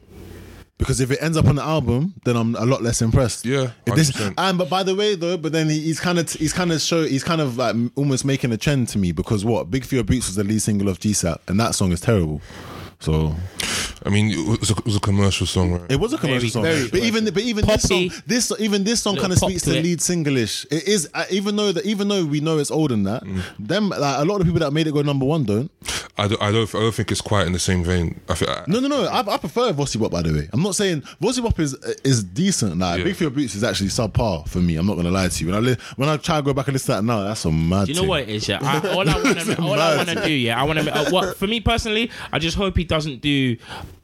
Because if it ends up on the album, then I'm a lot less impressed.
Yeah,
If this,
100%.
and but by the way though, but then he, he's kind of he's kind of show he's kind of like almost making a trend to me because what Big for Your Boots was the lead single of GSAP and that song is terrible. So
I mean, it was a, it was a commercial song, right?
it was a commercial song,
very
but even but even this
Poppy.
song, this even this song
Little
kind of
pop
speaks
to
to
it.
lead singlish. It is uh, even though that even though we know it's older than that, them like, a lot of people that made it go number one don't.
I, don't, I don't I don't think it's quite in the same vein. I think, uh, I,
No, no, no. I, I prefer Vossi Wop, by the way. I'm not saying Vossi Wop is is decent. Like
Yeah.
Big for Your Boots is actually subpar for me. I'm not gonna lie to you. When I li- when I try to go back and listen to that now, that's a mad.
Do you know
thing.
what it is? Yeah, I, all I want to, all I want to do, yeah, I want to. Uh, what for me personally, I just hope he doesn't do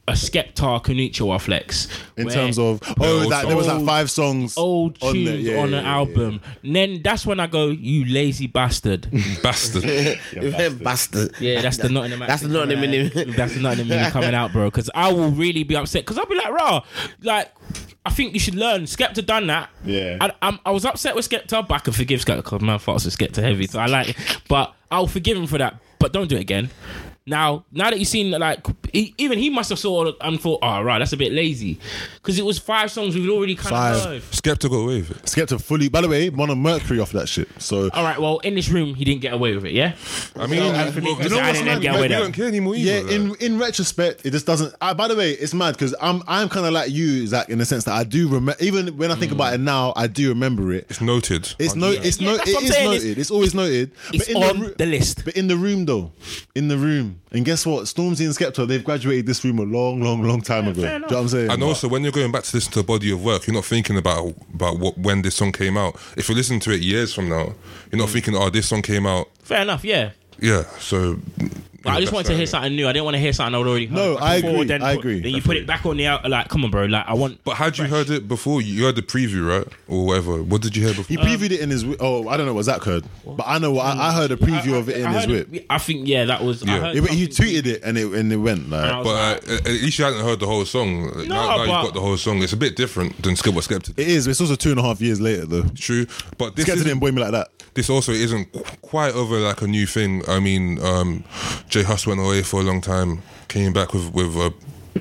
a Skepta Kunichiwa flex.
in
where
terms of oh
old
that there was like
songs.
five songs
old
on
tunes
there.
on,
Yeah, yeah,
an
yeah,
album. And then that's when I go, you lazy bastard.
Bastard.
yeah.
You
Bastard.
bastard.
Yeah, that's the Nottingham.
That's the Nottingham in him.
That's the Nottingham in him coming out, bro. Because I will really be upset. Because I'll be like, rah, like I think you should learn. Skepta done that.
Yeah.
I, I'm, I was upset with Skepta, but I can forgive Skepta because man farts with Skepta heavy, so I like it. But I'll forgive him for that. But don't do it again. Now, now that you've seen that, like he, even he must have saw and thought, oh right, that's a bit lazy, because it was five songs we've already kind
Five.
of heard.
Skepta got away with it.
Skepta fully. By the way, Mono Mercury off that shit. So
All right, well, in this room, he didn't get away with it, yeah?
I mean,
think
you know
I
what's mad? Like,
didn't get away
they
with
don't
it.
care anymore
yeah,
either.
in in retrospect, it just doesn't. I, by the way, it's mad because I'm I'm kind of like you, Zach, in the sense that I do remember. Even when I
Mm.
think about it now, I do remember it.
It's noted.
It's no, it's
Yeah,
no,
that's
it
what I'm
is
saying,
noted.
it's-
It's, always noted.
It's
the
on
roo-
the list.
But in the room though, in the room, and guess what? Stormzy and Skepta, they've graduated this room a long, long, long time ago. Do you know what I'm saying?
And also, when you're going back to listen to a body of work, you're not thinking about about what when this song came out. If you listen to it years from now, you're
Mm.
not thinking, "Oh, this song came out."
Fair enough, yeah.
Yeah. So,
But I just wanted to hear something new. I didn't want to hear something I'd already heard.
No, I
before,
agree,
Then
I
put-
agree.
Then you put it back on the out. Like, come on, bro. Like, I want.
But had you heard it before? You heard the preview, right, or whatever? What did you hear
he
before?
Um,
previewed it in his. wi- Oh, I don't know what Zach heard, but I know what I, I heard a preview of it in
I
his
heard
whip.
it- I think yeah, that was. I
Yeah.
heard
Yeah, but he
something-
tweeted it and it and it went like.
and I was like,
But uh, at least you hadn't heard the whole song. No, now, now
but-
you've got the whole song. It's a bit different than Skip or Skeptic.
It is. But it's also two and a half years later, though.
True, but this
Skepta
is,
didn't boy me like that.
this also isn't qu- quite over like a new thing. I mean, um, Jay Huss went away for a long time, came back with with a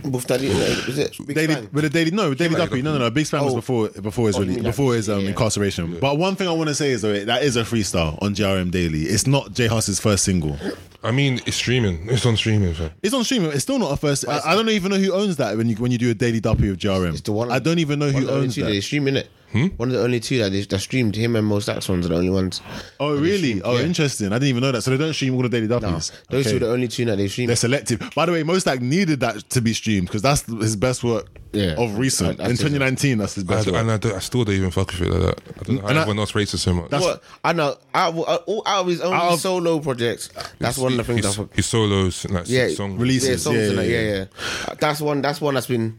With that, was it? Big
Daily,
Bang?
with the daily, no, Daily
Like
Duffy, no, no, no. Big Span was
Oh.
before before his
Oh, you
release,
mean like-
before his um,
yeah.
incarceration. But one thing I want to say is though, that is a freestyle on JRM Daily. It's not J Huss's first single.
I mean, it's streaming. It's on streaming. Fam.
It's on streaming. It's still not a first. I, I don't even know who owns that when you when you do a Daily Duffy of JRM.
It's the one.
I don't even know
one
who
of the only
owns
two They
that.
stream in it.
Hmm?
One of the only two that they that streamed him and most Sax ones are the only ones.
Oh really? Oh
yeah.
interesting. I didn't even know that. So they don't stream all the Daily
No,
Duffies.
those
Okay.
two are the only two that they stream.
They're selective. By the way, Mostak needed that to be streamed because that's his best work
Yeah.
of recent.
I- I
In
think so.
2019, that's his
I,
best work.
and I, don't- I still don't even fuck with it like that. I don't know how
And I-
everyone else rates it so much.
What I know, out of, uh, all- out of his own
Out of-
solo projects, that's one of the things.
His,
that-
his solos and like
yeah,
six songs.
Release-
yeah,
releases.
songs
Yeah,
and
yeah,
that, yeah,
yeah.
yeah, That's one. That's one that's been,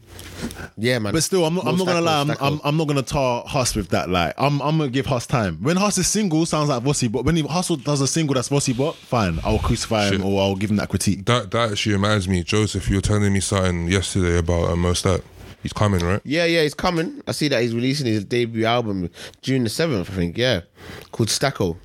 yeah, man.
But still, I'm not. I'm not
Most
gonna
Stack
lie.
O's,
I'm,
Stack
I'm.
O's.
I'm not gonna tar Huss with that. Like, I'm. I'm gonna give Huss time. When Huss is single, sounds like Vossi. But when he, Huss does a single that's Vossi, but fine, I'll crucify him
Shit.
or I'll give him that critique.
That that actually reminds me, Joseph. You were telling me something yesterday about um, Mostat. He's coming, right?
yeah, yeah, he's coming. I see that he's releasing his debut album June the seventh, I think. Yeah, called Stacko,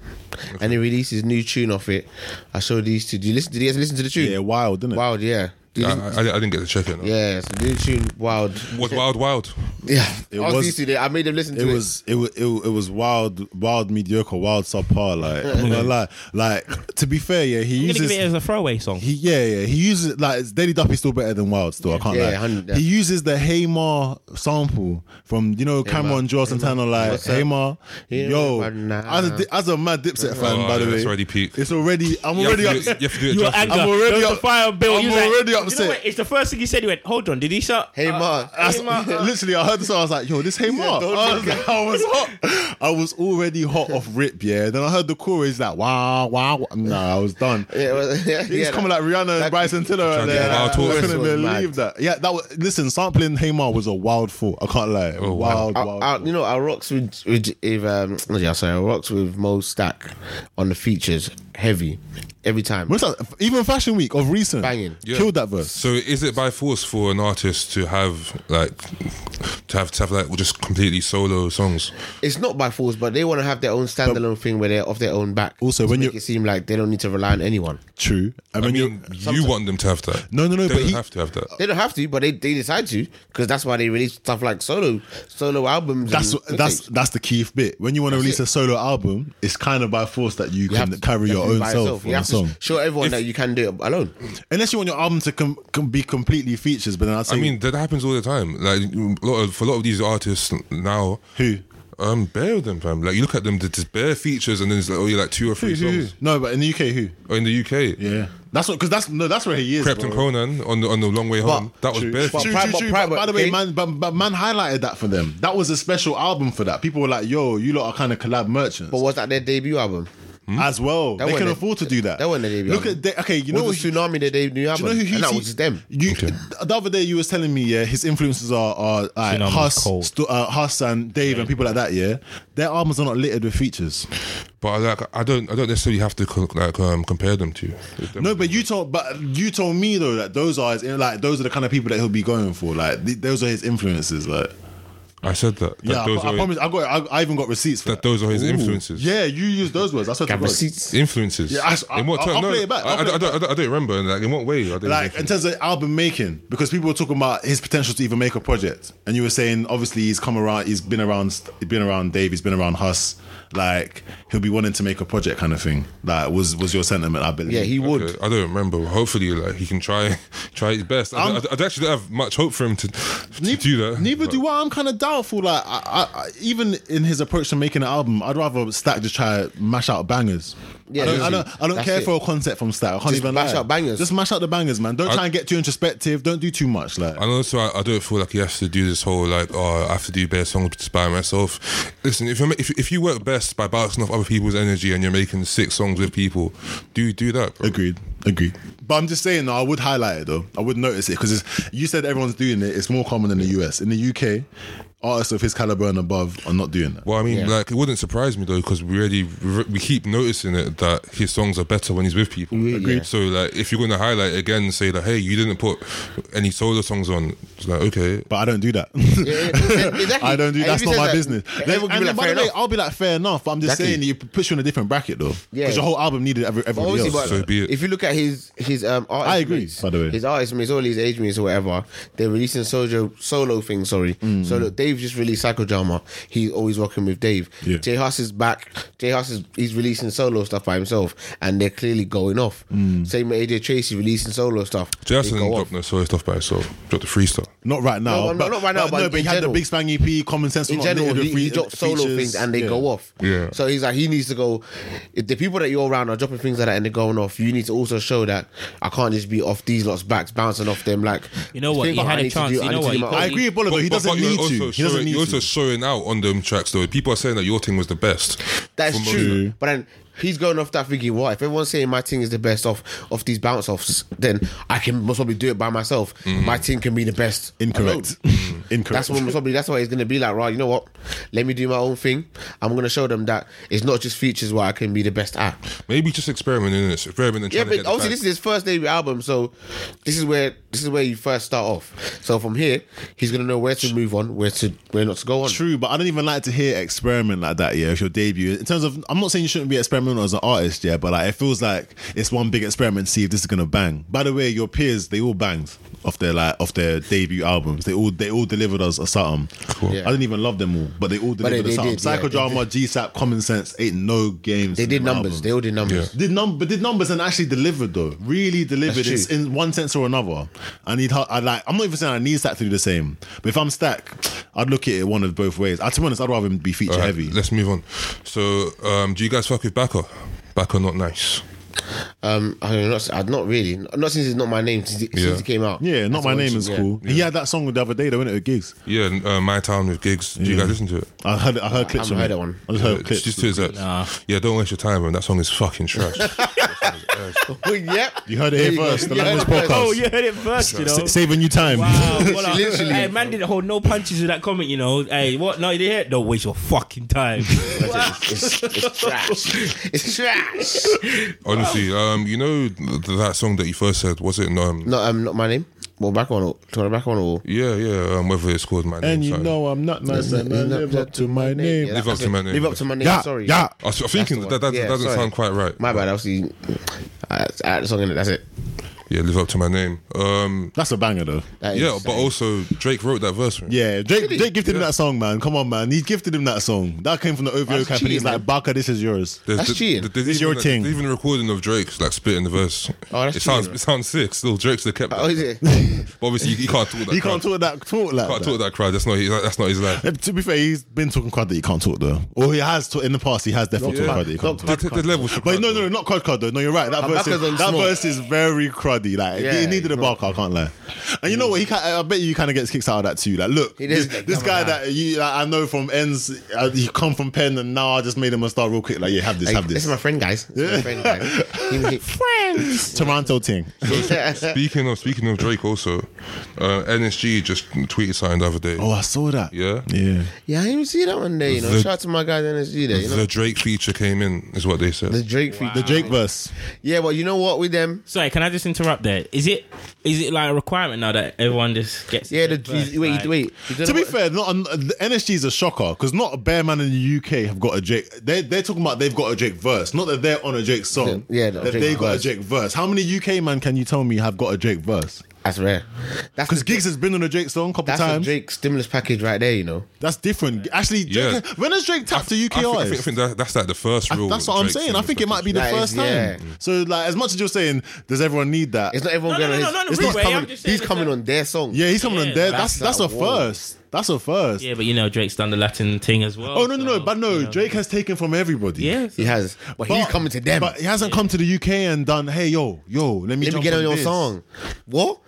and he released his new tune off it. I showed these two. Do you listen? Did you guys listen to the tune?
Yeah, wild, didn't it?
Wild, yeah. Did you
I,
listen-
I, I didn't get to check it. no.
yeah, so the new tune, Wild.
Was wild, wild.
Yeah,
It
I was,
was-
used to it. I made them listen
It
to it.
was it was it, wa- it was wild wild mediocre wild subpar like I'm not gonna lie like to be fair yeah he
I'm gonna
uses
give it as a throwaway song.
He yeah yeah he uses like Daily Duffy's still better than Wild still I can't
Yeah,
lie.
yeah, 100, yeah.
He uses the Haymar sample from you know Cameron Joel Santana like
What's up?
Haymar
Here
yo
right now.
as a, di- as a mad Dipset fan
Oh,
by the
yeah,
way
it's already peaked.
it's already I'm
You have
already
to do
up,
it- you have to do it
Your
justice.
anger.
I'm already
There was
up-
the fire on Bill.
I'm
You was like,
already
you know
upset.
what? It's the first thing he said. He went, "Hold on, did he shout?"
Hey,
uh,
Ma.
That's-
Haymar, uh,
literally, I heard the song. I was like, "Yo, this Haymar." I, was like- I was hot. I was already hot off rip. Yeah. Then I heard the chorus like, "Wow, wow." wow. Nah, I was done.
Yeah, it was- yeah,
He's
yeah,
coming
that-
like Rihanna and
that-
Bryson Tiller
Trying
right
to
there.
get wild
I
tourists.
couldn't
Was mad.
believe that. Yeah, that was listen, sampling Haymar was a wild thought. I can't lie.
Oh, wow.
wild,
I,
wild.
I,
thought.
you know, I rocks with, with if, um, oh, yeah, sorry, I rocks with Mo Stack on the features heavy every time.
What's that? Even Fashion Week of recent
Banging.
Yeah.
killed that verse.
So is it by force for an artist to have like to have to have like just completely solo songs?
It's not by force, but they want to have their own standalone thing where they're off their own back.
Also,
to
when
make
you-
it seem like they don't need to rely on anyone,
True. I mean,
I
you-
mean, you want them to have that?
No, no, no,
They
but
don't
he-
have to have that.
they don't have to, but they, they decide to because that's why they release stuff like solo solo albums.
that's
and
that's
mixtapes.
that's the key bit. When you want to release a solo album, it's kind of by force that you,
You
can
have to-
carry
you
your
have to
own
do it by
self
yourself. You
on a
have
song.
to show everyone
If-
that you can do it alone.
Unless you want your album to com- com- be completely features, but then I'd say,
I mean, that happens all the time. Like a lot of, for a lot of these artists now,
Who?
um, bare of them, fam. Like you look at them, there's just bare features, and then it's like only like two or
who,
three
who, who?
songs.
No, but in the UK, who?
Or in the UK,
Yeah, that's what because that's no, that's where he is.
Crept and
bro.
Cronin on the on the long way home. that was
True.
bare
True,
features.
true,
Private-
true.
Private,
But by the way,
okay.
man, but, but man highlighted that for them. That was a special album for that. People were like, "Yo, you lot are kind of collab merchants."
But was that their debut album?
as well.
That
they
wasn't
can
a-
afford to do that.
that wasn't a debut
Look
album.
at they, okay, you
You know
know
the
what he-
tsunami that they knew
Do you know who
and that
Hootie-
was them.
You,
Okay.
The other day you was telling me, yeah, his influences are, are like
Tsunami was
Huss,
cold.
Stu- uh, Huss and Dave and people like that, yeah. Their albums are not littered with features.
But like, I don't, I don't necessarily have to co- like um, compare them to.
No, but you told but you told me though that those are his, like those are the kind of people that he'll be going for. Like th- those are his influences. Like
I said that. that
yeah, I,
those
pro- I
are,
promise. I got. I, I even got receipts for
that those are his influences.
Yeah, you use those words. I swear to
Uh,
God.
Influences.
Yeah, I-
in what
I-
term?
I'll
no,
play it back. I'll
I,
play
I,
it
don't, I, don't, I don't remember. Like in what way? Are they
Like in
influences?
terms of album making, because people were talking about his potential to even make a project, and you were saying obviously he's come around, he's been around, he's been around Dave, he's been around Huss, like he'll be wanting to make a project kind of thing. That was was your sentiment, I believe.
Yeah, he would.
Okay, I don't remember. Hopefully, like he can try, try his best. I, I, I actually don't have much hope for him to, to do that.
Neither
But-
do I. I'm kind of doubtful. Like, I, I, I, even in his approach to making an album, I'd rather Stack just try to mash out bangers.
Yeah,
I don't, I
literally.
don't, I don't
That's
care
it.
for a concept from Stack. I can't
Just
even
mash
lie.
out bangers.
Just mash out the bangers, man. Don't try and get too introspective. Don't do too much. Like,
And also, I, I don't feel like he has to do this whole like, oh, I have to do better songs just by myself. Listen, if, you're, ma- if if you work best by bouncing off other people's energy and you're making six songs with people, do do that, bro.
Agreed. Agreed. But I'm just saying, though, I would highlight it though. I would notice it because you said everyone's doing it. It's more common in the US. In the UK, artists of his caliber and above are not doing that.
Well, I mean, like it wouldn't surprise me though, because we already we keep noticing it that his songs are better when he's with people.
Agreed. yeah.
So, like, if you're going to highlight again, say that, hey, you didn't put any solo songs on. It's like, okay,
But I don't do that.
yeah, exactly.
I don't do.
And
That's
if
not
he
my
says that,
business.
everyone can
and
be like,
by
fair
the way,
enough.
I'll be like, fair enough. But I'm just
Exactly.
saying, you puts you in a different bracket though, because
Yeah.
your whole album needed every,
But
everybody
obviously,
else.
but
So be it.
if you look at his his um, artist
I agree,
mates,
by the way.
his artist mates, all his age mates or whatever, they're releasing solo solo things. Sorry,
Mm.
so look, Dave just released Psychodrama. He's always working with Dave.
Yeah.
Jay Huss is back. Jay Huss is he's releasing solo stuff by himself, and they're clearly going off.
Mm.
Same with AJ Tracy releasing solo stuff.
Jason
They go
didn't
off.
drop no solo stuff by himself. Dropped the freestyle.
Not right now.
No, but not- not right now, but
no, but
in
he had the
general.
Big Spang EP, Common Sense.
in
not
general,
littered with
he, he
fe-
drops solo
features.
things and they
Yeah.
go off.
Yeah.
So he's like, he needs to go. If the people that you're around are dropping things like that and they're going off, you need to also show that I can't just be off these lots' backs, bouncing off them. Like,
You know what?
think
He
about
had
I
a
need to
chance.
do-
You
I
know
need to
what?
do
He
my-
probably-
I agree with Bola though. He doesn't
you're
need
also
to. He doesn't
showing-
need
You're also
to.
showing out on them tracks though. People are saying that your thing was the best.
That's
From-
true. But then he's going off that thinking, what if everyone's saying my thing is the best off of these bounce offs? Then I can most probably do it by myself. My team can be the best.
Incorrect. Incorrect.
That's what probably that's why he's gonna be like, right? You know what? Let me do my own thing. I'm gonna show them that it's not just features where I can be the best at.
Maybe just experimenting in this. Experimenting. and
Yeah,
trying
but
to get the
obviously
bag.
this is his first debut album, so this is where this is where you first start off. So from here, he's gonna know where to move on, where to where not to go on.
True, but I don't even like to hear experiment like that. Yeah, if your debut, in terms of, I'm not saying you shouldn't be experimental as an artist. Yeah, but like it feels like it's one big experiment. to See if this is gonna bang. By the way, your peers they all banged off their like off their debut albums. They all they all delivered us a something.
Yeah.
I didn't even love them all, but they all
But they-
delivered us
they
something.
did, yeah.
Psychodrama, GSAP, Common Sense, ain't no games.
They
in
did
them
numbers.
albums.
They all did numbers.
Did num- but did numbers and actually delivered though? Really delivered
That's
in,
true.
in one sense or another. I need her. I like. I'm not even saying I need Stack to do the same. But if I'm Stack, I'd look at it one of both ways. I, to be honest, I'd rather him be feature
All right,
heavy.
Let's move on. So, um, do you guys fuck with Backer? Backer not nice.
Um, I don't know, not, I'd not really. Not since it's not my name since, it- since
Yeah.
it came out.
Yeah, not
That's
my
all
name
she-
is
yeah.
cool. He had that song the other day though, innit, with gigs.
Yeah, and, uh, my town with gigs. Do you guys listen to it?
I heard. I heard clips
haven't
from
heard
it.
that one.
I just heard
It's
clips.
just to his ex. Yeah, don't waste your time, man. That song is fucking trash.
Well, yep.
you heard it
There
here
you go.
first. The
You heard
language
it first.
podcast.
Oh, you heard it first, you know.
S- Oh. saving you time.
Wow, well,
literally-
hey, man didn't hold no punches with that comment, you know. Hey, what? No, you didn't hear? Don't waste your fucking time.
It's, it's trash. It's trash.
Honestly, um, you know th- that song that you first said, was it? Um,
No, um, not my name. Well, back on or to the back on or
Yeah, yeah. Um, whether it's called my name.
and you
sorry.
know I'm not nice, and I
Live
live up to my name.
Yeah,
Live
that's
up to my
it.
name.
Live up to my name.
Yeah,
sorry.
yeah.
I was I was
That's
thinking
the
that,
one.
that
Yeah,
doesn't
sorry.
sound quite right.
My bad. Obviously, I, I had the song in it. That's it.
Yeah, live up to my name. Um,
That's a banger though.
That is
yeah,
sad.
but also Drake wrote that verse. Right?
Yeah, Drake, Drake gifted him that song, man. Come on, man. He gifted him that song. That came from the OVO
That's
company. He's
cheating,
like,
man.
Baka, this is yours.
There's,
That's
th-
cheating.
th- there's
It's
even
your
like-
thing.
there's even a recording of Drake's like spitting the verse.
Oh, that's
it sounds
cheating.
it sounds sick. Still, Drake's the kept. that
Oh, is
crowd.
it?
But obviously, he, he can't talk that.
He can't talk that talk like
Can't
that.
talk that crowd. That's not. His, that's not his life.
Uh, To be fair, he's been talking crud that he can't talk though. Or he has talk, in the past. He has definitely
Yeah.
talked crud that he can't
The,
talk.
the, the levels.
But no, no, no, not crud crud though. No, you're right. That
I'm
verse
backers
is,
on
that
smoke.
verse is very cruddy. Like
Yeah,
it needed a
it's not-
Barker, I can't lie. And you know what? He kind I bet you kind of gets kicks out of that too. Like, look,
He
this,
does get
this
come
guy
out.
that you like, I know from ends, uh, you come from Penn, and now I just made him a star real quick. Like, yeah, have this,
Like,
have
this
this.
is my friend, guys. This is my friend, guys.
Toronto team.
He- he-
Speaking of speaking of Drake, also, uh, NSG just tweeted something the other day.
Oh, I saw that.
Yeah,
Yeah.
yeah, I didn't see that one day. You know,
The-
shout out to my guys energy there. You know,
the Drake feature came in, is what they said.
the Drake feature.
The Drake verse.
Yeah, but you know what? With them,
Sorry, can I just interrupt there? Is it is it like a requirement now that everyone just gets?
yeah,
it
the
first,
wait,
like-
wait. you don't
To
know
be
what-
fair, not an, the NSG is a shocker because not a bear man in the UK have got a Drake. They they're talking about they've got a Drake verse, not that they're on a Drake song.
Yeah, yeah, no,
that
Drake
they got
verse.
a Drake verse. How many UK man can you tell me have got a Drake verse?
that's rare. That's
Because
the-
Giggs has been on a Drake song a couple
That's a
times.
Drake stimulus package right there. You know,
That's different. Actually,
Yeah.
Drake, when has Drake tapped to UK
I think, I
artists?
think, I think that, that's like the first
I-
real.
that's what I'm
Drake
saying.
thing.
I think it might be the
That is-
first
yeah.
time. So, like, as much as you're saying, does everyone need that?
it's not everyone
No,
going
no,
on
no, no,
his.
no,
it's
no,
not
wait, I'm
coming,
just saying
he's
it's
coming
a-
on their song.
yeah, he's coming on there.
that's
That's that's,
a
a
wall.
first. That's a first.
Yeah, but you know Drake's done the Latin thing as well.
Oh no, no,
so,
no! But no,
you know.
Drake has taken from everybody.
Yeah,
he has, but, he's coming to them.
But he hasn't come to the UK and done, hey, yo, yo, let me,
let me
jump
get on your
this."
song. What?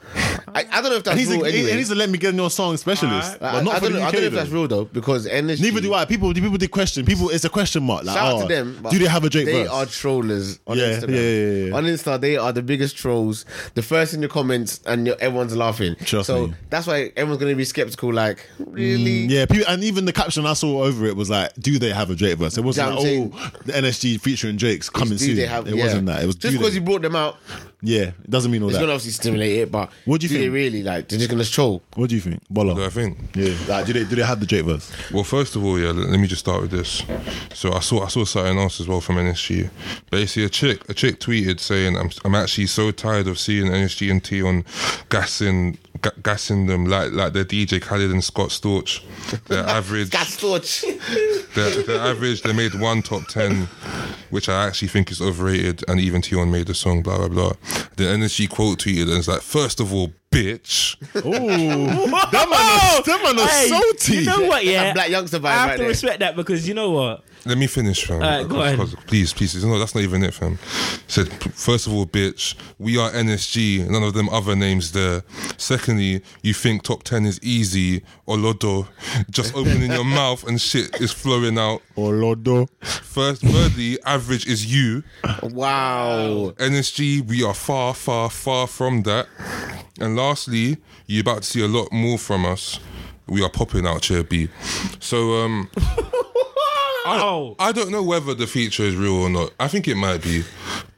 I, I don't know if
And
that's
he's,
real.
a,
anyway.
and he's a let me get on your song specialist.
Alright.
But
I,
not
I
for
don't,
the
know, I
UK.
don't know if
though.
that's real though, because energy.
Neither do I. People, people did question. People, it's a question mark. Like,
Shout out
oh,
to them. but
Do they have a Drake
They
verse?
are trollers on
Yeah,
Instagram.
yeah, yeah, yeah.
On Insta, they are the biggest trolls. The first in the comments, and you're- everyone's laughing.
Trust
so
me. Mm,
that's why everyone's going to be skeptical. Like, really?
Yeah, people, and even the caption I saw over it was like, "Do they have a Drake verse?" It wasn't
Yeah,
like,
I'm
"Oh, the NSG featuring Drake's coming
Do
soon."
they have?
it
yeah.
wasn't that. It was
just
do
because
they-
you brought them out.
Yeah, it doesn't mean all
It's
that.
going to obviously stimulate it, but
What do you
do they
think?
really like? They're just going to troll.
What do you think, Bola?
But I think.
Yeah, like, do they do they have the Drake verse?
Well, first of all, yeah. Let, let me just start with this. So I saw I saw something else as well from NSG. Basically, a chick a chick tweeted saying, "I'm I'm actually so tired of seeing NSG and T on gassing ga- gassing them like like their DJ Khaled and Scott Storch. They're average.
Gas torch.
They're, they're average. They made one top ten, which I actually think is overrated. And even Tion made the song. Blah blah blah. The energy quote tweeted and it's like, first of all, bitch.
Ooh, that man, is, that man is
Hey,
salty.
You know what? Yeah,
a black youngster vibe
I have
right
to
there.
respect that because you know what?
Let me finish, fam.
Alright, go ahead.
Please, please. No, that's not even it, fam. Said first of all, bitch, we are NSG. None of them other names there. Secondly, you think top ten is easy? Olodo, just opening your mouth and shit is flowing out.
Oh Lord, though.
First, thirdly, average is you.
wow.
NSG, we are far, far, far from that. And lastly, you're about to see a lot more from us. We are popping out here, B. So, um,
Oh,
I don't know whether the feature is real or not. I think it might be,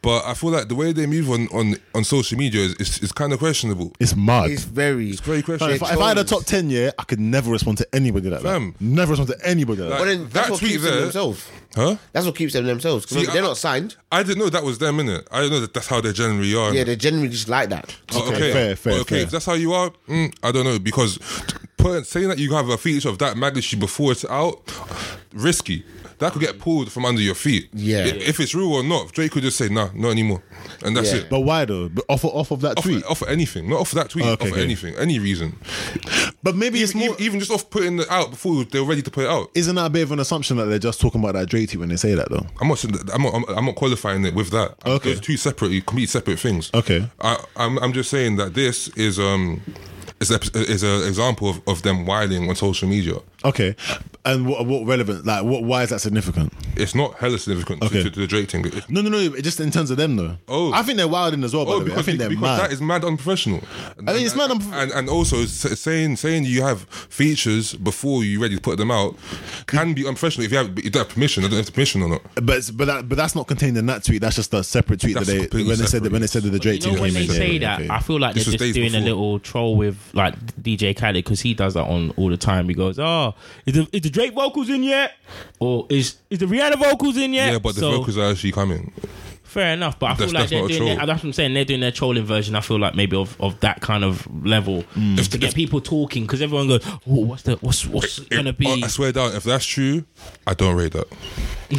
but I feel like the way they move on on, on social media is, is, is kind of questionable.
It's mad.
It's very. It's
very questionable.
if, I- if I had a top ten, yeah, I could never respond to anybody like
Fam.
that. Never respond to anybody like
Like,
But
that.
then that's
That
what
tweet
keeps them
there-
themselves.
Huh?
That's what keeps them themselves. 'Cause
See,
they're
I-
not signed.
I didn't know that was them in it. I didn't know that that's how they generally are.
Yeah, they're generally just like that.
But
Okay, fair, fair,
but Okay,
fair.
if that's how you are, mm, I don't know because put, saying that you have a feature of that magnitude before it's out, risky. That could get pulled from under your feet.
Yeah.
I- If it's real or not, Drake could just say, nah, not anymore. And that's
Yeah.
it.
But why though? But off off of that
Offer,
tweet.
offer anything, not offer that tweet,
Okay,
offer
okay.
anything, any reason.
But maybe it's
even,
more.
even- even just off putting it out before they're ready to put it out.
Isn't that a bit of an assumption that they're just talking about that Drake tweet when they say that though?
I'm not. saying that- I'm not. I'm- I'm not qualifying it with that.
Okay.
Those are two separate, completely separate things.
Okay.
I, I'm. I'm just saying that this is um is a, is an example of, of them whiling on social media.
Okay, and what, what relevant? Like, what? Why is that significant?
It's not hella significant to-
Okay.
to, to the Drake thing. It-
No, no, no. Just in terms of them, though.
Oh.
I think they're wilding as well. By
Oh,
the way,
because,
I think they're
because
mad.
that is mad unprofessional.
I mean, it's mad unprof-
and, and also s- saying saying you have features before you're ready to put them out can be unprofessional if you have, if you have permission. I don't know if it's permission or not.
but it's- but that, but that's not contained in that tweet. That's just a separate tweet
That's
that they
completely
when they said that
separate.
when they said that the Drake
you know
tweet
when
came
they
in.
say
Yeah,
that,
okay.
I feel like
This
they're
was days
just doing a
before.
little troll with like DJ Khaled because he does that on all the time. He goes, "Oh, is the, is the Drake vocals in yet? Or is is the Rihanna vocals in yet?"
Yeah, but the
So,
vocals are actually coming.
Fair enough, but I feel
That's-
like
that's
they're
not a
doing
troll.
their, that's what I'm saying. They're doing their trolling version. I feel like maybe of, of that kind of level just to get people talking because everyone goes, "Oh, what's the what's what's gonna
Oh,
be?"
I swear down. If that's true, I don't rate that.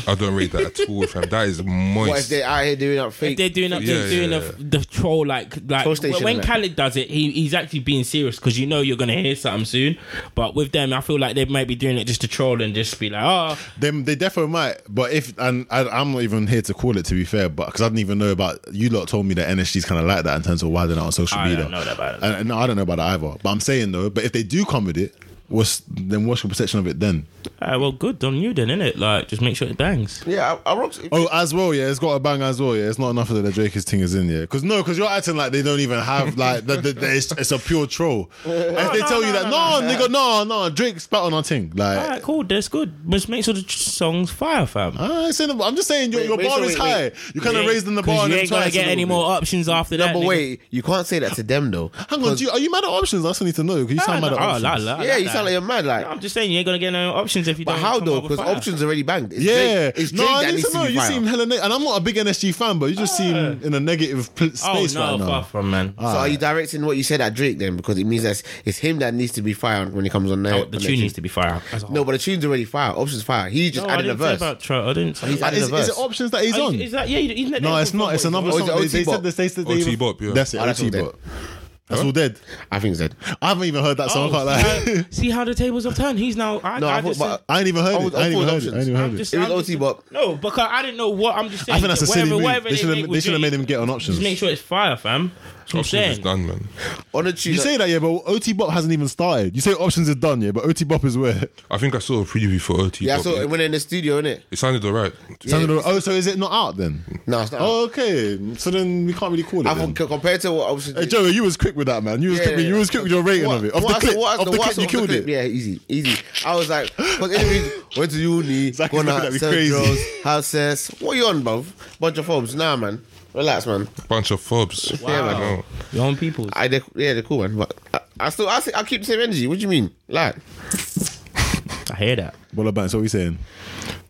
I don't rate that at all, fam. That is moist.
What if they're out here doing up fake?
They're doing, a,
Yeah,
they're doing
yeah,
a- the troll like like
Troll station,
when
innit?
Khaled does it, he, he's actually being serious because you know you're gonna hear something soon. But with them, I feel like they might be doing it just to troll and just be like, oh,
Them, they definitely might, but if and I, I'm not even here to call it to be fair, but because I didn't even know about you lot told me that NSG's kind of like that in terms of why they're not on social
I
media.
don't know that about it.
And, and no, I don't know about that either. But I'm saying though, but if they do come with it, what's then what's your perception of it then?
ah, well, good on you then, innit? Like, just make sure it bangs.
Yeah, I, I rocked.
Oh, as well, yeah, it's got a bang as well, yeah. It's not enough that the Drake's thing is in, yeah. Because no, because you're acting like they don't even have like that. that- that it's, it's a pure troll. if they tell you that, no, nigga, no, no, Drake spat on our thing, like.
Alright, cool, that's good. Just make sure the tr- song's fire, fam.
Ah, it's in the- I'm just saying your, your
wait,
bar
so
is
wait,
high.
wait.
You kind of raised in the bar. and
You
then
ain't gonna
twice a
get
little
any
bit.
more options after that.
But
nigga.
wait, you can't say that to them though.
Hang on, do you, are you mad at options? I still need to know. 'cause You
Ah,
sound
no,
mad at
ah,
options.
la, la, la,
Yeah, you
la.
sound like you're mad. Like,
I'm just saying you ain't gonna get no options if you
but
don't.
how
come
though?
up with
Because
fire.
options already banged. It's
Yeah,
Drake, it's
no,
Drake
I
that
need
needs
to know.
be
You
fire.
seem hella, ne- and I'm not a big NSG fan, but you just seem in a negative pl-
Oh
space
no,
right now.
far from man.
So are you directing what you said at Drake then? Because it means that it's him that needs to be fired when he comes on
Oh,
there.
the tune needs to be fire. as a whole.
No, but the tune's already fire. Options fire. He just
No, I
added a
didn't say
verse.
about Tro. I didn't. Say
He's
that.
added
Is,
a
is
verse.
it options that he's
Oh,
on?
Is, is that yeah? Isn't that
no, it's not. It's another
Oh, is
song.
it
They,
OT
they said
Bop?
this. They said they
OT
even-
Bop, yeah.
That's it.
Oh, that's
That's all
all dead.
dead. That's all dead.
I think it's dead.
I haven't even heard that song. I can't lie.
see, how the tables have turned. He's now. I,
No,
I,
I thought,
just
but
I ain't even heard
Oh,
it.
I
I ain't even
thought
heard it. I ain't even
said,
heard
I'm
it.
just,
It was
I'm just-
OT Bop.
No, because I didn't know what I'm just saying.
I think that's a silly
whatever-
move.
whatever
They should
make
have. They
with
should have
Drake,
made him get on options.
Just make sure it's fire, fam. That's what I'm
Options is
saying.
done, man.
On a tune.
You
that-
say that, yeah, but OT Bop hasn't even started. You say options is done, yeah, but OT Bop is where.
I think I saw a preview for OT.
yeah,
Bop.
so when they're in the studio, innit?
it sounded alright.
Sounded all- oh, so is it not out then?
No, it's not.
Oh, okay. So then we can't really call it.
I
then.
think compared to what options.
Hey, Joey, you was quick with that, man. You was
Yeah,
quick. With,
yeah,
you was
yeah.
quick with your rating
What-
of it. Of
what
the
I said-
clip,
what I
of
said-
the
what I
clip,
said
you
off the
killed
clip,
it.
Yeah, easy, easy. I was like, because went to uni,
Zach is
gone
looking
out,
at me
sell
crazy.
drugs, house sex. What you on, bruv? Bunch of phobes. Nah, man. Relax, man.
Bunch of fobs.
Yeah, man.
No.
Your own people.
I they, yeah, they're cool, man. But I, I still, I, say- I keep the same energy. What do you mean? Like,
I hear that.
Well, about so what are we saying?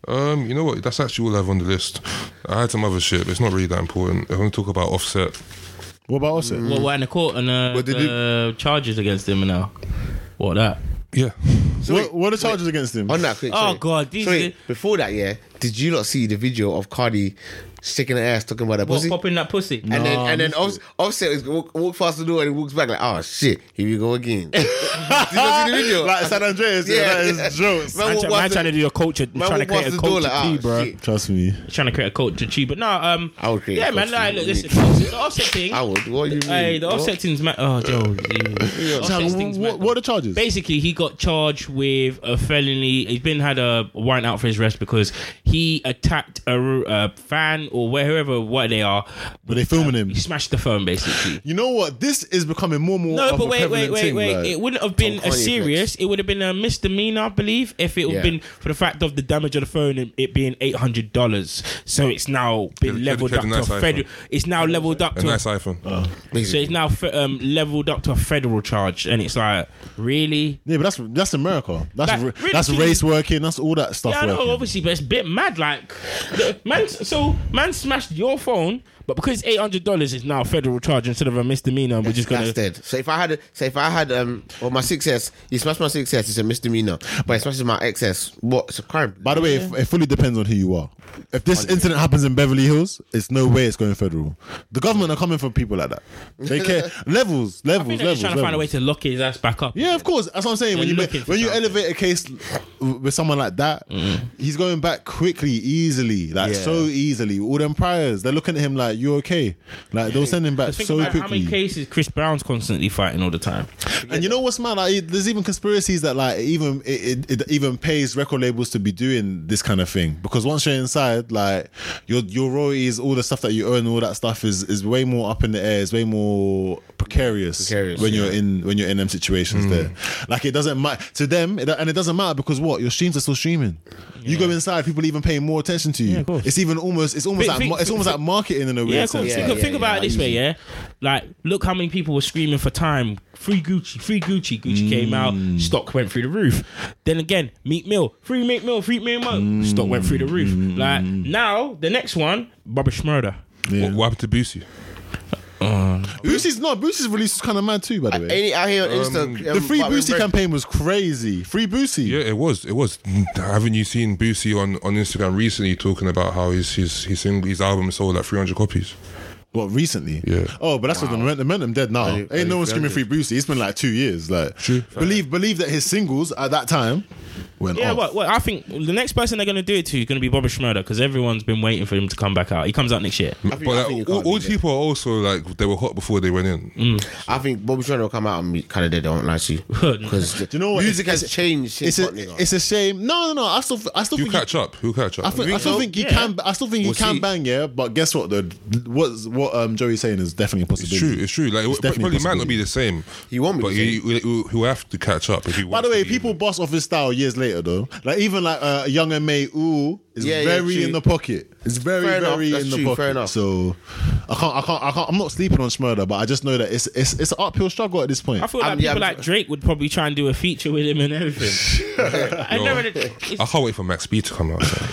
Um, you know what? That's actually all I have on the list. I had some other shit, but it's not really that important. I want to talk about Offset.
What about Offset?
Mm.
Well, we're in the court and uh,
But they
the charges against him now. What that?
Yeah,
what, what are the charges against him?
on that quick.
Oh,
sorry.
God, these
Sorry,
are-
before that, yeah. Did you not see the video of Cardi shaking her ass talking about her
What
pussy?
popping that pussy?
and then and then off, Offset is walk, walk past the door and he walks back like, oh shit, here we go again. Did you not see the video?
like San Andreas, yeah, that is jokes.
Man,
I'm
walk past
trying to do
the-
your culture,
man
trying to
walk
create
past
a
the door
culture
like, ah,
tea, bro.
shit.
Trust me.
trying to create a culture cheap. But no, um,
I would create
yeah,
a
man.
culture
Like,
cheap.
look, listen, the offset thing.
I would. What do you mean?
Hey, the
What?
offset thing's ma- Oh, Joe. yeah.
So,
Offset
what,
thing's
what,
mad.
are the charges?
Basically, he got charged with a felony. He's been had a warrant out for his arrest because he attacked a, a fan or where- whoever what they are.
Were they filming him?
He smashed the phone, basically.
You know what? This is becoming more and more.
No,
of
but
a
wait, wait,
prevalent
wait,
thing,
wait.
like-
It wouldn't have been a
Kanye
serious. It would have been a misdemeanor, I believe, if it would have
Yeah.
been for the fact of the damage of the phone and it being eight hundred dollars. So it's now been
Get a-
leveled
get a
up
nice
to a
iPhone.
federal. It's now leveled up
a
to.
nice iPhone.
so it's now fe- um, leveled up to a federal charge, and it's like really.
Yeah, but that's that's America. That's
Like,
ra-
really,
that's
can you-
race working. That's all that stuff.
Yeah, I know,
working.
obviously, but it's a bit mad. Like, the- man, so man smashed your phone, but because it's eight hundred dollars, it's now a federal charge instead of a misdemeanor. and We're just gonna
That's dead. So if I had, so if I had, um, well, my success, you smashed my success. It's a misdemeanor, but it smashes my excess. What? It's a crime.
By the way, it, it fully depends on who you are. If this incident happens in Beverly Hills, it's no way it's going federal. The government are coming for people like that. They care levels,
I think
levels,
they're
levels.
just trying to find a way
levels.
to lock his ass back up.
Yeah, of course. That's what I'm saying. When
They're
you
looking for
when you
something.
elevate a case with someone like that, he's going back quickly, easily, like
Yeah.
so easily. All them priors, they're looking at him like you okay. Like they'll send him back
Think
so
about
quickly.
how many cases Chris Brown's constantly fighting all the time.
And you know what's mad? Like, there's even conspiracies that like even it, it, it even pays record labels to be doing this kind of thing because once you're inside, like your your royalties, all the stuff that you earn, all that stuff is is way more up in the air. It's way more precarious,
Precarious,
when
yeah.
you're in when you're in them situations.
Mm.
There, like it doesn't matter to them, it, and it doesn't matter because what your streams are still streaming. You go inside, people even paying more attention to you.
of course.
It's even almost it's almost
Think-
like
think-
mar- it's almost like marketing in a way.
Yeah, of course.
Yeah,
think
yeah,
think about
yeah,
it this way, yeah. Like, look how many people were screaming for time. Free Gucci, free Gucci. Gucci came out, stock went through the roof. Then again, Meat Mill, free Meat Mill, free Meat Mill, stock went through the roof. Like now, the next one, Bobby Schmurder.
What, what happened to Boosie?
Boosie's no, Boosie's release is kind of mad too. By the way,
Any out here on Insta?
Um,
um,
Um,
the free Boosie
campaign.
campaign was crazy. Free Boosie.
Yeah, it was. It was. Haven't you seen Boosie on, on Instagram recently talking about how his his his, single, his album sold like 300 copies?
What recently?
Yeah.
Oh, but that's what the momentum, momentum dead now.
Only-
Ain't
only
no one screaming free
300.
Boosie. It's been like two years. Like believe believe that his singles at that time went
Yeah,
off.
well, well, I think the next person they're going to do it to is going to be Bobby Schmurder because everyone's been waiting for him to come back out. He comes out next year.
I think- I
uh,
but
think you
like,
can't
all, all
do
these
that.
people are also like they were hot before they went in.
I think Bobby Shredder will come out and be kind of dead. I won't lie to you because
you know what?
music
It's-
has changed
it's
since
a
Hot Nigga.
it's a shame. No, no, no. I still I still
Who
think
catch up? Who catch up?
I, think, I still
so?
think you
Yeah.
can. I still think you
We'll
can
see.
bang, yeah. But guess what? The what's what um Joey's saying is definitely a possibility.
it's true. It's true. Like it
definitely
probably might not be the same.
He won't be
But
the
he, he, he, will have to catch up if he.
By
wants
the way,
to be
people boss off his style years later though. Like even like uh, Young and May Ooh is
Yeah, yeah,
very
true.
in the pocket. It's very
Fair enough,
very
that's
in the
true,
pocket.
fair enough.
So I can't I can't I can't I'm not sleeping on Schmurder, but I just know that it's it's it's an uphill struggle at this point.
I feel like
Um, yeah,
people
I'm-
like Drake would probably try and do a feature with him and everything. I
Yo,
never. It's,
I can't wait for Max B to come out. so.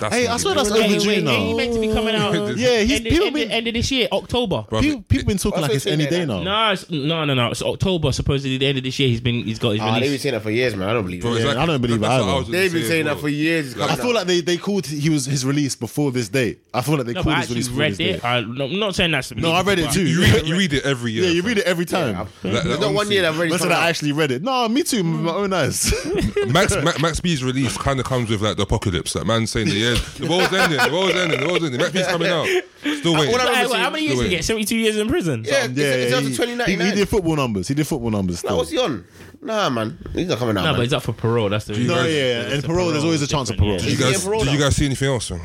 That's
Hey,
gonna
I
be
swear that's
lit.
wait,
overdue
wait, ain't he
now.
meant to be coming out. uh,
Yeah, he's-
end, of-
people
end, of-
been-
end of this year, October.
Bruv,
People, people been talking
That's
like
what
it's
I'm
any day
saying,
now.
No, it's, no, no, no. It's October. Supposedly, the end of this year, he's been, he's got his
Ah, they've been
release.
saying that for years, man. I don't believe
bro,
it.
it's
Yeah, I don't believe
that's what
either.
was gonna
They've been
say,
saying
bro.
that for years.
I feel like they, they called he was his release before this date. I feel like they
No, but
called
I
his
actually
release
read
before this
it.
date.
I, no, I'm not saying that's
No, I read it too.
You read, you read it every year.
yeah, you read it every time.
Like,
there's
like,
not one
honestly.
year that really.
That's
come
when I
out.
actually read it. No, me too. with My own eyes.
Max, Max Max B's release kind of comes with like the apocalypse. That man saying the year, the world's ending, the world's ending, the world's ending. Max B's coming out. Still waiting.
What
Like,
I remember
what, how
seeing-
many years did he
Wait.
get? 72 years in prison?
Yeah,
yeah, Um,
it's, it's
yeah,
up to
he-
twenty
he,
ninety
he
nine.
did football numbers. He did football numbers.
Nah,
Still.
what's he on? Nah, man, he's not coming out.
No,
man.
but he's up for parole. That's the
no,
guys-
yeah, yeah. and
a
parole. There's always a chance of parole.
different,
Did you
Is he
guys,
in parole
did you
now?
guys see anything else? Man?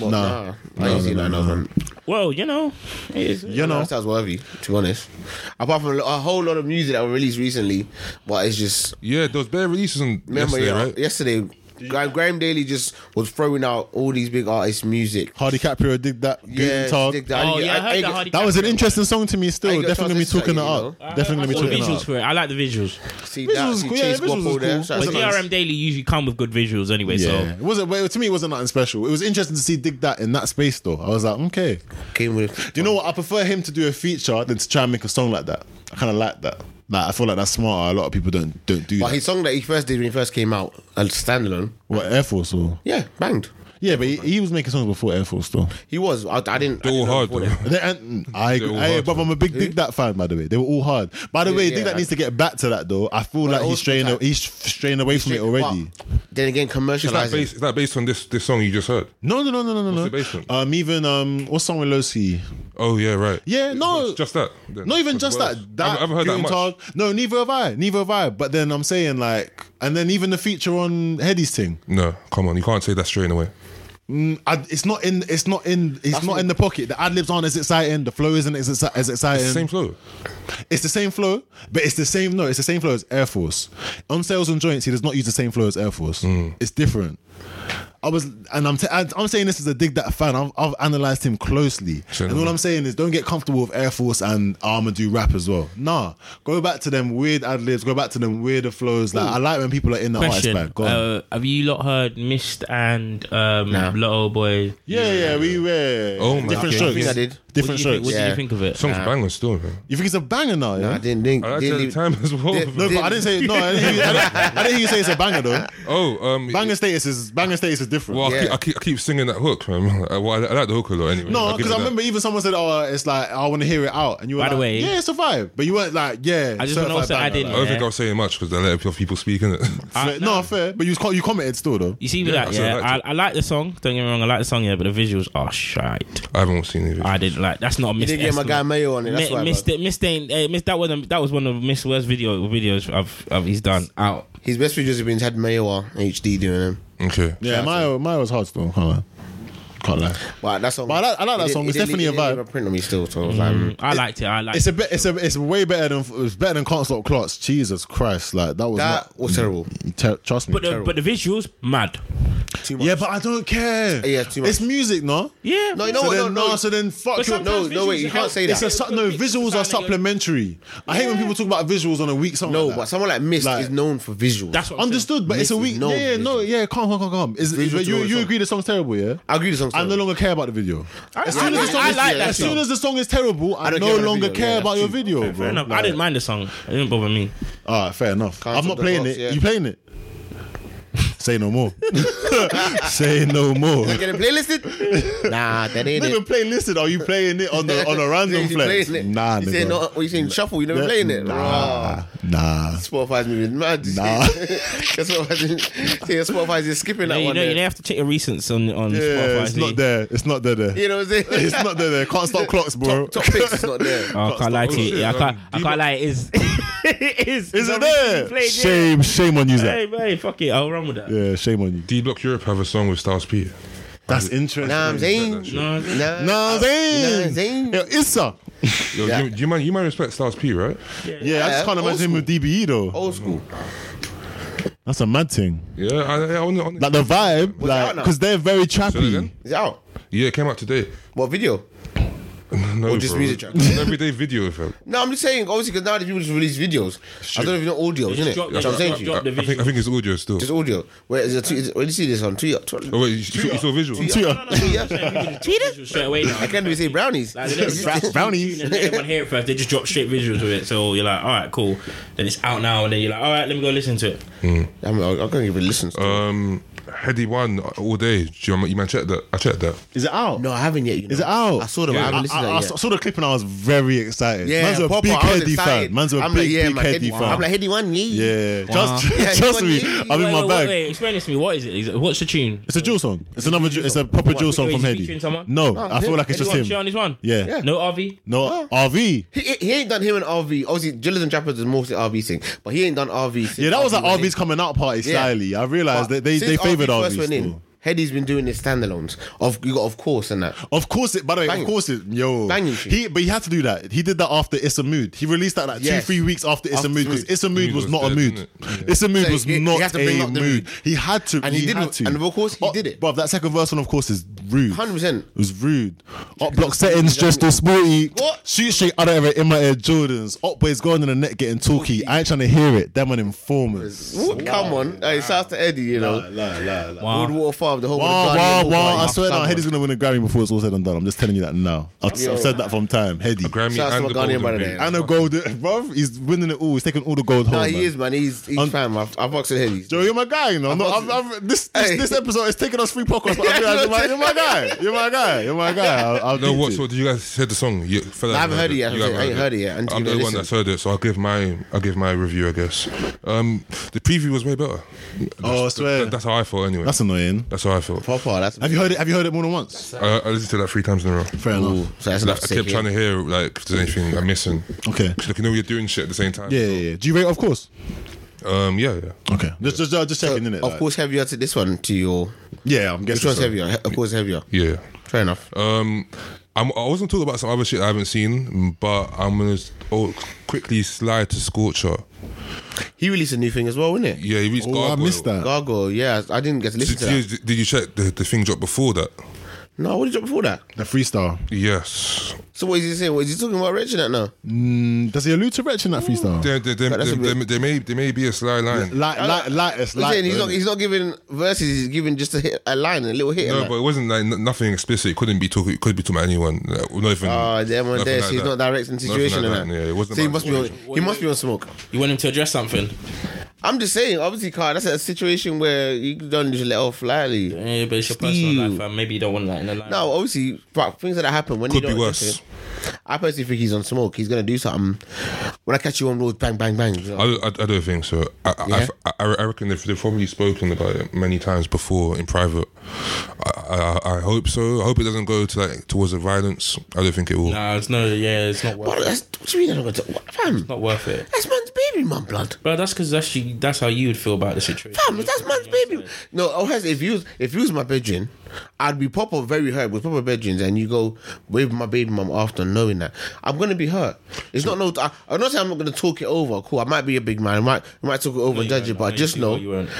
Well,
Nah.
nah. I ain't seen that no, man.
Well, you know, it is.
You know,
That sounds worthy, to be honest. Apart from a whole lot of music that was released recently, but it's just
Yeah, those bare releases on
remember
yesterday,
yeah,
right?
yesterday. Graham, Graham Daly just was throwing out all these big artists' music.
Hardy Caprio did that.
Yeah,
Yeah, talk.
dig
That.
that.
Oh,
didn't
yeah, I
get-
heard that
didn't get-
Hardy
was an
Caprio.
interesting song to me.
I
Still,
ain't got
definitely gonna be
chances to
talking it
that, you
up.
know.
Definitely
I
gonna
saw
be
the
talking it
visuals
up.
for it. I like the visuals.
See
Visuals
that,
was
see
cool, yeah, visuals
Chase
was
Guapo there.
cool.
So
But
that's a nice-
DRM Daily usually come with good visuals anyway,
Yeah, it wasn't. Well, to me, it wasn't nothing special. It was interesting to see Dig that in that space though. I was like, okay.
came with.
Do you know what? I prefer him to do a feature than to try and make a song like that. I kind of like that. Like, I feel like that's smarter. A lot of people don't don't do
But
that.
his song that he first did when he first came out, a standalone,
What Air Force or
yeah, banged.
yeah, but he, he was making songs before Air Force though.
He was. I, I didn't. I
They're all
didn't know
hard,
before
though.
that.
They- and- I,
They were
I,
hard,
but I'm a big Dig That fan, by the way. They were all hard. By the way,
yeah,
Dig That
I-
needs to get back to that though. I feel like
also
he's straying,
like-
he's straying away from it already.
But Then again,
Is that,
commercializing.
based, is that based on this, this song you just heard?
No, no, no, no, no, no.
the basement?
no. Um, even um, what's song with Lowski?
Oh, yeah, right.
Yeah, no.
It's just that. then.
Not even
What
just
else?
that. That
I haven't heard that
Green
much.
Tag- No, neither have I. Neither have I. But then I'm saying like, and then even the feature on Heady's thing.
No, come on. You can't say that straight away.
I, it's not in. It's not in. It's not in the pocket. The ad libs aren't as exciting. The flow isn't as, exci- as exciting.
Same flow.
It's the same flow, but it's the same. No, it's the same flow as Air Force. On sales and joints, he does not use the same flow as Air Force. It's different. I was, and I'm, t- I'm saying this as a dig that fan. I've, I've analyzed him closely,
Sure.
and all I'm saying is, don't get comfortable with Air Force and Armadou rap as well. Nah, go back to them weird ad libs. Go back to them weirder flows. Like I like when people are in the
Question:
artist bag. Oh, Go on.
uh, Have you lot heard Mist and um, Little Boy?
yeah, yeah, we were
Oh my
different
God.
strokes.
I think
I did.
What
Different
do you think,
strokes.
what do
Yeah.
you think of it?
Song's banging still, man.
You think it's a banger now? Yeah.
I didn't think.
I liked it
didn't
at the
leave-
time as well.
Did-
no, but I didn't say no. I didn't, hear you, I, didn't, I didn't hear you say it's a banger though.
Oh, um,
Banger status is banger status is different.
Well, I,
Yeah.
keep, I, keep, I keep singing that hook, man. I, well, I, I like the hook a lot anyway. I'll
No,
give
because
it
I
that.
remember even someone said, "Oh, it's like I want to hear it out," and you were
By the
like,
way-
"Yeah, it's a vibe," but you weren't like, "Yeah."
I just wanna
certified
also
banger,
add in-
I
like,
don't
Yeah.
think I was saying much because I let a people speak in it.
Fair- no, fair, but you was co- you commented still though.
You see with
Yeah,
that,
I still
yeah. I,
liked
I like the song. Don't get me wrong, I like the song, yeah, but the visuals are shite.
I haven't seen any of it.
I didn't like. That's not a
You
Mist.
didn't get my
estimate.
guy Mayo on it. That's
Mi-
why.
Mist,
bro.
Mist ain't. eh, Mist, that was a, that was one of Miss worst video videos I've, I've he's done out.
His best videos have been had Mayo or HD doing them.
Okay.
Yeah, my my was hard still. Can't lie. Can't lie.
But that song.
But I like- I like that
it didn't-
song.
it
It's
didn't-
definitely
it
a
didn't
vibe.
leave a print on me still. So I was like, mm.
I liked it. I liked.
It's
it.
a bit. It's a. It's way better than. It's better than Can't Stop Clocks. Jesus Christ! Like mm. that was.
that was terrible.
not, ter- trust me.
But the, but the visuals, mad.
Too much.
Yeah, but I don't care.
Yeah, too much.
It's music, no?
Yeah.
No, you know
so
what?
Then,
No, no.
so then fuck
But
your.
sometimes
no, no, wait,
visuals
you
help.
can't say that.
It's a su- no visuals are supplementary. I hate when people talk about visuals on a week song.
no,
like that.
but someone like Mist
Like-
is known for visuals.
That's what I'm saying.
understood. But it's a
Missing
week.
no
yeah, yeah, no, yeah. Calm, calm, calm, calm. Is, is,
Visual to
you
the
you
song.
agree the song's terrible, yeah?
I agree with some.
I no longer care about the video. As soon
I-
as the
I
song is-
like that
as soon
song.
as the song is terrible, I
don't
no
care about the
longer
video,
care
yeah,
about your video, bro.
Fair enough. I
Like-
didn't mind the song. It didn't bother me.
All right, fair enough.
Can't
I'm not
stop the
playing
box,
it.
yeah.
You playing it? Say no more. Say no more.
Get it playlisted? nah, that ain't
Even
it.
playlisted, are you playing it on the on a random
You
flex?
playing it?
Nah,
you
nigga.
saying, no, you saying shuffle? You never
Nah,
playing it?
Nah,
Rah.
nah.
Spotify's moving mad.
Nah.
That's what I think. See, Spotify's just skipping that
No, you
one.
know, you
there.
have to check your recents on on
Yeah,
Spotify.
it's
see.
not there. It's not there. There.
You know what I'm saying?
It's not there. There. Can't stop clocks, bro.
Top picks is not there.
Oh, I can't lie to you.
shit,
Yeah, I can't.
um,
I can't lie. It is. it is.
Is
It's
it
obviously
there?
played, yeah.
Shame, shame on you,
Hey,
Zach.
hey, fuck it. I'll run with that.
Yeah, shame on you.
D Block Europe have a song with Styles P.
That's interesting.
Nah, I'm saying.
shit.
No, it's-
Nah,
Nah,
Nah,
Zayn.
Zayn.
Yo, Issa.
Yo,
Yeah.
do, you, do you mind? You might respect Styles P, right?
Yeah, I just can't
old
imagine him with DBE though.
Old school.
That's a mad thing.
Yeah, I, I, on, on,
Like the vibe,
Was it
like
out now?
because they're very
Say that
trappy.
again?
Is it out?
Yeah, it came out today.
What video?
No,
Or just
bro.
music track?
It's an everyday video of him.
No, I'm just saying, obviously, because nowadays people just release videos. I don't even know audio,
Just
isn't it?
drop-
That's what
just
I'm saying
drop-
I,
to you.
drop-
I think, I think it's audio still.
Just audio. Where is it? Where did you see this on? Tweet up. Tweet
Oh
up.
wait, you, you, you saw visual.
Tia.
No, no, no, I'm saying people just drop visuals Straight away now.
I can't even say brownies.
Like, they don't
It's
drop
just-
brownies.
tune and let everyone hear it first. They just drop straight visuals with it. So you're like, all right, cool. Then it's out now, and then you're like, all right, let me go listen to it.
I'm not I'm gonna even listen. to it.
Um, Heady one all day. Do you, remember- you man check that? I checked that.
Is it out?
No, I haven't yet. You know.
Is it out?
I saw them. I
I,
haven't listened to
I- I
that yet.
saw the clip and I was very excited.
Yeah,
Man's a
proper,
big
I was
Heady
excited.
fan. Man's a
I'm
big,
like, yeah,
big
man,
Heady fan.
I'm like heady one.
yeah, just,
Yeah,
trust
Heady
me.
One, yeah.
I'm in
Wait,
my
wait,
bag.
Wait, explain this to me. What is it? Is it what's the tune?
It's a jewel song. It's another. Jewel, it's a proper jewel song
Wait,
from
is he
Heady.
featuring someone?
Oh,
No, I feel like it's
Is
just
he on- she
him.
on this one?
Yeah.
No RV.
No,
Oh.
RV.
He, he- he ain't done him and RV. Obviously, Drillers and Trappers is mostly RV thing, but he ain't done RV. Since
Yeah, that was at
went
RV's
in.
coming out party.
Yeah.
Slyly, I realized
But
that they
since
they favored
RV
RV.
first went
still.
in. Heady's been doing his standalones. Of you got of course and that.
Of course it. By the way,
Banging.
of course it. Yo,
Banging shit.
he but he had to do that. He did that after It's a Mood. He released that like two,
Yes.
three weeks after It's
After
a Mood
Mood.
because It's a Mood
Mood
was
was
not a
dead,
mood.
didn't it?
It's a Mood
So
was
he- he
not
had to bring
a
up the
mood.
mood.
He had to.
And he did
had
with-
to.
and of course he
Oh,
did it.
But that second verse one, of course, is rude.
100%.
It was rude. Up block settings just too sporty.
What?
Shoot straight out of it in my ear Jordans. Up boys going in the net getting talky. I ain't trying to hear it. Them an informers.
Ooh, come on, hey, shout out to Eddie. You know,
Wow.
Woodwater Farm, the whole.
Wow, wow, wow. I swear now, Hedy's going to win a Grammy before it's all said and done. I'm just telling you that now. I've, I've said that from time. Heady.
A Grammy
Shout out
and
to
the
my Ghanaian
Golden
brother
Beat.
there.
And a gold, bro. He's winning it all. He's taking all the gold home.
Nah, he
man.
is man. He's he's
Un-
fam. I I fucks with Eddie.
Joe, you're my guy. You know, I'm not, I'm, I'm, this this,
Hey.
this episode is taking us three podcasts. But I realize you're, my, you're my guy. You're my guy. You're my guy. I'll, I'll
No,
beat
what?
it.
So did you guys hear the song? You, fella,
I haven't heard it yet.
You
I
haven't
ain't heard it yet. Until
I'm the
you
one
listen.
that's heard it, so I'll give my I'll give my review, I guess. Um, the preview was way better.
Oh, I swear.
That- that's how I felt anyway.
That's annoying.
That's how I felt.
Papa, that's
Have you heard it? Have you heard it more than once?
I, I listened to that three times in a row.
Fair
Ooh,
enough.
so that's enough.
Like, I
to
kept
take
trying
in.
to hear like if there's anything I'm missing.
Okay.
'Cause, Like you know you're doing shit at the same time.
Yeah, yeah, yeah. Do you rate? it? Of course.
Um. Yeah. Yeah.
Okay. Just, just, uh, just checking in it.
Of course, heavier to this one to your.
Yeah, I'm
Which
guessing.
one's
So.
heavier? He- Of course, heavier.
Yeah.
Fair enough.
Um, I'm, I was gonna talk about some other shit I haven't seen, but I'm gonna s- oh, quickly slide to Scorcher.
He released a new thing as well, didn't it?
Yeah, he reached.
Oh, I
Gargoyle.
missed that.
Gargoyle, yeah, I didn't get to listen
Did,
to that.
you, did you check the, the thing dropped before that?
No, what did you drop before that?
The freestyle.
Yes.
So what is he saying? What is he talking about Rich in that now?
Mm, does he allude to Wretch in that freestyle?
There, there, there,
That's a
there,
bit-
there, there may there may be a sly line.
Light, light, lightest,
He's,
light.
saying he's not he's not giving verses, he's giving just a hit a line, a little hit.
No,
No,
but it wasn't like n- nothing explicit. It couldn't be talking. It could be talking about anyone. Like, not even.
Oh, them on
nothing
there,
like
so he's
that.
not directing the
Nothing
situation
like
and that.
Yeah, it wasn't.
so he
about
must be on
situation.
he must be on smoke.
You want him to address something?
I'm just saying, obviously, Carl, that's a situation where you don't need to let off lightly.
Yeah, but it's your
Ew.
personal life, and maybe you don't want that in the life.
No, obviously, but things like that happen when
Could
you
be
don't
worse.
I personally think he's on smoke. He's gonna do something. When I catch you on road, bang, bang, bang. you know?
I, don't- I, I don't think so. I, I-
Yeah?
I, I, I reckon they've, they've probably spoken about it many times before in private. I, I, I hope so. I hope it doesn't go to like towards the violence. I don't think it will.
Nah, it's no. Yeah, it's not worth.
What,
it.
that's, what do you mean? I'm gonna talk? What, fam,
Not worth it.
that's man's baby, man, blood.
Bro, that's because that's you, that's how you would feel about the situation.
Fam, that's man's baby. No, oh, has- if you was- if you was my bedroom, I'd be proper very hurt with proper bedrooms, and you go with my baby mum after knowing that I'm gonna be hurt. It's not no. I, I'm not saying I'm not gonna talk it over. Cool, I might be a big man. I might I might talk it over and judge it, but I just know.
You weren't.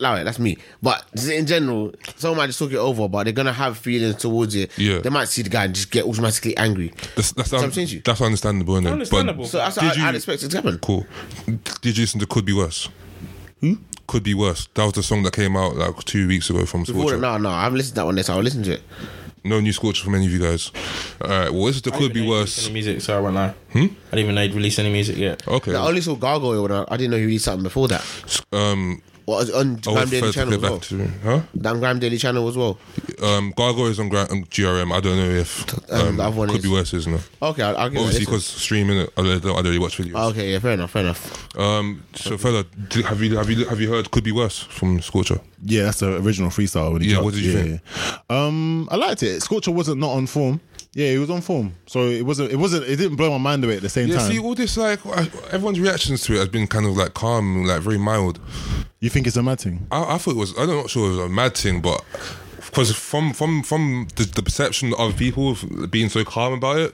allow it. That's me. But in general, someone might just talk it over, but they're gonna have feelings towards it.
Yeah.
They might see the guy and just get automatically angry.
That's that's,
I'm saying to you.
that's understandable, innit? But-
Understandable.
So that's
Did
what
you-
I, I'd expect it to happen.
Cool. Did you listen to Could Be Worse?
Hmm?
Could Be Worse. That was the song that came out like two weeks ago from
Before that,
Scorcher.
no, no, I haven't listened to that one yet, so I'll listen to it.
No new Scorcher from any of you guys. All right. Well, this is the Could Be Worse.
Any music? Sorry, I won't lie. Hmm? I didn't even know he'd released any music yet.
Okay.
I only saw oh, Gargoyle when I, I didn't know he released something before that.
Um,
Well, it's on
I
Grime
was
Daily
first to
Channel
get
as well.
back to huh?
Damn Grime Daily Channel as well.
Um, Gargoyle is on, Gra- on GRM. I don't know if
Um,
um,
the other one
Could
is-
Be Worse is no.
Okay, I'll, I'll give
Obviously,
it a listen.
because streaming, I don't, I don't really watch videos.
Okay, yeah, fair enough, fair enough.
Um, so fella, d have you have you have you heard Could Be Worse from Scorcher?
Yeah, that's the original freestyle. When he
Yeah,
dropped.
what did you
yeah,
think?
yeah. Um, I liked it. Scorcher wasn't not on form. Yeah, he was on form, so it wasn't. It wasn't. It didn't blow my mind away at the same
Yeah,
time.
see, all this like I- everyone's reactions to it has been kind of like calm, like very mild.
you think it's a mad thing?
I, I thought it was. I'm not sure it was a mad thing, but because from from from the, the perception of people of being so calm about it,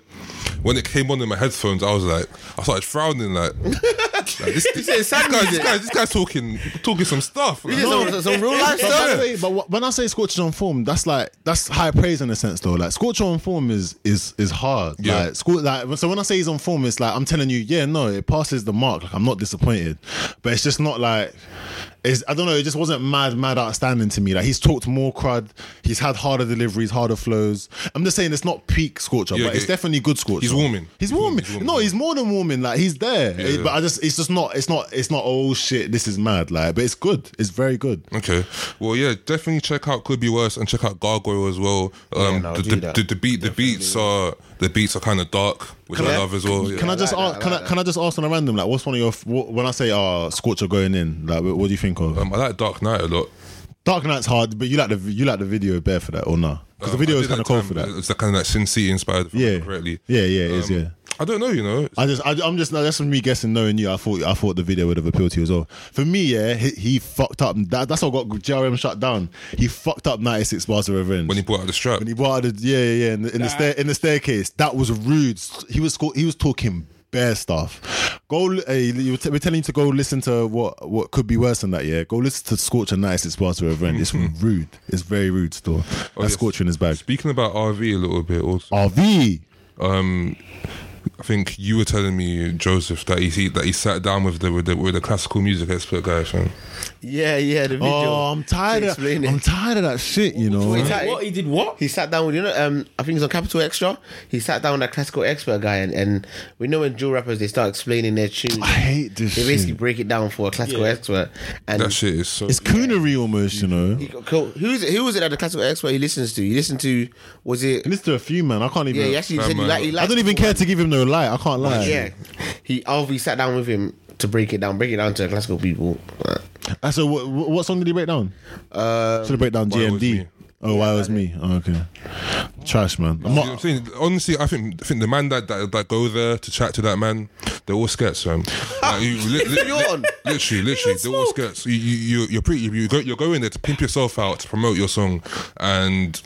when it came on in my headphones, I was like, I started frowning, like, like, this, this,
said
this,
sad
guy, this
music.
guy, this guy's talking talking some stuff. Like,
Is it
no,
some, some real life
But, when I
stuff?
say, but wh- when I say Scorcher on form, that's like that's high praise in a sense though. Like Scorcher on form is is is hard.
Yeah.
Like, Scor- like so when I say he's on form, it's like I'm telling you, yeah, no, it passes the mark. Like I'm not disappointed, but it's just not like. It's, I don't know. It just wasn't mad, mad outstanding to me. Like he's talked more crud. He's had harder deliveries, harder flows. I'm just saying it's not peak scorcher,
Yeah,
but it's
yeah.
definitely good scorcher.
He's warming.
He's
He's warming,
warming.
he's warming.
No, he's more than warming. Like he's there. It-
yeah.
But I just, it's just not. It's not. It's not. Oh shit, this is mad. Like, but it's good. It's very good.
Okay. Well, yeah, definitely check out Could Be Worse and check out Gargoyle as well. Um,
Yeah, no,
the,
do
the,
that.
the, the beat, the beats are the beats are kind of dark, which I,
I-
love as well. Oh, Yeah.
Can I just ask, can I can I just ask on a random like what's one of your f- what, when I say uh Scorcher going in like what, what do you think of
Um, I like Dark Knight a lot.
Dark Knight's hard but you like the you like the video bare for that or nah because the
Um,
video
I
is
did
kind of
like
cold
time-
for that
It's like kind of like Sin City inspired, if I
yeah
remember correctly.
yeah yeah it is
Um,
yeah
I don't know, you know.
I just I, I'm just no, that's from me guessing knowing you I thought I thought the video would have appealed to you as well for me yeah he, he fucked up that, that's what got JRM shut down he fucked up 96 bars of revenge
When he brought out the strap,
When he wanted, yeah, yeah, yeah, in the, in the stair in the staircase, that was rude. He was sco- he was talking bare stuff. Go, li- hey, you were t- we're telling you to go listen to what what could be worse than that. Yeah, go listen to Scorcher Nice. It's Barter of Rent. It's rude. It's very rude. Still,
Oh,
that's
yes.
Scorcher in his bag.
speaking about RV a little bit, also,
RV.
um, I think you were telling me Joseph that he- he that he sat down with the with the, with the classical music expert guy. Fam.
Yeah, yeah, the video.
Oh, I'm tired.
To
Of,
explain
I'm
it.
tired of that shit. You know.
Wait,
What he did? What?
He sat down with you know, um, I think it's on Capital Extra. He sat down with that classical expert guy, and, and we know when dual rappers they start explaining their tunes.
I hate this.
They basically
shit.
break it down for a classical
Yeah.
expert. And
That shit is so.
It's coonery almost. You know.
he- cool. who's it, who was it that the classical expert he listens to? You listen to was it?
Listen to a few man. I can't even.
Yeah, he actually
Nah,
said he
man.
like. He
I
liked
don't even
Paul
care to give him no light. I can't lie.
Allen. Yeah, he Alvi sat down with him to break it down, break it down to the classical people.
Uh, So what, what what song did he break down? Uh, Should have break down
Um, Why It Was
GMD.
Me.
Oh, why it was me? Oh, okay, trash man. I'm
You know what I'm
not,
saying? Honestly, I think I think the man that, that that go there to chat to that man, they're all skets, fam. Like, you, li- li-
You're on.
Literally, literally, they're all skets. You, you, you- you're pretty. You go, you're going there to pimp yourself out, to promote your song, and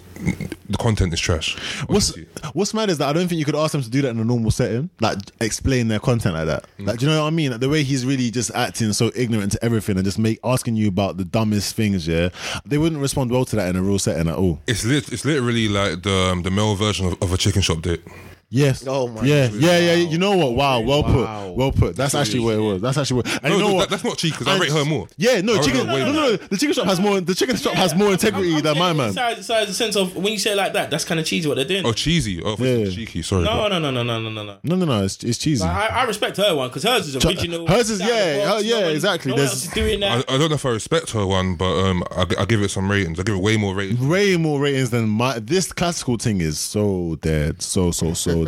the content is trash.
what's
honestly.
what's mad is that I don't think you could ask them to do that in a normal setting. Like explain their content like that.
Mm.
Like do you know what I mean? Like, the way he's really just acting so ignorant to everything and just make asking you about the dumbest things. Yeah, they wouldn't respond well to that in a real setting at all.
It's lit, It's literally like the um, the male version of, of a chicken shop date.
Yes.
Oh my
Yeah.
goodness.
Yeah. Yeah. You know what? Wow. Well
Wow.
put. Well put. That's actually what it was. That's actually what. And
No,
you know
no,
what?
that- that's not cheap, 'cause I
And-
rate her more.
Yeah.
I
No.
rate
Chicken.
her way
No. No.
more.
no, The chicken shop has more. The chicken shop has more integrity
I'm- I'm
than my
getting
man.
Inside, inside the sense of when you say it like that, that's kind of cheesy what they're doing.
Oh, cheesy. Oh,
Yeah.
cheeky. Sorry. bro.
no, no, no, no, no, no, no, no.
No. No. No. It's, it's cheesy.
I, I respect her one because hers is original.
Mm. hers is-
Out of the
yeah,
box,
oh, yeah,
no one-
exactly.
No one
There's-
else is doing
I,
that.
I don't know if I respect her one, but um, I, I give it some ratings. I give it way more ratings.
Way more ratings than my. This classical thing is so dead. So so so dead.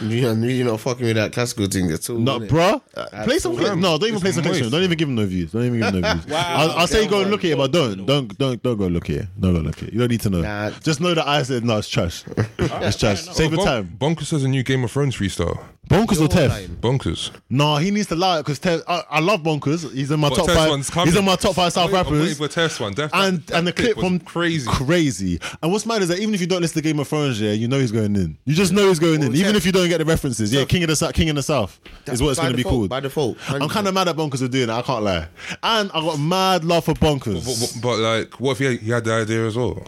You're really not fucking with that classical thing at all.
Not,
innit?
bruh. Uh, play some
Absolutely.
clips. No, don't even play
It's
some clips.
moist.
Don't even give him no views. Don't even give him no views. I'll, I'll say go and look at it, but don't, don't, don't, don't go look at it. Don't go look at it. You don't need to know.
Nah.
Just know that I said no. It's trash. it's trash. Save your
Oh, Bon-
time.
Bonkers has a new Game of Thrones freestyle.
Bonkers or Tev?
Bonkers.
Nah, he needs to lie because Tev. I, I love Bonkers. He's in my
But
top
Test one's
five.
coming.
He's in my top five South
I'm waiting- I'm
rappers.
waiting for Test one. That-
and
that-
and the
that clip
clip
was
from
crazy.
crazy. And what's mad is that even if you don't listen to Game of Thrones, yeah, you know he's going in. You just know he's going in,
Well,
even
Tef-
if you don't get the references. Yeah,
Tef-
King of the South, King of the South is what it's
By
going to be
default,
called
by default,
I'm kind of mad at Bonkers for doing that. I can't lie. And I got mad love for Bonkers.
But, but, but, like, what if he had, he had the idea as well?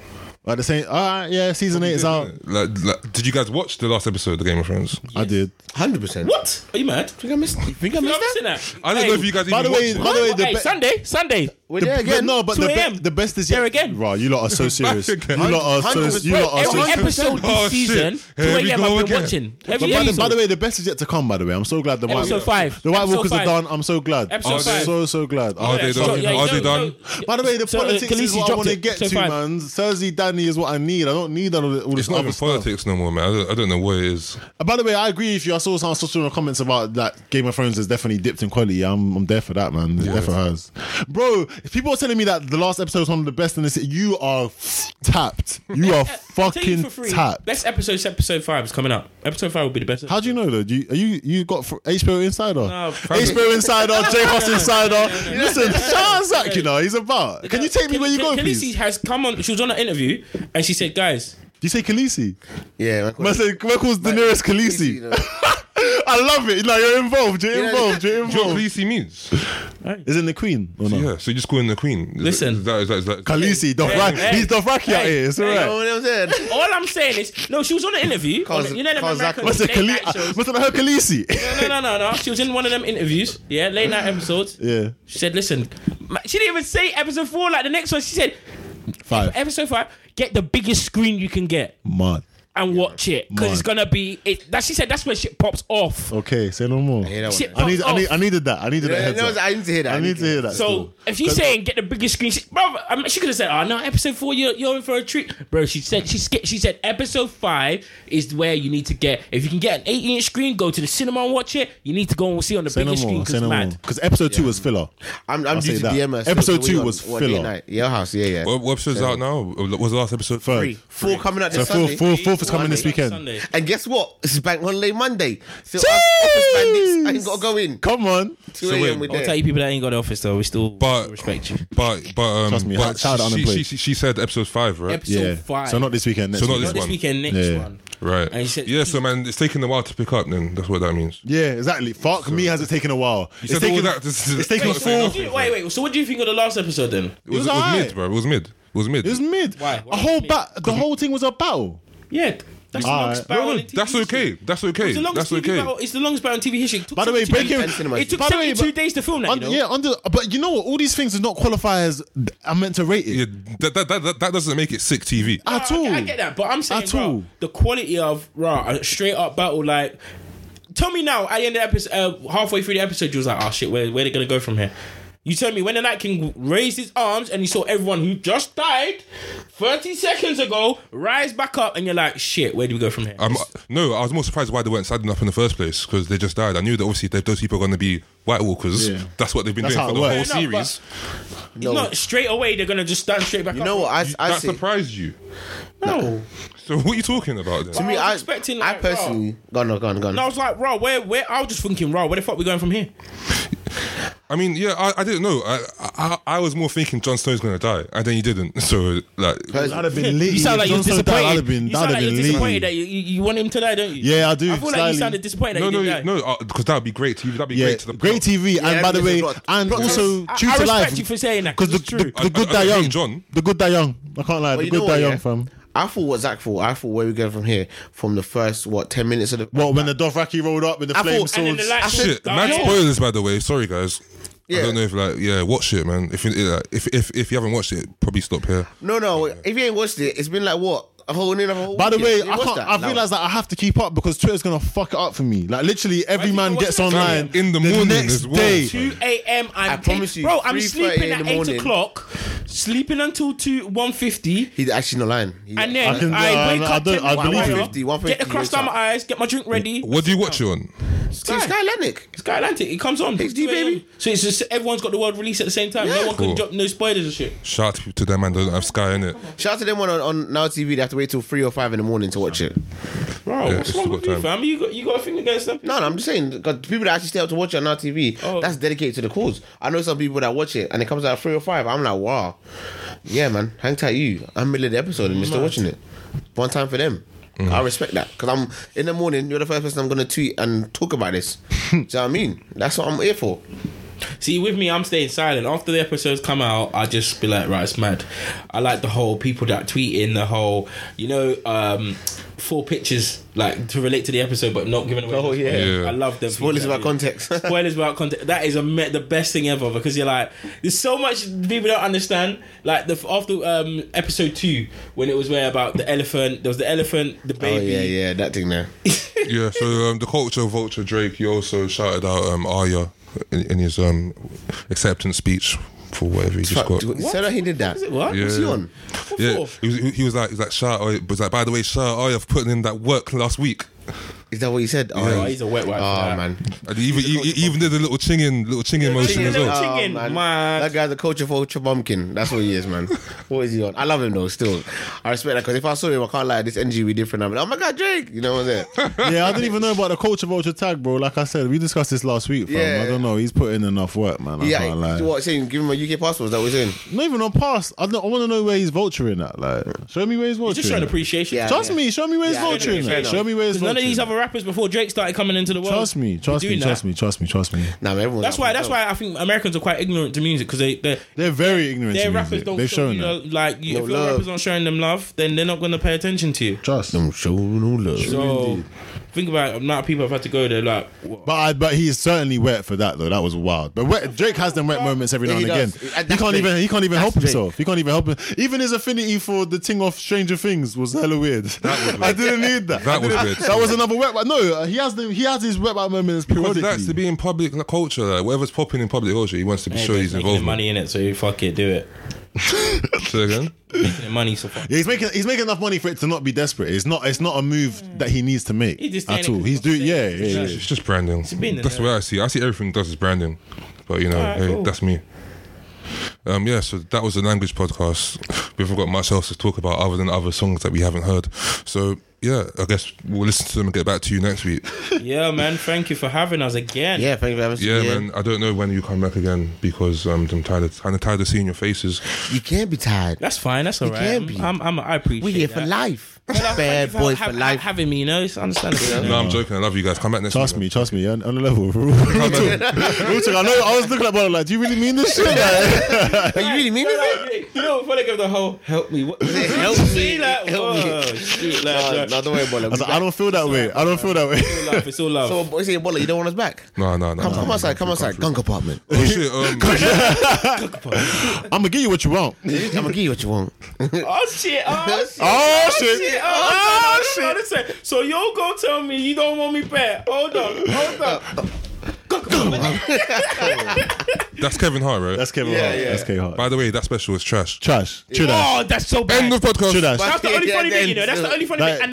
At the same, all right, yeah, season eight is out.
Like, like, did you guys watch the last episode of the Game of Thrones?
I did.
Hundred percent.
What? Are you mad? Think I missed? You think I missed that?
I don't know if you guys
by
even
the way-
watched it.
by the way-
hey,
be-
Sunday, Sunday.
We're
The-
there
but
again.
no, but the,
2
be-
a.m..
the best is yet.
There again.
Right, you lot are so serious. You
again.
lot are so.
100%.
You lot are so.
every episode
Oh,
this season,
shit.
two
Here we
a.m.
go
I've been
again.
watching.
But
Every
by, the,
episode.
by the way, the best is yet to come. By the way, I'm so glad the white
Episode five.
the White
Episode
Walkers
five.
are done. I'm so glad.
Episode
I'm
five. Oh,
so so glad.
Are they
So,
done?
yeah,
Are
so-
they done?
so-
By the way, the
so, uh,
politics is
Khaleesi
what I
dropped
want to
it.
get
So
to,
five.
man. Cersei Danny is what I need. I don't need all, of the- all this
It's not
other
even
stuff.
politics no more, man. I don't, I don't know what it is.
And by the way, I agree with you. I saw some social comments about that Game of Thrones has definitely dipped in quality. I'm, I'm there for that, man. It definitely has. Bro, if people are telling me that the last episode was one of the best in this, you are tapped. You are
I'll tell you
fucking
for free,
tapped.
Best episode is episode five is coming up. Episode five will be the best.
How do you know though? Do you are you you got fr- HBO Insider?
No,
HBO Insider, J Hoss Insider. Listen, shout out Zach, you know he's about. Can you take me where you going, please?
Khaleesi
Do
has come on. She was on an interview and she said, "Guys,
you say Khaleesi?
Yeah.
Man said, where calls Daenerys Khaleesi?
you know.
I love it. Like you're involved. You're
Yeah.
involved. You're
Do you know what
involved.
Khaleesi means?
Isn't the Queen or
Yeah, so you just calling the queen. Is
Listen.
that- is that, is that, is that,
Khaleesi, Dothraki.
hey,
he's Dothraki out
hey,
here. It's
hey,
Oh,
alright.
that was it.
all I'm saying is no." She was on an interview. on-
Cause-
you know them
cause
American
Must have
late
Khale-
night shows.
must have heard Khaleesi.
No, no, no, no. She was in one of them interviews. Yeah, late night episodes.
yeah,
She said, "Listen, ma- she didn't even say episode four like the next one. She said
five.
episode five. Get the biggest screen you can get
Mud.
and watch it because
Man.
it's gonna be it." That she said that's where shit pops off.
Okay, say no more.
Yeah, that
Shit
one.
I need, I
pops
need,
off.
I needed that. I needed
Yeah,
that.
no,
Heads up.
I need to hear that.
I need to hear that.
So
still.
if she's saying get the biggest screen, she, bro, I mean, she could have said, "Oh no, episode four, you're, you're in for a treat, bro." She said she sk- she said episode five is where you need to get. If you can get an 18 inch screen, go to the cinema and watch it. You need to go and see on the
Say no
biggest screen
more. Say
because
no more.
mad.
Because episode two was filler.
I'm, I'm
I'll say
due to
that.
DM us.
Episode two was
what, date
filler.
night? Your house, yeah, yeah.
What, what episode's out now? What was the last episode?
Third.
Three. Four coming out
So
this
four,
Sunday.
four, fourth is coming this
Sunday.
weekend.
Sunday.
And guess what? It's Bank Holiday Monday. So us office bandits,
Jeez.
I ain't got to go in.
Come on.
2
So
a.m.
wait,
with
I'll tell you people that ain't got the office though. We still
But
respect you.
But but um,
Trust me,
but
shout out
she,
unemployed.
she, she, she said episode five, right?
Episode
Yeah.
five.
So not this weekend. Next
So not
weekend.
Not this
one.
weekend. Next
Yeah.
one.
Right.
And she said-
yeah. So man, it's taking a while to pick up. Then that's what that means.
Yeah, exactly. Fuck me, has it taken a while? It's
said all
taken,
that, this is-
it's taken
Wait, so
four.
What do you- Wait, wait. So what do you think of the last episode then?
It
was
was, it was
alright.
mid, bro. It was mid. It was mid.
It was mid.
Why? Why
A whole
mid?
bat. The whole thing was a battle.
Yeah. Ah, That's the
All
longest
right.
battle
No, no,
in TV
that's
history.
okay. That's okay.
It's the longest
That's
TV
okay.
battle. It's the longest battle in TV history. It took
By the way,
72
breaking.
days- It took
by the way,
72
but-
days to film that.
under-
you know?
Yeah, under. But you know what? All these things do not qualify as I'm meant to rate it
Yeah, that, that, that, that, that doesn't make it sick TV.
at
I-
all.
I, get that, but I'm saying,
At
bruh,
all.
the quality of raw a straight up battle, like. Tell me now, at the end of the episode, uh, halfway through the episode, you was like, "Oh shit, where where they gonna go from here?" You tell me when the Night King raised his arms and he saw everyone who just died thirty seconds ago rise back up, and you're like, "Shit, where do we go from here?"
Um, no, I was more surprised why they weren't sad enough in the first place because they just died. I knew that obviously they, those people are going to be White Walkers.
Yeah.
That's what they've been
That's
doing
how
for
it
the
works.
whole
Fair enough,
series.
It's not straight away they're gonna just stand straight back
You
up.
know what? I, I
that
say,
surprised you.
No,
So what are you talking about then?
to me,
I was
I,
expecting,
I
like,
personally, gone, no, gone, gone.
and I was like, "Raw, where where?" I was just thinking, "Raw, where the fuck we going from here?"
I mean, yeah, I, I didn't know. I, I I was more thinking Jon Snow's going to die, and then he didn't. So like,
I'd have been lit.
You sound like
If
you're
Jon Snow died,
disappointed.
I'd have been.
you
I'd
sound
have
like you're
been
disappointed
lit.
that you, you, you want him to die, don't you?
Yeah, I do,
I feel like
slightly.
you sounded disappointed that
no,
you
no,
didn't die.
no, because that would be great. TV. That'd be
Yeah,
great to the
great TV, and by
that
the
means
way,
a lot.
and
Plot
also
I-
True
I
to
respect
Life
you for saying that,
because
'cause
the,
it's true.
the, the good
I- I-
die
I
young,
hate John.
the good die young. I can't lie,
But
the
you know
good die
what,
young,
yeah?
fam.
I thought what Zach thought. I thought where we go from here from the first what ten minutes of the
Well, when the Dothraki rolled up with the
I
flame
thought- and
then the
swords,
light-
shit.
I
Mad
said-
spoilers, by the way. Sorry, guys. I
Yeah.
don't know if like yeah, watch it, man. If you like, if if if you haven't watched it, probably stop here.
No, no. If you ain't watched it, it's been like what a whole another whole.
By the
weekend.
way,
You
I
watched
can't.
that?
I've
No.
realized that I have to keep up because Twitter's gonna fuck it up for me. Like literally, every
do you
man
watch
gets
that?
online
In the morning
next
as well.
day.
Two-
2 a.m. I'm
I promise you,
bro. I'm
3:30
sleeping
in
at
the
eight
morning.
o'clock, sleeping until two one fifty,
He's actually not lying. He-
and then
I
I,
can-
uh,
I-
wake
I
up
don't-
ten
I
minutes
believe
prior,
it. 1:50, 1:50,
get the crust
wake
out my
up.
eyes, get my drink ready.
What do you watch it on?
Team Sky Atlantic.
Sky Atlantic, it comes on.
HD,
2 a.m..
baby.
So it's just everyone's got the world release at the same time. No
Yeah.
one
Cool.
can drop no spoilers and shit.
Shout out to them, man. Don't have Sky in it.
Shout out to them on, on Now TV. They have to wait till three or five in the morning to watch it.
Bro,
Yeah,
what's
it's
wrong
still
with
got
you,
time.
fam? You got you got a thing against them?
No, no, I'm just saying, because the people that actually stay up to watch it on our TV,
Oh.
that's dedicated to the cause. I know some people that watch it and it comes out at three or five. I'm like, wow, yeah, man, hang tight, you. I'm middle of the episode and you're still watching it. One time for them.
Mm.
I respect that because I'm in the morning. You're the first person I'm gonna tweet and talk about this. Do you know what I mean? That's what I'm here for.
See, with me, I'm staying silent. After the episodes come out, I just be like, right, it's mad. I like the whole people that tweet in the whole, you know, um, four pictures like to relate to the episode, but not giving away.
Oh,
the
yeah.
spoilers.
Yeah.
I love them.
Spoilers
people that
without
do that.
context.
spoilers without context. That is a me- the best thing ever because you're like, there's so much people don't understand. Like the after um, episode two when it was where about the elephant, there was the elephant, the
Oh
baby.
yeah, yeah, that thing there.
yeah, so um, the culture vulture Drake, he also shouted out um, Arya in, in his um, acceptance speech for whatever he just
Fuck,
got.
dude, he said that he did that.
Is it what?
Yeah.
What's he on?
Yeah,
for?
he was, he was like, he was like, shout out, was like, by the way, shout out Arya for putting in that work last week.
Is that what he said? Oh,
Oh, he's a wet wipe. for
oh
that.
man.
And he even, he, he even did a little chinging, little chinging motion as well.
Chinging. Chicken, man.
oh, That guy's a culture vulture bumpkin. That's what he is, man. what is he on? I love him though. Still, I respect that because if I saw him, I can't lie. This energy we different. I'm like, oh my god, Drake. You know what I'm saying?
yeah, I didn't even know about the culture vulture tag, bro. Like I said, we discussed this last week, fam.
Yeah.
I don't know. He's put in enough work, man. I
yeah.
can't lie.
What saying? Give him a UK passport. Is that what he's saying?
Not even on pass. I, don't- I want to know where he's vulturing at. Like, show me where he's vulturing.
Just showing
at.
appreciation.
Yeah.
Trust me. Show me where he's
Yeah, I know,
vulturing.
fair
at.
enough.
Show me where he's
Because none of
vulturing.
these other rappers before Drake started coming into the world.
Trust me, trust
were
me,
doing
trust
that.
me, trust me, trust me.
Nah, man, everyone.
That's why. That's why I think Americans are quite ignorant to music because they they
They're very ignorant.
their
to music.
rappers don't
They've
show
shown
you
that.
know, like you,
No
if your
love.
rappers aren't showing them love, then they're not going to pay attention to you.
Trust.
Don't show no love.
So think about it, the amount of people have had to go there. Like what?
But I, but he is certainly wet for that though. That was wild. But wet, Drake has them wet moments every
Yeah,
now
he
and again.
does.
He
And
can't
that's Drake.
even he can't even help
Drake.
himself. He can't even help him. Even his affinity for the thing off Stranger Things was hella weird. I didn't need that. I
That
didn't-
was weird.
That was another wet. wipe. No, uh, he has the he has his wet wipe moments
Because
periodically.
he likes to be in public culture, like, whatever's popping in public culture, he wants to be sure he's
making the
involved.
money in it, so you fuck it, do it.
Say again?
Making the money, so fuck.
Yeah, he's making he's making enough money for it to not be desperate. It's not it's not a move that he needs to make
He just
at
saying it
all.
'cause
He's
it's not
doing yeah,
saying
yeah,
it's
yeah.
It's just branding.
been there.
That's the way I see. it. I see everything it does is branding, but you know,
Alright,
hey,
cool.
that's me. Um, yeah, so that was the language podcast. We haven't got much else to talk about other than other songs that we haven't heard. So yeah, I guess we'll listen to them and get back to you next week.
Yeah, man. Thank you for having us again.
Yeah, thank you for having us.
Yeah,
again.
man. I don't know when you come back again because um, I'm tired. Of, kind of tired of seeing your faces.
You can't be tired.
That's fine. That's alright.
can
I'm,
be.
I'm, I'm, I appreciate.
We're here
that.
for life.
Thank you
Bad boy
ha-
for
ha-
life.
Having me, you know, it's understandable. you know?
No, I'm joking. I love you guys. Come back next.
Trust me,
week,
trust me. yeah, On the level, real talk. Real talk. I know. I was looking at brother like, do you really mean this shit? Like,
Are you really mean it?
you know, before they give the whole help me, what
Help
See,
me,
like,
help me.
whoa, shoot, like, uh,
No,
like,
no, don't worry, Bola.
I was like, I don't feel that way. I don't feel that way.
it's all love, it's all love.
So, boy, say, Bola, you don't want us back.
No, no, no.
Come,
no.
come outside, come outside. Gun compartment.
Oh, shit, um,
I'm gonna give you what you want.
I'm gonna give you what you want.
oh shit! Oh shit!
Oh shit!
shit, Oh, no, no, no, no, listen. So you'll go tell me you don't want me back. Hold on, hold on.
that's Kevin Hart, right?
That's Kevin Hart. That's Kevin Hart.
By the way, that special is trash.
Trash. True that.
Oh, that's so bad.
End of podcast.
True that.
That's the only funny bit, you know. That's the only funny
Like-
bit. And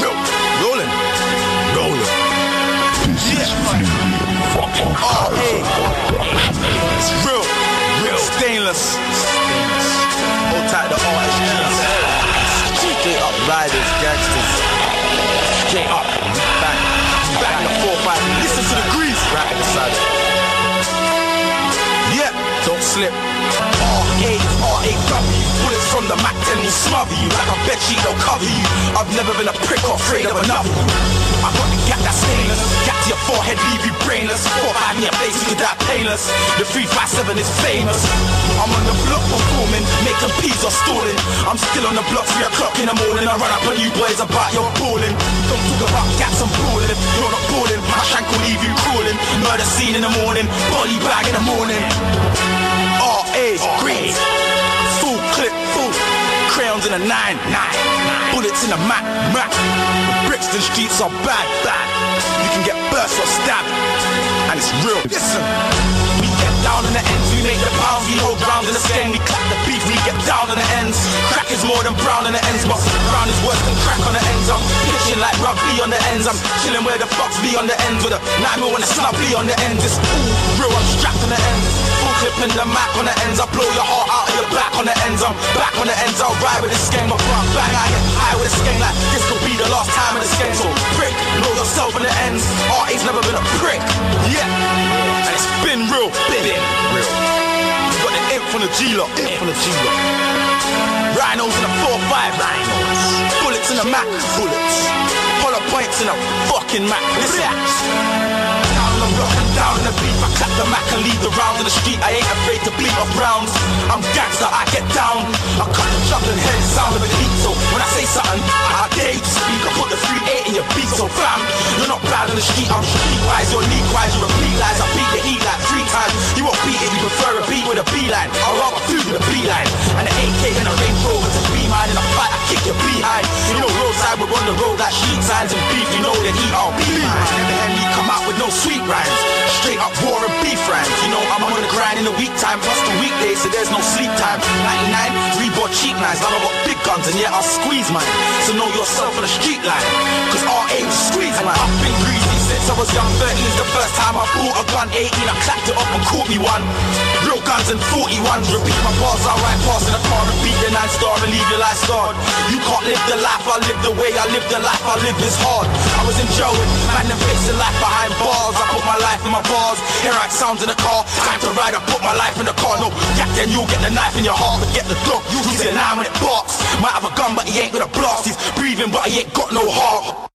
Yo, rolling, rolling. Yeah. Oh, hey. It's real, real stainless. Hold tight to artists. Straight up riders, gangsters. Straight up, back, back in the four five. Listen to the grease. Right beside it. Yeah, don't slip. R-A-R-A-W. Bullets from the Mac 10 will smother you. Like I bet you they'll cover you. I've never been a prick or afraid of another. I got the gap that's stainless. Gap to your forehead, leave you brainless. Four five me a face, you could die painless. The 357 is famous. I'm on the block performing, making peas or stalling. I'm still on the block, three o'clock in the morning. I run up on you boys about your balling. Don't talk about gaps and balling. If you're not balling, my shank will leave you crawling. Murder scene in the morning, body bag in the morning. RA's green. Full clip, full. Crayons in a nine, nine. Bullets in a mat, mat. The Brixton streets are bad, bad. You can get burst or stabbed. And it's real. Listen. We get down in the ends, we make the pounds, we hold ground in the skin, we clap the beat, we get down in the ends. Crack is more than brown in the ends, but brown is worse than crack on the ends. I'm pitching like rugby on the ends, I'm chilling where the fox be on the ends with a nine mil and a snub be on the ends. It's all real, I'm strapped on the ends. Full Clipping the Mac on the ends, I blow your heart out of your back on the ends. I'm back on the ends, I'll ride with this gang. My front bang, I get high with this gang. Like this could be the last time of this gang. So prick, know yourself in the ends. R.A.'s never been a prick. Yeah, and it's been real, been, real. Got the imp from the G lot, imp from the G lot. Rhinos in a 4-5 Rhinos Bullets in the Mac Bullets Hollow points in a fucking Mac Listen Down the block and down in the beat I clap the Mac and lead the round in the street I ain't afraid to bleed off rounds I'm gangster, I get down I cut the juggling head sound of a heat So when I say something, I dare you to speak I put the 3-8 in your beat So fam, you're not proud in the street I'm streetwise, you're league-wise You repeat lies, I beat the heat like three times You won't beat it, you prefer a beat with a beeline I rob a food with a beeline And an AK and a Range Rover to be mine In a fight, I kick your behind You know roadside, we're on the road like sheet signs And beef, you know that he all be mine Never had me come out with no sweet rhymes Straight up war and beef rhymes You know I'm on the grind in the week time Plus the weekdays, so there's no sleep time 99, Reebok cheap nines Now I got big guns and yeah, I'll squeeze mine So know yourself on the street line Cause RA will squeeze mine I've been greasy since I was young 13's the first time I bought a gun 18 I clapped it up and caught me one Real guns and 41s Repeat my bars, I ride past in the car Repeat the nine star and leave your life scarred You can't live the life I live the way I live the life I live is hard I was in jail with man and facing life behind bars I put my life in my bars Hear right sounds in the car Time to ride, I put my life in the car No, yeah, then you'll get the knife in your heart But get the dog, you use it now when it barks Might have a gun but he ain't gonna blast He's breathing but he ain't got no heart